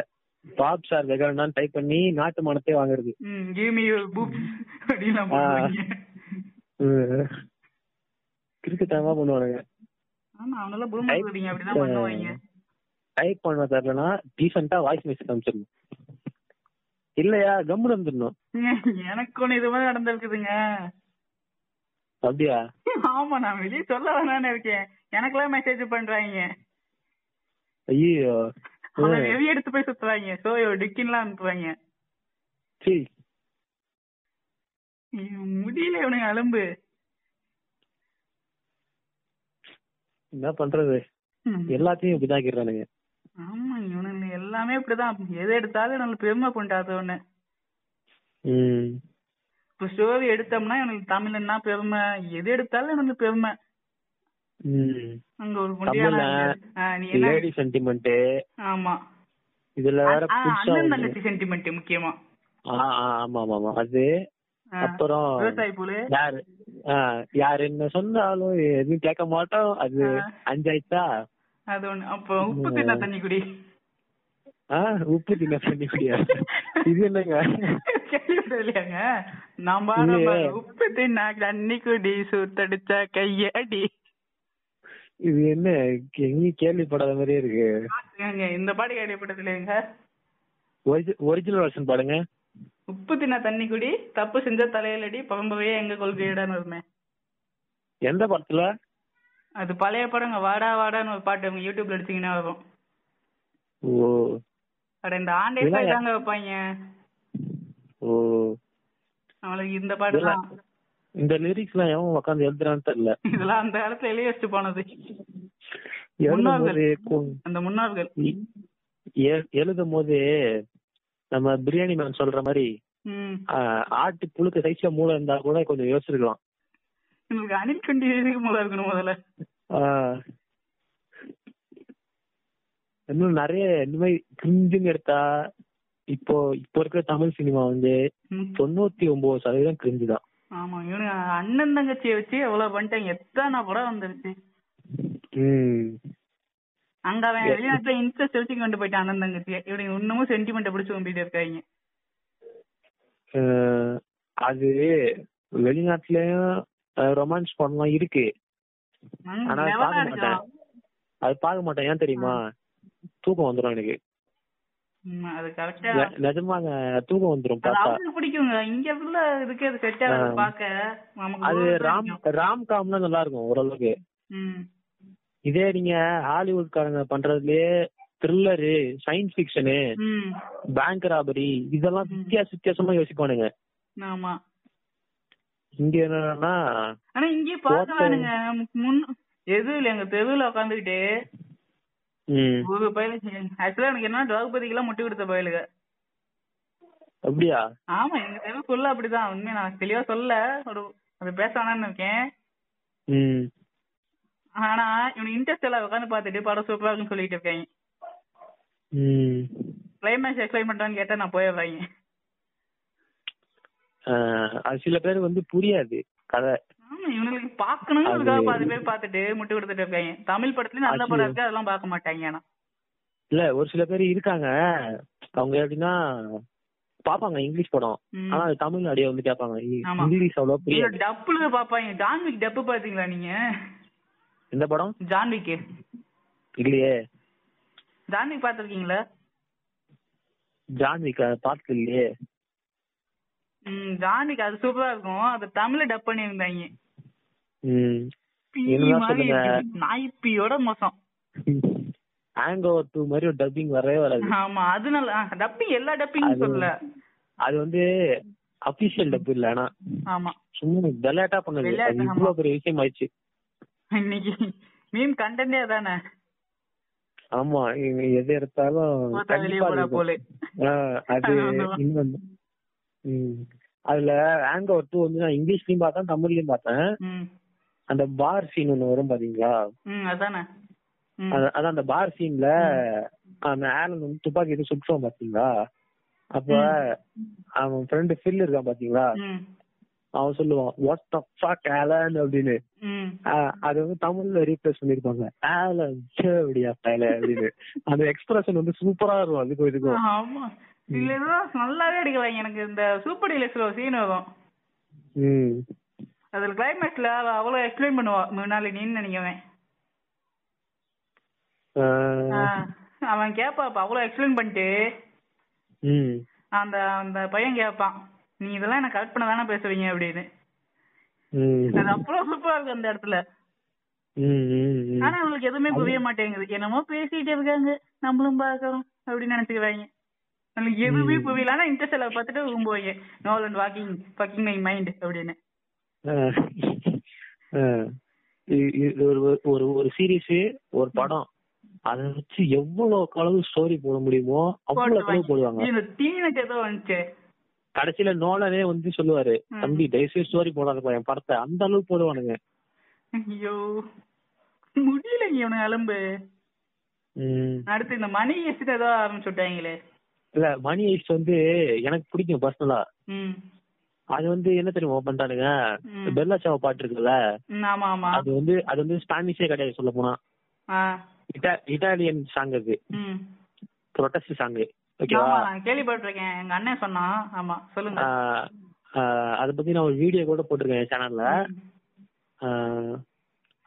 பாப் சார் வெகானான்னு டைப் பண்ணி நாட்டு மனத்தை வாங்குறது ம் give me your boobs அப்படின்னு ஆ. போடுவாங்க கிறுக்குத்தனமா பண்ணுவானுங்க ஆமா அவனெல்லாம் பூமா சொல்றீங்க அப்படிதான் பண்ணுவாங்க டைப் பண்ண தரலனா டீசெண்டா வாய்ஸ் மெசேஜ் அனுப்பிச்சிடணும் இல்லையா கம்முன்னு இருந்துடணும் எனக்கு ஒண்ணு இது மாதிரி நடந்திருக்குதுங்க அப்படியா ஆமா நான் வெளியே சொல்ல வேணாம்னு இருக்கேன் எனக்கெல்லாம் மெசேஜ் பண்றாங்க ஐயோ அவனை வெளியே எடுத்து போய் சுத்துறாங்க சோ டிக்கின்லாம் அனுப்புவாங்க சீ இவன் முடியல இவனுக்கு அலும்பு என்ன பண்றது ம். எல்லாத்தையும் இப்படிதான் ஆக்கிடுறானுங்க ஆமா இவனுங்க எல்லாமே இப்படிதான் எது எடுத்தாலும் நல்ல பெருமை கொண்டாத ஒண்ணு ம் இப்ப ஸ்டோரி எடுத்தோம்னா இவனுக்கு தமிழ்னா பெருமை எது எடுத்தாலும் இவனுக்கு பெருமை ம் அங்க ஒரு முண்டியான தமிழ்ல ஆ, நீ என்ன லேடி சென்டிமெண்ட் ஆமா இதுல வேற ஆ, புதுசா அண்ணன் ஒண்ணு. தங்கச்சி சென்டிமெண்ட் முக்கியமா ஆ, ஆ, ஆமா ஆமா ஆமா அது ஆ, அப்புறம் விவசாயி போல யாரு ஆ, யாரு என்ன சொன்னாலும் எதுவும் கேட்க மாட்டோம் அது ஆ. அஞ்சாயிட்டா அது ஒண்ணு அப்புறம் உப்பு தின்ன தண்ணி குடி ஆஹ் உப்பு தின்ன பண்ணி குடியா இது என்னங்க கேள்விப்படலையாங்க நான் பாடுற இல்லையே. பாடல், உப்பு தின்னா தண்ணி குடி சூத்தடிச்ச கையடி இது என்ன எங்கேயும் கேள்விப்படாத மாதிரியே இருக்கு ஏங்க இந்த பாட்டு கேள்விப்பட்டதுலங்க ஒரிஜினல் வருஷன் பாடுங்க உப்பு தின்ன தண்ணி குடி தப்பு செஞ்ச தலையிலடி பரம்பரையே எங்க கொள்கையிடான்னு வருமே எந்த படத்துல அது பழைய படங்க வாடா வாடான்னு ஒரு பாட்டு அவங்க யூடியூப்ல அடிச்சீங்கன்னா வரும் ஓ அட இந்த ஆண்டே இதெல்லாம் யா- தாங்க வைப்பாங்க ஓ அவளுக்கு இந்த பாட்டு தான் இந்த லிரிக்ஸ் எல்லாம் எவன் உட்காந்து எழுதுறான்னு தெரியல இதெல்லாம் அந்த காலத்துல எழுதி வச்சுட்டு போனது எழுதும் முன்னோர்கள். போது கு- அந்த முன்னோர்கள் இ- எ- எழுதும் போது நம்ம பிரியாணி மேன் சொல்ற மாதிரி ம் ஆ, ஆட்டு புழுக்க சைஸ்ல மூளை இருந்தா கூட கொஞ்சம் யோசிச்சிருக்கலாம் உங்களுக்கு அனில் கண்டி முதல்ல இருக்கணும் முதல்ல ஆ. இன்னும் நிறைய இந்த மாதிரி கிரிஞ்சுன்னு எடுத்தா இப்போ இப்போ இருக்கிற தமிழ் சினிமா வந்து ம். தொண்ணூத்தி ஒன்பது சதவீதம் கிரிஞ்சு தான் ஆமா இவனுக்கு அண்ணன் தங்கச்சியை வச்சு எவ்வளவு பண்ணிட்டாங்க எத்தனை படம் வந்துருச்சு அங்க அவன் வெளிநாட்டுல இன்ட்ரெஸ்ட் வச்சு கொண்டு போயிட்டான் அண்ணன் தங்கச்சியை இவனுக்கு இன்னமும் சென்டிமெண்ட் பிடிச்சு கொம்பிட்டு இருக்காங்க ஆ, அது வெளிநாட்டுலயும் ரொமான்ஸ் படம்லாம் இருக்கு ம், ஆனா அது level ஆ பார்க்க மாட்டேன் இருக்கலாம். அது பார்க்க மாட்டேன் ஏன் தெரியுமா தூக்கம் வந்துடும் எனக்கு உம், அது கரெக்டா நெ- நிஜமாங்க தூக்கம் வந்துரும் அது பார்த்தா அவங்களுக்கு பிடிக்குங்க இங்க உள்ள இருக்கு அது செட் ஆகாது பாக்க நமக்கு அது bore ராம் அடிக்கும். ராம் காம்னா நல்லா இருக்கும் ஓரளவுக்கு உம், இதே நீங்க ஹாலிவுட் காரங்க பண்றதுலயே த்ரில்லரு சயின்ஸ் ஃபிக்ஷனு உம், பேங்க் ராபரி இதெல்லாம் ம். வித்தியாச வித்தியாசமா யோசிப்பானுங்க ஆமா இங்க என்னன்னா ஆனா இங்கேயே What பார்க்க the- வேணுங்க முன் எது இல்ல எங்க தெருவுல உட்காந்துக்கிட்டு ம், ஒரு பயில ஆக்சுவலா எனக்கு என்ன திரௌபதிக்கு எல்லாம் முட்டு கொடுத்த பயலுக அப்படியா ஆமா எங்க தெருவுக்குள்ள அப்படிதான் உண்மையா நான் தெளிவா சொல்ல ஒரு அது பேச வேணாம்னு இருக்கேன் ம் ஆனா இவனு இன்ட்ரெஸ்ட் எல்லாம் உட்காந்து பார்த்துட்டு படம் சூப்பரா இருக்குன்னு சொல்லிட்டு இருக்காங்க ம் கிளைமேக்ஸ் எக்ஸ்பிளைன் பண்றான்னு கேட்டா நான் போயிடுறாங்க அஹ், அது சில பேர் வந்து புரியாது கதை ஆமா இவனுங்களுக்கு பாக்கணுங்கிறதுக்காக பாதி பேர் பார்த்துட்டு முட்டு கொடுத்துட்டு இருக்காங்க தமிழ் படத்துலயும் நல்ல படம் இருக்கு அதெல்லாம் பார்க்க மாட்டாங்க ஆனா இல்ல ஒரு சில பேர் இருக்காங்க அவங்க எப்படின்னா பாப்பாங்க இங்கிலீஷ் படம் ம். ஆனா அது தமிழ் அடியே வந்து கேட்பாங்க ஆமா. இங்கிலீஷ் அவ்வளோ ஐயோ, புரியாது டப்புல பாப்பாங்க ஜான்விக் டப்பு பாத்தீங்களா நீங்க இந்த படம் ஜான்விக் இல்லையே ஜான்விக் பாத்திருக்கீங்களா ஜான்விக் பார்த்தது இல்லையே ம் ஜான்விக் அது சூப்பரா இருக்கும் அது தமிழ்ல டப் பண்ணியிருந்தாங்க ம் பீ என்னதான் மாதிரி சொல்லுங்க? இருக்கு. நாய்ப்பியோட மோசம் ஹேங் ஓவர் டூ மாதிரி ஒரு டப்பிங் வரவே வராது ஆமா அதனால டப்பிங் எல்லா டப்பிங் அது- சொல்லல அது வந்து அபிஷியல் டப்பு இல்ல ஆனா ஆமா சும்மா விளையாட்டா பண்ணது அது விளையாட்டு, இவ்வளவு ஆமா. பெரிய விஷயம் ஆயிடுச்சு இன்னைக்கு மீம் கண்டென்டே அதானே ஆமா இவங்க எது எடுத்தாலும் போத்தா வெளியே கண்டிப்பா அது போடா இருக்கும். போலே ஆஹ் அது அது ஒண்ணுதான். இன்னும் ம். அதுல ஹேங் ஓவர் டூ வந்து நான் இங்கிலீஷ்லயும் பார்த்தேன் தமிழ்லயும் பார்த்தேன் ம் அந்த பார் சீன் ஒண்ணு வரும் பாத்தீங்களா ம் அதானே ம் அது- அதான் அந்த பார் சீன்ல அந்த ஆலன் வந்து துப்பாக்கி எடுத்து சுட்டுவான் பாத்தீங்களா அப்ப அவன் ஃப்ரெண்டு ஃபில் இருக்கான் பாத்தீங்களா ம் அவன் சொல்லுவான் வாட் த ஃபக் ஆலன் அப்படின்னு ம் ஆஹ் அது வந்து தமிழ்ல ரீப்ளேஸ் பண்ணிருப்பாங்க ஆலன் சே அப்படியா பயலே அப்படின்னு அந்த எக்ஸ்பிரஷன் வந்து சூப்பரா இருக்கும் அதுக்கும் இதுக்கும் ஆமா இதுல இதெல்லாம் நல்லாவே அடிக்கலாம் எனக்கு இந்த சூப்பர் டீலக்ஸ்ல ஒரு சீன் வரும் ம். அதுல கிளைமேக்ஸ்ல அவ அவ்வளவு எக்ஸ்பிளைன் பண்ணுவா முன்னாடி நின்னு நினைக்கவேன் ஆஹ் அவன் கேப்பா அப்ப அவ்வளவு எக்ஸ்பிளைன் பண்ணிட்டு ம். அந்த அந்த பையன் கேப்பான் நீ இதெல்லாம் எனக்கு கரெக்ட் பண்ண தானே பேசுவீங்க அப்படின்னு ம். அது அவ்வளவு சூப்பரா இருக்கு அந்த இடத்துல ம், ம், ம். ஆனா அவங்களுக்கு எதுவுமே புரிய மாட்டேங்குது என்னமோ பேசிட்டே இருக்காங்க நம்மளும் பாக்குறோம் அப்படின்னு நினைச்சுக்கிறாங்க அவங்களுக்கு எதுவுமே புரியல ஆனா இன்ட்ரெஸ்ட் எல்லாம் பார்த்துட்டு கும்புவாங்க நோலண்ட் வாக்கிங் வாக்கிங் மை மைண்ட் அப்படின்னு ஆஹ். ஆஹ். இ- இ- ஒரு ஒரு- ஒரு ஒரு சீரீஸ் ஒரு படம் அதை வச்சு எவ்வளவு அளவு ஸ்டோரி போட முடியுமோ அவ்வளவு அளவு போடுவாங்க இந்த தீனுக்கு ஏதோ வந்துச்சு கடைசியில நோலனே வந்து சொல்லுவாரு ம். தம்பி தயவுசெய்து ஸ்டோரி போடாதப்பா என் படத்தை அந்த அளவுக்கு போடுவானுங்க ஐயோ முடியலங்க இவனு அலம்பு ம். அடுத்து இந்த மணி எஸ்ட் ஏதோ ஆரம்பிச்சு விட்டாங்களே இல்ல மணி ஐஸ்ட் வந்து எனக்கு பிடிக்கும் பர்சனலா ம் அது வந்து என்ன தெரியுமா பண்றானுங்க ம். பெல்லா சாவ பாட்டு இருக்குல்ல ம், ஆமா ஆமா அது வந்து அது வந்து ஸ்பானிஷே கிடையாது சொல்ல போனா ஆ இட்டா இட்டாலியன் சாங் அது ம் புரொட்டஸ்ட் சாங் ஆமா ஓகேவா நான் கேள்விப்பட்டிருக்கேன் எங்க அண்ணன் சொன்னான் ஆமா சொல்லுங்க ஆஹ் ஆஹ் அத பத்தி நான் ஒரு வீடியோ கூட போட்டிருக்கேன் என் சேனல்ல ம்.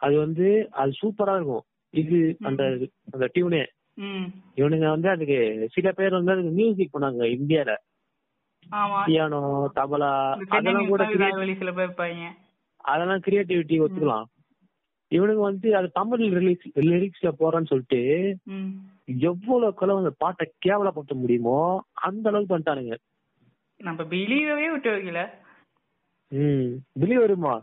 அது வந்து அது சூப்பரா இருக்கும் இது அந்த அந்த டியூனே ம் இவனுங்க வந்து அதுக்கு சில பேர் வந்து அதுக்கு மியூசிக் பண்ணாங்க இந்தியால ஆமா பியானோ தபலா இந்த சென்னை அதெல்லாம் கூட create- வெளி சில பேர் இருப்பாங்க அதெல்லாம் கிரியேட்டிவிட்டி ஒத்துக்கலாம் இவனுங்க வந்து அது தமிழ் லிரிக்ஸ் லிரிக்ஸ்ல போறான்னு சொல்லிட்டு ம் எவ்வளவு கலவு அந்த பாட்டை கேவலப்படுத்த முடியுமோ அந்த அளவுக்கு பண்ணிட்டானுங்க நம்ம பிலீவவே விட்டு வைக்கல ம் பிலி வருமா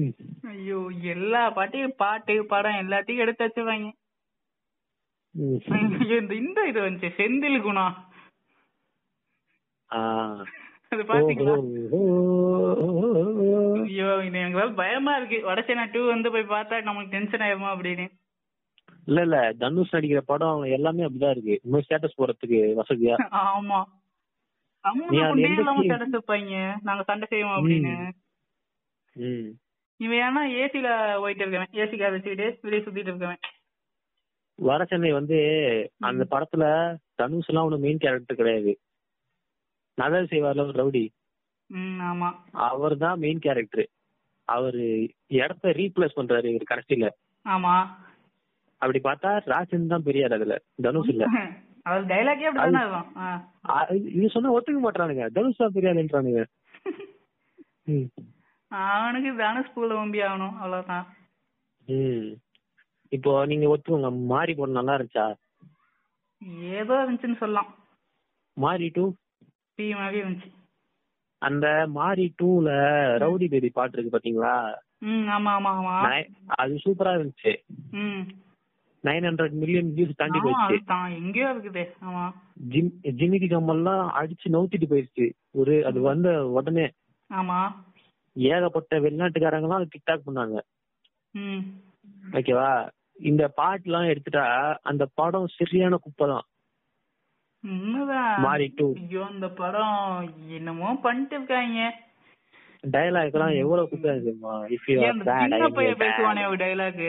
ம். ஐயோ எல்லா பாட்டையும் பாட்டு படம் எல்லாத்தையும் எடுத்து வச்சுருவாங்க ம். ஐயோ, இந்த இந்த இது வந்துச்சு செந்தில் குணா ஆ. அது பாத்தீங்களா ஓஹோ. ஐயோ இது எங்களால பயமா இருக்கு வடசேனா டூ வந்து போய் பார்த்தா நமக்கு டென்ஷன் ஆயிருமா அப்படின்னு இல்ல இல்ல தனுஷ் நடிக்கிற படம் அவங்க எல்லாமே அப்படிதான் இருக்கு இன்னும் ஸ்டேட்டஸ் போடுறதுக்கு வசதியா ஆமா நீ அது எந்த தமிழ்ல கொண்டே இல்லாம scene? தடுத்து வைப்பாங்க நாங்க சண்டை செய்வோம் அப்படின்னு ம் இவன் ஏன்னா ஏசில போயிட்டு இருக்கவன் ஏசி கார் வச்சுக்கிட்டு வெளியே சுத்திட்டு இருக்கவன் வட சென்னை வந்து அந்த படத்துல தனுஷ் எல்லாம் ஒண்ணு மெயின் கேரக்டர் கிடையாது நகர் செய்வார்ல ஒரு ரவுடி ம் ஆமா அவர் தான் மெயின் கேரக்டர் அவரு இடத்த ரீப்ளேஸ் பண்றாரு இவர் கடைசியில ஆமா அப்படி பார்த்தா ராஜன் தான் பெரியார் அதுல தனுஷ் இல்ல அவர் டைலாக்கே அப்படிதானே இருக்கும் ஆ. இது சொன்னா ஒத்துக்க மாட்டானுங்க தனுஷா பெரியாதுன்றானுங்க ம் அவனுக்கு தனுஷ் பூல ஓம்பி ஆகணும் அவ்வளவுதான் ம் இப்போ நீங்க ஒத்துக்கோங்க மாறி படம் நல்லா இருந்துச்சா ஏதோ இருந்துச்சுன்னு சொல்லலாம் மாறி டூ பி மாதிரி இருந்துச்சு அந்த மாறி டூல ரவுடி பேபி பாட்டு இருக்கு பாத்தீங்களா ம் ஆமா ஆமா ஆமா நை- அது சூப்பரா இருந்துச்சு ம் நைன் ஹண்ட்ரட் மில்லியன் வியூஸ் தாண்டி ஆமா போயிடுச்சு அது தான் எங்கேயோ இருக்குது ஆமா ஜிம் ஜிமிக்கி கம்மல்லாம் அடிச்சு நவுத்திட்டு போயிடுச்சு ஒரு அது வந்த உடனே ஆமா ஏகப்பட்ட வெளிநாட்டுக்காரங்களாம் டிக்டாக் பண்ணாங்க ம் ஓகேவா இந்த பாட்டுலாம் எடுத்துட்டா அந்த படம் சரியான குப்பை தான் உண்மைதான் மாறி டூ ஐயோ இந்த படம் என்னமோ பண்ணிட்டு இருக்காங்க டயலாக் எல்லாம் எவ்வளவு குப்பையா இருக்குமா இஃப் யூ ஏன் அந்த சின்ன பையன் பேசுவானே ஒரு டைலாக்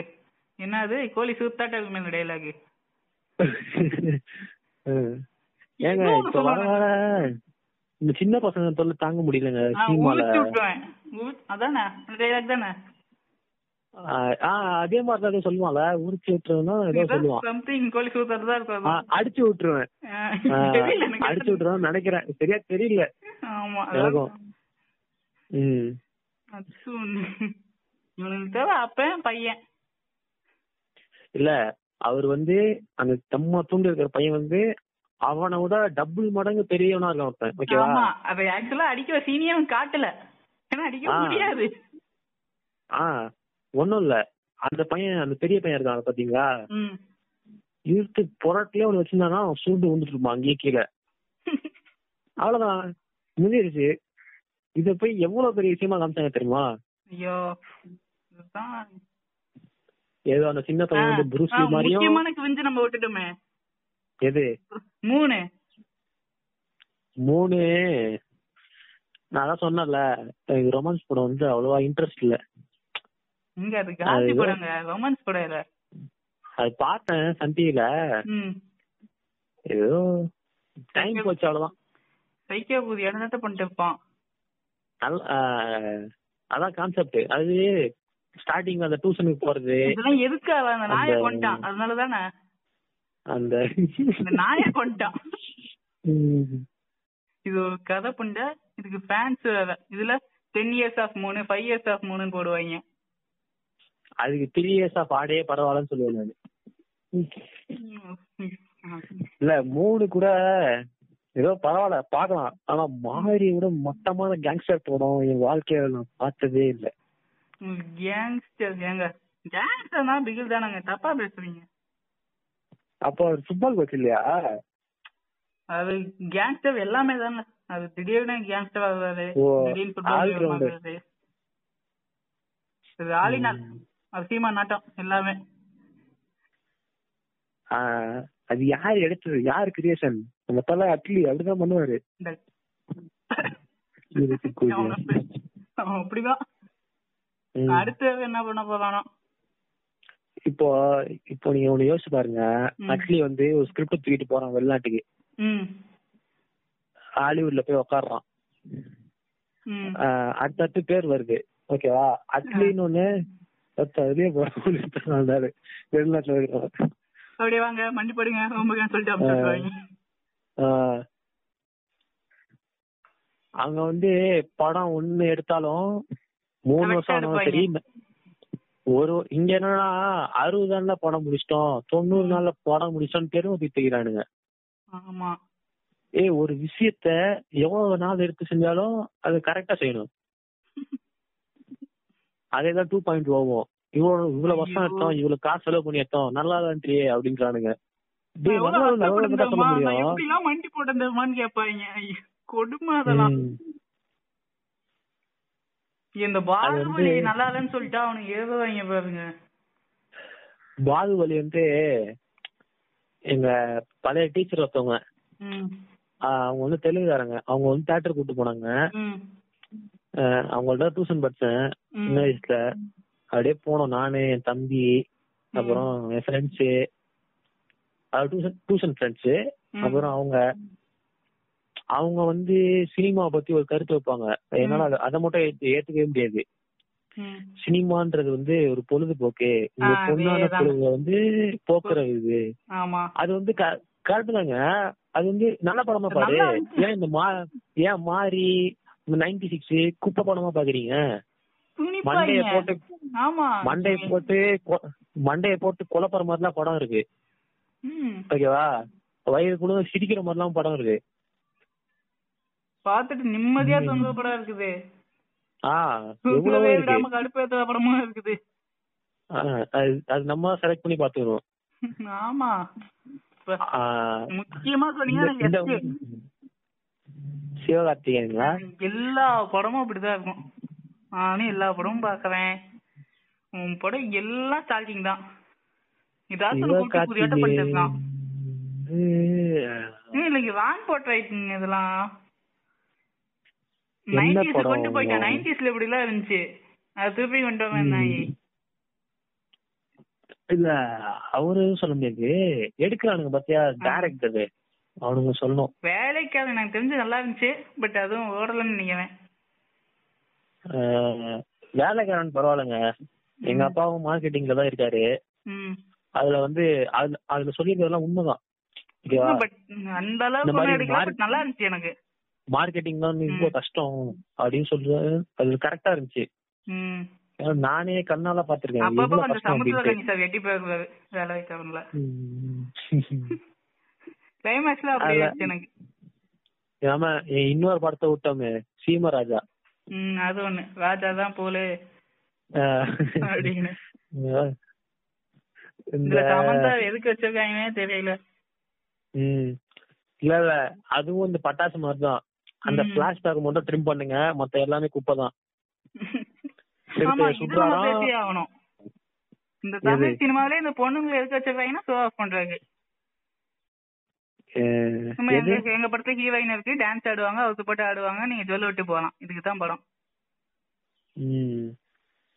என்னது கோழி சூத்தாட்ட இருக்குமே இந்த டைலாக் ஏங்க இன்னொன்னு இப்ப வர வர இந்த சின்ன பசங்க தொல்லை தாங்க முடியலங்க சீமால உரிச்சு விட்டுருவேன் உரிச்சு- அதானே அந்த டைலாக் தானே ஆஹ் ஆஹ், அதே மாதிரிதான் ஏதோ சொல்லுவான்ல உரிச்சு விட்டுருவேன்னா ஏதோ சொல்லுவான் சம்திங் கோழி சூத்தாட்ட தான் இருக்கும் அது. ஆஹ், அடிச்சு விட்டுருவேன் ஆ, ஆஹ், தெரியல எனக்கு. அடிச்சு விட்டுருவேன் நினைக்கிறேன் சரியா தெரியல ஆமா எனக்கும் ம் அச்சு ஒண்ணு. இவனுக்கு தேவை அப்பன் பையன் இல்ல அவர் வந்து அந்த தம்மா தூண்டி இருக்கிற பையன் வந்து அவனை விட டபுள் மடங்கு பெரியவனா இருக்கான் ஒருத்தன் ஓகேவா ஆமா அத ஆக்சுவலா அடிக்கிற சீனியே அவன் காட்டல ஏன்னா அடிக்க ஆ. முடியாது ஆஹ் ஒண்ணும் இல்ல அந்த பையன் அந்த பெரிய பையன் இருக்கான் பாத்தீங்களா ம். இழுத்து புரட்டிலே ஒண்ணு வச்சிருந்தானா அவன் சுருண்டு வந்துட்டு இருப்பான் அங்கேயே கீழே அவ்வளவுதான் முடிஞ்சிருச்சு இத போய் எவ்வளவு பெரிய விஷயமா காமிச்சாங்க தெரியுமா ஐயோ இதுதான். ஏதோ அந்த சின்ன ஆ, பையன் வந்து ஆ, புருஷி மாதிரியும் முக்கியமான குவிஞ்சு நம்ம விட்டுட்டோமே எது மூணு மூணு நான் அதான் சொன்னேன்ல எனக்கு ரொமான்ஸ் படம் வந்து அவ்வளவா இன்ட்ரெஸ்ட் இல்ல இங்க அது காந்தி அது- படங்க ரொமான்ஸ் படம் இல்ல அது பார்த்தேன் சன் டிவில ம் ஏதோ டைம் போச்சு அவ்வளவுதான் சைக்கிய பூதி இடத்த பண்ணிட்டு இருப்பான் நல்ல ஆஹ், அதான் கான்செப்ட் அது ஸ்டார்டிங் அந்த டியூஷனுக்கு போறது இதெல்லாம் எதுக்காக அந்த நாயை அந்த- கொண்டான் அதனாலதானே அந்த இந்த நாயை கொண்டான் உம். இது ஒரு கதை புண்ட இதுக்கு ஃபேன்ஸ் வேற இதுல டென் இயர்ஸ் ஆஃப் மூணு ஃபைவ் இயர்ஸ் ஆஃப் மூணுன்னு போடுவாங்க அதுக்கு த்ரீ இயர்ஸா பாடே பரவாயில்லன்னு சொல்லுவேன் நானு இல்ல மூணு கூட ஏதோ பரவாயில்ல பார்க்கலாம் ஆனா மாரி விட மொத்தமான கேங்ஸ்டர் படம் என் வாழ்க்கையில நான் பார்த்ததே இல்ல கேங்ஸ்டர் ஏங்க கேங்ஸ்டர்னா பிகில் தானங்க தப்பா பேசுறீங்க அப்போ அவர் ஃபுட்பால் கோச் இல்லையா அது கேங்ஸ்டர் எல்லாமே தானே அது திடீர்னு கேங்ஸ்டர் ஆகுறாரு ஓ, திடீர்னு all ஃபுட்பால் rounder. ஆகுறாரு இது ஆலினால் அது சீமா நாட்டம் எல்லாமே ஆஹ், அது யார் எடுத்தது யார் கிரியேஷன் நம்ம தலை அட்லி அப்படிதான் பண்ணுவாரு இந்த இருக்கு கொஞ்சம். அவன் அப்படி- அவன் அப்படிதான் உம். அடுத்து என்ன பண்ண போறானோ இப்போ இப்போ நீங்க ஒண்ணு யோசிச்சு பாருங்க ம். அட்லி வந்து ஒரு ஸ்கிரிப்ட் தூக்கிட்டு போறான் வெளிநாட்டுக்கு ம் ஹாலிவுட்ல போய் உக்காடுறான் ம் ஆஹ், அடுத்தடுத்து பேர் வருது ஓகேவா அட்லின்னு ஒண்ணு ஒருத்தன் வெளியே போறான் ஒருத்தன் வந்தாரு. வெளிநாட்டுல இருக்கிறான் அப்படியே வாங்க மண்டிப்படுங்க ரொம்ப சொல்லிட்டு அப்படி சொல்லுவாங்க ஆஹ் அங்க வந்து படம் ஒண்ணு எடுத்தாலும் மூணு Correct வருஷம் ஆ ஆனாலும் எடுப்பாங்க. சரி ஒரு இங்க என்னன்னா அறுபது நாள்ல படம் முடிச்சிட்டோம் தொண்ணூறு நாள்ல படம் முடிச்சிட்டோம்னு பெருமை பித்துக்கிறானுங்க ஆமா ஏய் ஒரு விஷயத்த எவ்வளவு நாள் எடுத்து செஞ்சாலும் அது கரெக்டா செய்யணும் அதேதான் டூ பாயிண்ட் ஓவும் இவ்வளவு இவ்வளவு வருஷம் ஐயோ. எடுத்தோம் இவ்வளவு காசு செலவு பண்ணி எடுத்தோம் நல்லா இல்லைன்றியே அப்படின்றானுங்க டேய், எவ்வளவு நல்லா இருந்தா எவ்வளவு கஷ்டப்பட்டு நல்லா சொல்ல இருந்தோமா? நான் முடியும் எப்படிலாம் மண்டி போட்டிருந்தேமான்னு கேட்பாங்க. ஐயோ, கொடுமை அதெல்லாம் ம். இந்த பாகுபலி நல்லா இல்லைன்னு சொல்லிட்டு அவனுக்கு ஏவுவாங்க பாருங்க பாகுபலி வந்து எங்க பழைய டீச்சர் ஒருத்தவங்க ம், ஆஹ் அவங்க வந்து தெலுங்குகாரங்க அவங்க வந்து தேட்டர் கூட்டு போனாங்க ம், ஆஹ் அவங்கள்ட்ட டியூஷன் படிச்சேன் சின்ன ம், வயசுல அப்படியே போனோம் நானு என் தம்பி அப்புறம் என் ஃப்ரெண்ட்ஸு டியூஷன் டியூஷன் ஃப்ரெண்ட்ஸு ம். அப்புறம் அவங்க அவங்க வந்து சினிமா பத்தி ஒரு கருத்து வைப்பாங்க என்னால அது- அதை மட்டும் ஏத்து- ஏத்துக்கவே முடியாது ம். சினிமான்றது வந்து ஒரு பொழுதுபோக்கு இந்த ஆ, பொண்ணான அதேதான். பொழுது வந்து போக்குற இது ஆமா அது வந்து க- கரெக்ட் தாங்க அது வந்து நல்ல படமா பாரு நல்லா இருந்துச்சு. ஏன் இந்த மா ஏன் மாறி நைன்டி சிக்ஸ் குப்பை படமா பாக்குறீங்க மண்டைய துணிப்பாங்க போட்டு ஆமா மண்டைய போட்டு கொ- மண்டைய போட்டு குழப்புற மாதிரிலாம் படம் இருக்கு ம், ஓகேவா வயிறு கூட சிரிக்கிற மாதிரிலாம் படம் இருக்கு பாத்துட்டு நிம்மதியா தொங்க படம் இருக்குது ஆஹ் எவ்வளவோ தூக்கவே இருக்கு விடாம கடுப்பேத்துற படமும் இருக்குது ஆ, அது அது நம்ம செலக்ட் பண்ணி பாத்துக்கிறோம் ஆமா இப்ப ஆ, முக்கியமா சொன்னீங்கன்னா இந்த- இந்த எனக்கு சிவகார்த்திகேயனுங்களா எல்லா படமும் அப்படிதான் இருக்கும் நானும் எல்லா படமும் பாக்குறேன் உன் படம் எல்லாம் ஸ்டார்டிங் தான் ஏதாச்சும் ஒரு கூட்டு புதியாட்டம் பண்ணிட்டு இருக்கான் சிவகார்த்திகேயன் ஏய், இல்லைங்க வான் போட்டுறாயிட்டுங்க இதெல்லாம் என்ன நைன்டிஸ்ல படம் கொண்டு போயிட்டான் வான்? நைன்டிஸ்ல இப்படி எல்லாம் இருந்துச்சு அது திருப்பி கொண்டு வந்தாங்க இல்ல அவரு சொல்ல முடியாது எடுக்கிறானுங்க பாத்தியா டைரக்டர் அவனுங்க சொல்லணும் வேலைக்காக எனக்கு தெரிஞ்சு நல்லா இருந்துச்சு பட் அதுவும் ஓடலன்னு நினைக்கிறேன் அஹ் வேலைக்காரன் பரவாயில்லைங்க எங்க அப்பாவும் மார்க்கெட்டிங்ல தான் இருக்காரு ம் அதுல வந்து அதுல அதுல சொல்லியிருக்கிறதெல்லாம் உண்மைதான் ஓகேவா பட் அந்த இந்த அளவுக்கு மாதிரி ஒண்ணும் எடுக்கல மார்க்- பட் நல்லா இருந்துச்சு எனக்கு மார்க்கெட்டிங் தான் ரொம்ப கஷ்டம் அப்படின்னு சொல்றது அது கரெக்டா இருந்துச்சு ம் ஏன்னா நானே கண்ணால பாத்திருக்கேன் அப்பப்ப எவ்வளவு அந்த கஷ்டம் சமுத்திர அப்படின்ட்டு. கணி சார் எட்டி போயிருக்காரு வேலைக்காரன்ல உம். கிளைமேக்ஸ்ல அப்படியே அதுல- இருந்துச்சு எனக்கு நாம இன்னொரு படத்தை விட்டோமே சீமராஜா ம் அது ஒண்ணு ராஜா தான் போலே அஹ் அப்படின்னு இந்த இதுல சமந்தா எதுக்கு வச்சிருக்காங்கன்னே தெரியல உம் இல்ல இல்ல அதுவும் இந்த பட்டாசு மாதிரிதான் அந்த ம். பிளாஷ் பேக் மட்டும் ட்ரிம் பண்ணுங்க மத்த எல்லாமே குப்பை தான் சரி, ஆமா சரி, இது நம்ம சுப்ரா. பேசியே ஆகணும் இந்த எது? தமிழ் சினிமாவிலே இந்த பொண்ணுங்களை எதுக்கு வச்சிருக்காங்கன்னா ஷோ ஆஃப் பண்றாங்க நம்ம எது எங்க எங்க படத்துல ஹீரோயின் இருக்கு டான்ஸ் ஆடுவாங்க அவருக்கு போட்டு ஆடுவாங்க நீங்க ஜொல்ல விட்டு போகலாம் இதுக்கு தான் படம் உம்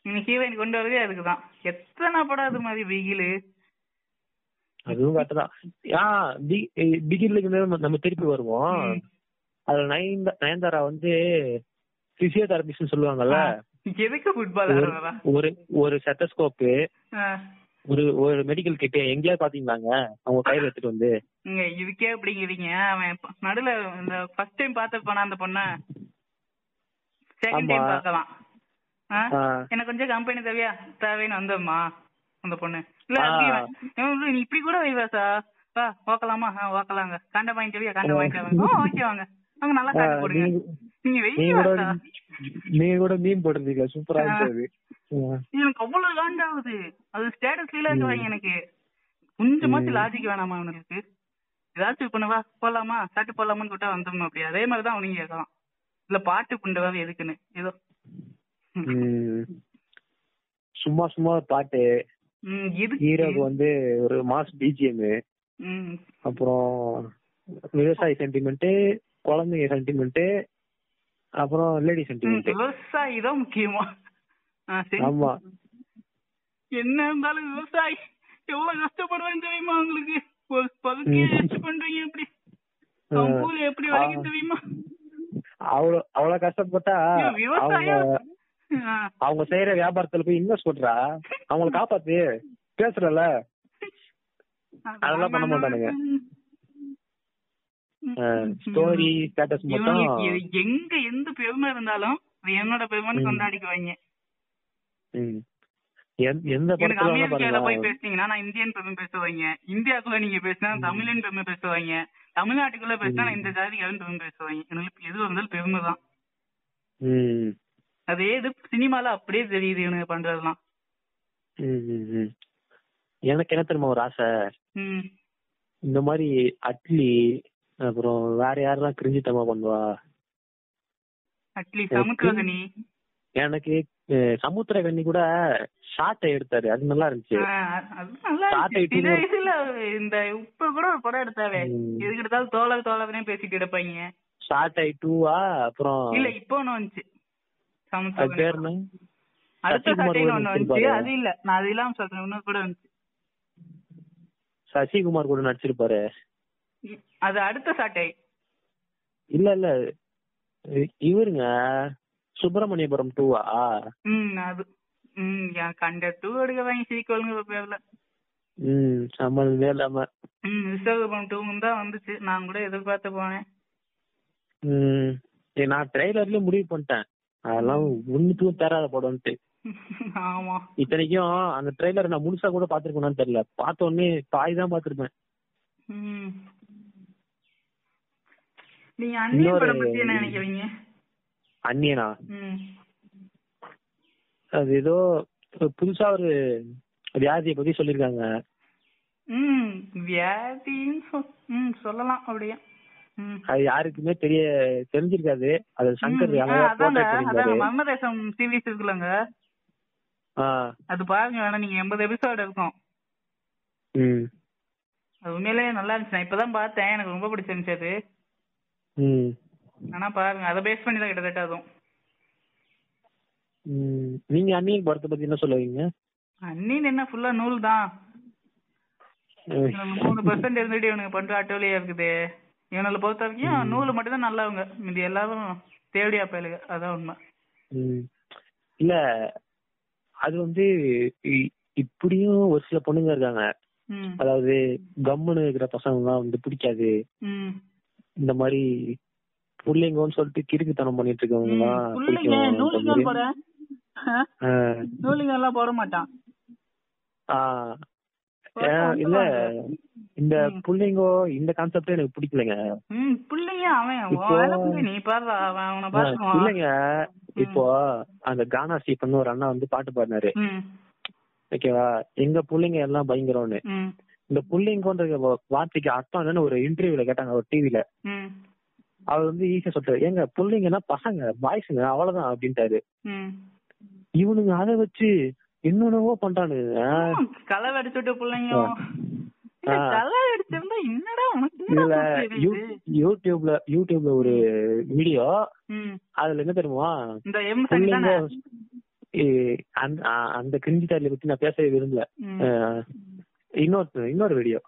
நீங்க ஹீரோயின் கொண்டு வரதே அதுக்கு தான் எத்தனை படம் அது மாதிரி பிகிலு அதுவும் கரெக்ட் தான் ஆ பி- இ- பிகிலுக்கு மேல நம்ம- நம்ம திருப்பி வருவோம் ம். அதுல நயன்தா நயன்தாரா வந்து பிசியோதெரபிஸ்ட் சொல்லுவாங்கல்ல எதுக்கு ஃபுட்பால் ஒரு- ஆடுறதா ஒரு ஒரு செட்டஸ்கோப்பு ஒரு ஒரு மெடிக்கல் கிட்ட எங்கேயாவது பாத்தீங்களாங்க அவங்க கையில எடுத்துட்டு வந்து நீங்க இதுக்கே அப்படிங்கிறீங்க அவன் ப- நடுல இந்த ஃபர்ஸ்ட் டைம் பார்த்து போனா அந்த பொண்ண செகண்ட் டைம் ஆமா. பார்க்கலாம் ஆ? ஆ, எனக்கு கொஞ்சம் கம்பெனி தேவையா தேவைன்னு வந்தோம்மா அந்த பொண்ணு இல்ல ஆ. அப்படியே வா. இவன் வந்து, நீ இப்படி கூட வைவா சா வா ஓக்கலாமா ஆ ஓக்கலாங்க கண்ட வாங்கிட்டு வையா கண்ட ஆ. வாங்கிட்டு வாங்க ஓ ஓகே வாங்க வாங்க நல்லா ஆ, காட்டு போடுங்க நீங்க- நீங்க நீங்க வெயிவா கூட சா நீங்க கூட மீன் போட்டிருந்தீங்க சூப்பரா ஆ. இருந்தது ஆ. எனக்கு அவ்வளவு காண்டாகுது அது ஸ்டேட்டஸ்ல இருக்குவாங்க எனக்கு கொஞ்சமாச்சும் லாஜிக் வேணாமா அவனுக்கு ஏதாச்சும் பண்ணுவா போலாமா சாட்டு போலாமான்னு கூட்டா வந்துடணும் அப்படியே அதே மாதிரிதான் அவனையும் கேட்கலாம் இல்ல பாட்டு புண்டவா எதுக்குன்னு ஏதோ ம். சும்மா சும்மா ஒரு பாட்டு ம், ஹீரோக்கு எதுக்கு வந்து ஒரு மாஸ் பிஜிஎம் ம், அப்புறம் விவசாயி சென்டிமெண்ட் குழந்தைங்க சென்டிமெண்ட் அப்புறம் லேடி ம், சென்டிமெண்ட் விவசாயி தான் முக்கியமா ஆ, சரி. ஆமா என்ன இருந்தாலும் விவசாயி எவ்வளவு கஷ்டப்படுவான்னு தெரியுமா உங்களுக்கு ஒரு பகுதியை ம். வச்சு பண்றீங்க எப்படி அவன் ஆ. கூலி எப்படி வரைக்கும் தெரியுமா அவ்வளவு அவ்வளவு கஷ்டப்பட்டா ஐயோ, அவங்க விவசாயம் ஆ. அவங்க செய்யற வியாபாரத்துல போய் இன்வெஸ்ட் பண்றா அவங்கள காப்பாத்து பேசுறல அதெல்லாம் பண்ண மாட்டானுங்க. ஸ்டோரி ஸ்டேட்டஸ் மட்டும் இவனுக்கு எ- எங்க எந்த பெருமை இருந்தாலும் அது என்னோட பெருமைன்னு ம். கொண்டாடிக்குவாங்க ம். எந்த- எந்த எனக்கு படத்துல வேணா அமெரிக்கால போய் பாருங்க பேசுனீங்கன்னா நான் இந்தியன் பெருமை பேசுவாங்க இந்தியாக்குள்ள நீங்க பேசினா தமிழன் பெருமை பேசுவாங்க தமிழ்நாட்டுக்குள்ள பேசினா நான் இந்த ஜாதிக்காரன் பெருமை பேசுவாங்க எனக்கு எது வந்தாலும் பெருமை தான் ம். அதே இது சினிமால அப்படியே தெரியுது இவனுக்கு பண்றதெல்லாம் ம், ம், ம். எனக்கு என்ன தெரியுமா ஒரு ஆசை ம் இந்த மாதிரி அட்லி அப்புறம் வேற யாரெல்லாம் கிரிஞ்சித்தமா பண்ணுவா அட்லீஸ்ட் சமுத்திரகனி எனக்கு அஹ், சமுத்திரகன்னி கூட ஷார்ட் எடுத்தாரு அது நல்லா இருந்துச்சு ஆ, அது நல்லா பாட்டை இருந்துச்சு. சில இப்படி- இதுல இந்த இப்ப கூட ஒரு படம் எடுத்தாவே ம். எதுக்கு எடுத்தாலும் தோழர் தோழர்னே பேசிட்டு எடுப்பாங்க ஷார்ட் ஐ டூவா அப்புறம் இல்ல இப்போ ஒண்ணு வந்துச்சு அது சமுத்திரகனி பேர் என்ன அடுத்த சசிகுமார் கூட சட்டைன்னு நடிச்சிருப்பாரு. ஒண்ணு வந்துச்சு அது இல்ல நான் அது இல்லாம சொல்றேன் இன்னொரு கூட வந்துச்சு சசிகுமார் கூட நடிச்சிருப்பாரு அது அடுத்த சாட்டை இல்ல இல்ல இ- இவருங்க சுப்பிரமணியபுரம் டூவா ம் அது ம் என் கண்ட டூ எடுக்க வாங்கி சீக்கிரம் பேர்ல ம் சம்மந்தமே இல்லாம ம் விஸ்வரூபம் டூவும் தான் வந்துச்சு நான் கூட எதிர்பார்த்து போனேன் ம் ஏய், நான் ட்ரெய்லர்லயே முடிவு பண்ணிட்டேன் அதெல்லாம் ஒண்ணுத்துக்கும் தராத படம்ட்டு ஆமா இத்தனைக்கும் அந்த ட்ரெய்லர் நான் முழுசா கூட பாத்துருக்கேனான்னு தெரியல பார்த்த உடனே பாய் தான் பாத்திருப்பேன் ம் நீங்க அந்நியன் இன்னொரு- படம் பத்தி என்ன நினைக்கிறீங்க அந்நியனா ம் அது ஏதோ ஒரு புதுசா ஒரு வியாதியை பத்தி சொல்லியிருக்காங்க ம் வியாதின்னு சொல் ம் சொல்லலாம் அப்படியே ம் அது யாருக்குமே தெரிய தெரிஞ்சிருக்காது அது சங்கர் ம், அழகா ஆ, அதாங்க portray அதாங்க பண்ணியிருக்காரு. மர்மதேசம் சீரிஸ் இருக்குல்லங்க ஆ அது பாருங்க வேணா நீங்க எண்பது எபிசோடு இருக்கும் ம் அது உண்மையிலேயே நல்லா இருந்துச்சு நான் இப்பதான் பார்த்தேன் எனக்கு ரொம்ப பிடிச்சிருந்துச்சு அது ம் ஆனா பாருங்க அதை பேஸ் பண்ணி தான் கிட்டத்தட்ட அதுவும் ம். நீங்க அந்நியன் படத்தை பத்தி என்ன சொல்லுவீங்க அண்ணின் என்ன ஃபுல்லா நூல் தான் ம். இவனுங்க மூணு பர்சன்ட் இருந்துட்டு இவனுக்கு பண்ற அட்டோலியா இருக்குது இவனுல பொறுத்த வரைக்கும் நூல் மட்டும் தான் நல்லவங்க இது எல்லாரும் தேவடியா பயலுங்க அதான் உண்மை ம். இல்ல அது வந்து இ- இப்படியும் ஒரு சில பொண்ணுங்க இருக்காங்க ம் அதாவது கம்முன்னு இருக்கிற பசங்கலாம் வந்து பிடிக்காது ம் இந்த மாதிரி புள்ளைங்கன்னு சொல்லிட்டு கிறுக்குத்தனம் பண்ணிட்டு இருக்கவங்க பிள்ளைங்க நூலுங்க போட ஆ? நூலுங்க எல்லாம் போட மாட்டான் ஆஹ் போட்டா ஏன் இல்ல இந்த புள்ளைங்கோ இந்த கான்செப்டே எனக்கு பிடிக்கலங்க ம் பிள்ளைங்க அவன் இப்போ- உன் வேலை புள்ளை, நீ பாரு அவன் அவனை பாத்துக்குவான் இல்லைங்க இப்போ அந்த கானா ஸ்டீஃபன் ஒரு அண்ணா வந்து பாட்டு பாடினாரு ம் ஓகேவா எங்க புள்ளைங்க எல்லாம் பயங்கரம்னு ம் இந்த புள்ளைங்கன்ற வா- வார்த்தைக்கு அர்த்தம் என்னன்னு ஒரு இன்டர்வியூல கேட்டாங்க ஒரு டிவில ம் அவர் வந்து ஈஸியா சொல்றாரு ஏங்க புள்ளைங்கன்னா பசங்க பாய்ஸுங்க அவ்வளவுதான் அப்படின்ட்டாரு ம் இவனுங்க அதை வச்சு என்னென்னவோ பண்றானுங்க ஆமா, களை வெடிச்சுட்டு பிள்ளைங்க இல்ல, ஆ. களை வெடிச்சிருந்தா என்னடா உனக்கு இதுல என்னடா பிரச்சனை யூ- இது? யூடியூப்ல யூடியூப்ல ஒரு வீடியோ ம் அதுல என்ன தெரியுமா இந்த எம் சனி புள்ளைங்க தானே ஏய், அந்த- ஆ- அந்த கிரிஞ்சி தாலியை பத்தி நான் பேசவே விரும்பல ம், அஹ், இன்னொரு இன்னொரு வீடியோ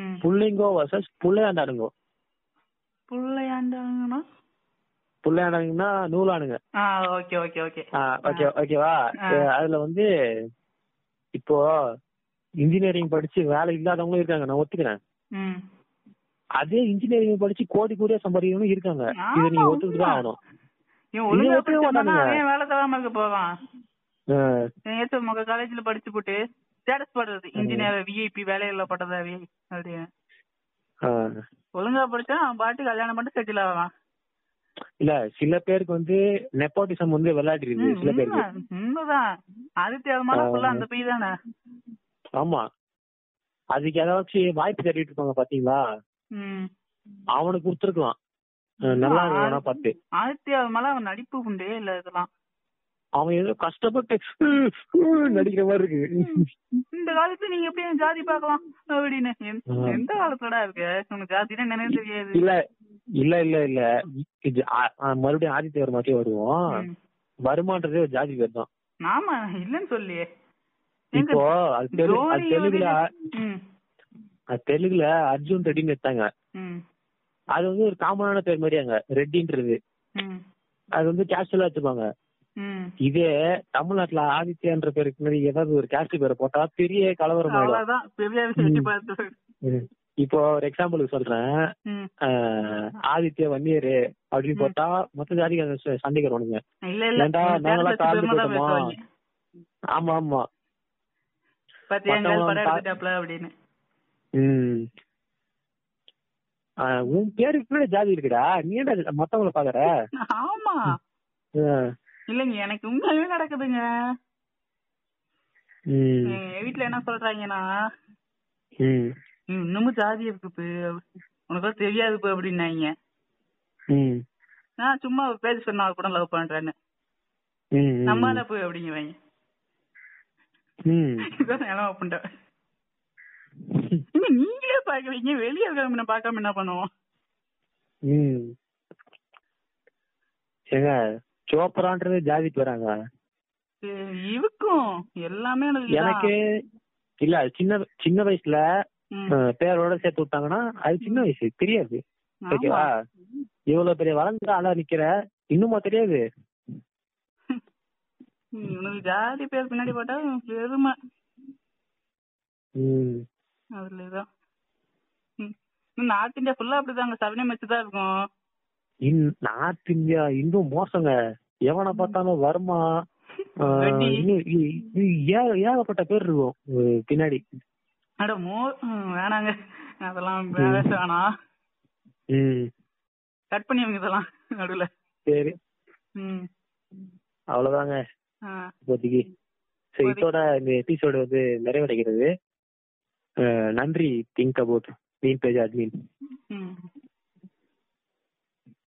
ம். புள்ளைங்கோ வர்சஸ் புள்ளையாண்டானுங்கோ புள்ளையாண்டாங்கன்னா புள்ளையாண்டானுங்கன்னா நூலானுங்க ஆ ஓகே ஓகே ஓகே ஆஹ் ஓகே ஓகேவா ஆ. அஹ் அதுல வந்து இப்போ இன்ஜினியரிங் படிச்சு வேலை இல்லாதவங்களும் இருக்காங்க நான் ஒத்துக்கிறேன் ம் அதே இன்ஜினியரிங் படிச்சு கோடி கோடியா சம்பாதிக்கணும் இருக்காங்க இதை ஆமா, நீங்க ஒத்துக்கிட்டு தான் உண்மைதான். ஆகணும் இவன் ஒழுங்கா ஒத்துக்க படிச்சா மாட்டானுங்க. அவன் வேலை தராம இருக்க போவான் அஹ் இவன் ஏத்து மொக்க காலேஜ்ல படிச்சு போட்டு ஸ்டேட்டஸ் போடுறது இன்ஜினியர் விஐபி வேலையில பட்டதாவே அப்படின்னு அஹ் ஒழுங்கா படிச்சா அவன் பாட்டு கல்யாணம் பண்ணிட்டு செட்டில் ஆவான் இல்ல சில பேருக்கு வந்து நெப்போட்டிசம் வந்து விளையாடிருது ம், சில பேருக்கு உண்மை- உண்மைதான் ஆதித்யா அதுமாரி ஃபுல்லா அந்த பை தானே ஆமா அதுக்கு ஏதாச்சும் வாய்ப்பு தேடிட்டு இருப்பாங்க பாத்தீங்களா ம் அவனுக்கு கொடுத்துருக்கலாம் அஹ் நல்லா இருக்கானா பார்த்து ஆதித்யா அதுமாரி அவன் நடிப்பு உண்டே இல்ல இதெல்லாம் அவன் ஏதோ கஷ்டப்பட்டு "ஹம், ஹம்" நடிக்கிற மாதிரி இருக்கு இந்த காலத்துல நீங்க எப்படி என் ஜாதி பாக்கலாம் அப்படின்னு எந்த- எந்த காலத்துலடா இருக்கு உனக்கு ஜாதினா என்னன்னு தெரியாது இல்ல இல்ல இல்ல இல்ல இது ஆ- ஆ, மறுபடியும் ஆதித்யவர் மாதிரி வருவோம் ம். வருமான்றதே ஒரு ஜாதி பேர் தான் ஆமா இல்லன்னு சொல்லியே எங்க இப்போ அது தெலு- அது தோனி தெலுங்குல வந்து- ம், அது தெலுங்குல அர்ஜுன் ரெட்டின்னு எடுத்தாங்க ம், அது வந்து ஒரு காமனான பேர் மாதிரி அங்க ரெட்டின்றது ம், அது வந்து கேஸ்டலா வச்சுப்பாங்க ம். இதே தமிழ்நாட்டுல ஆதித்யன்ற பேருக்கு முன்னாடி ஏதாவது ஒரு கேஸ்ட் பேரை போட்டா பெரிய கலவரம் ஆயிடும் அவ்வளவுதான் பெரிய விஷயம் பார்த்து ம். இப்போ ஒரு எக்ஸாம்பிளுக்கு சொல்றேன் ம். ஆஹ், ஆதித்ய வன்னியரு அப்படின்னு போட்டா மொத்த ஜாதிக்கு சண்டைக்கிறவனுங்க இல்ல இல்ல ஏன்டா, உங்க நாங்கெல்லாம் பேரண்ட்ஸ் தாழ்ந்து பெருமைதான் போயிட்டோமா? பேசுவாங்க. ஆமா ஆமா பாத்தியா, எங்க ஆள் மத்தவங்க படம் பா- எடுத்துட்டாப்ல அப்படின்னு ம். ஆ, உன் பேருக்கு கூட ஜாதி இருக்குடா நீ ஏன்டா இது- மத்தவங்கள பாக்குற ஆமா ஆ, இல்லைங்க எனக்கு உண்மையாவே நடக்குதுங்க ம், எங்க வீட்டுல என்ன சொல்றாங்கன்னா ம், நீ இன்னமும் ஜாதி இருக்கு பு. உனக்கு தெரியாது பு அப்படின்னாங்க ம், நான் சும்மா ஒரு பேர் சொன்னா அவ கூட லவ் பண்றேன்னு ம், நம்ம தான் போய் அப்படிங்கிறாங்க ம். இதான் நிலவ பண்ணிட்டேன் இங்க நீங்களே பாக்குறீங்க வெளியே இருக்கிறவங்க பாக்காம என்ன பண்ணுவோம் ம். ஏங்க சோப்ரான்றது ஜாதி போறாங்க சரி, இருக்கும் எல்லாமே எனக்கு இதான். எனக்கு இல்ல அது சின்ன சின்ன வயசுல ம், ஆ, பேரோட சேர்த்து விட்டாங்கன்னா அது சின்ன வயசு தெரியாது ஆமா. ஓகேவா இவ்வளவு பெரிய வளர்ந்த ஆளா நிக்கிற இன்னுமா தெரியாது ம், உனக்கு ஜாதி பேர் பின்னாடி போட்டா பெருமை ம் அதுல இதான் ம். நார்த் இந்தியா ஃபுல்லா அப்படிதாங்க சவனி மச்சு தான் இருக்கும் இன் நார்த் இந்தியா இன்னும் மோசங்க எவனை பார்த்தாலும் வர்மா ஆஹ், ரெட்டி. இன்னும் இ- இ- ஏக- ஏகப்பட்ட பேர் இருக்கும் அஹ் பின்னாடி அட மோ ம், வேணாங்க அதெல்லாம் பேச வேணாம் ம் கட் பண்ணி வைங்க இதெல்லாம் நடுவுல சரி ம் அவ்வளவுதாங்க ஆ, இப்போதைக்கு சரி இப்போதைக்கு. இதோட இந்த எபிசோடு வந்து நிறைவடைகிறது அஹ் நன்றி think about mean page admin ம்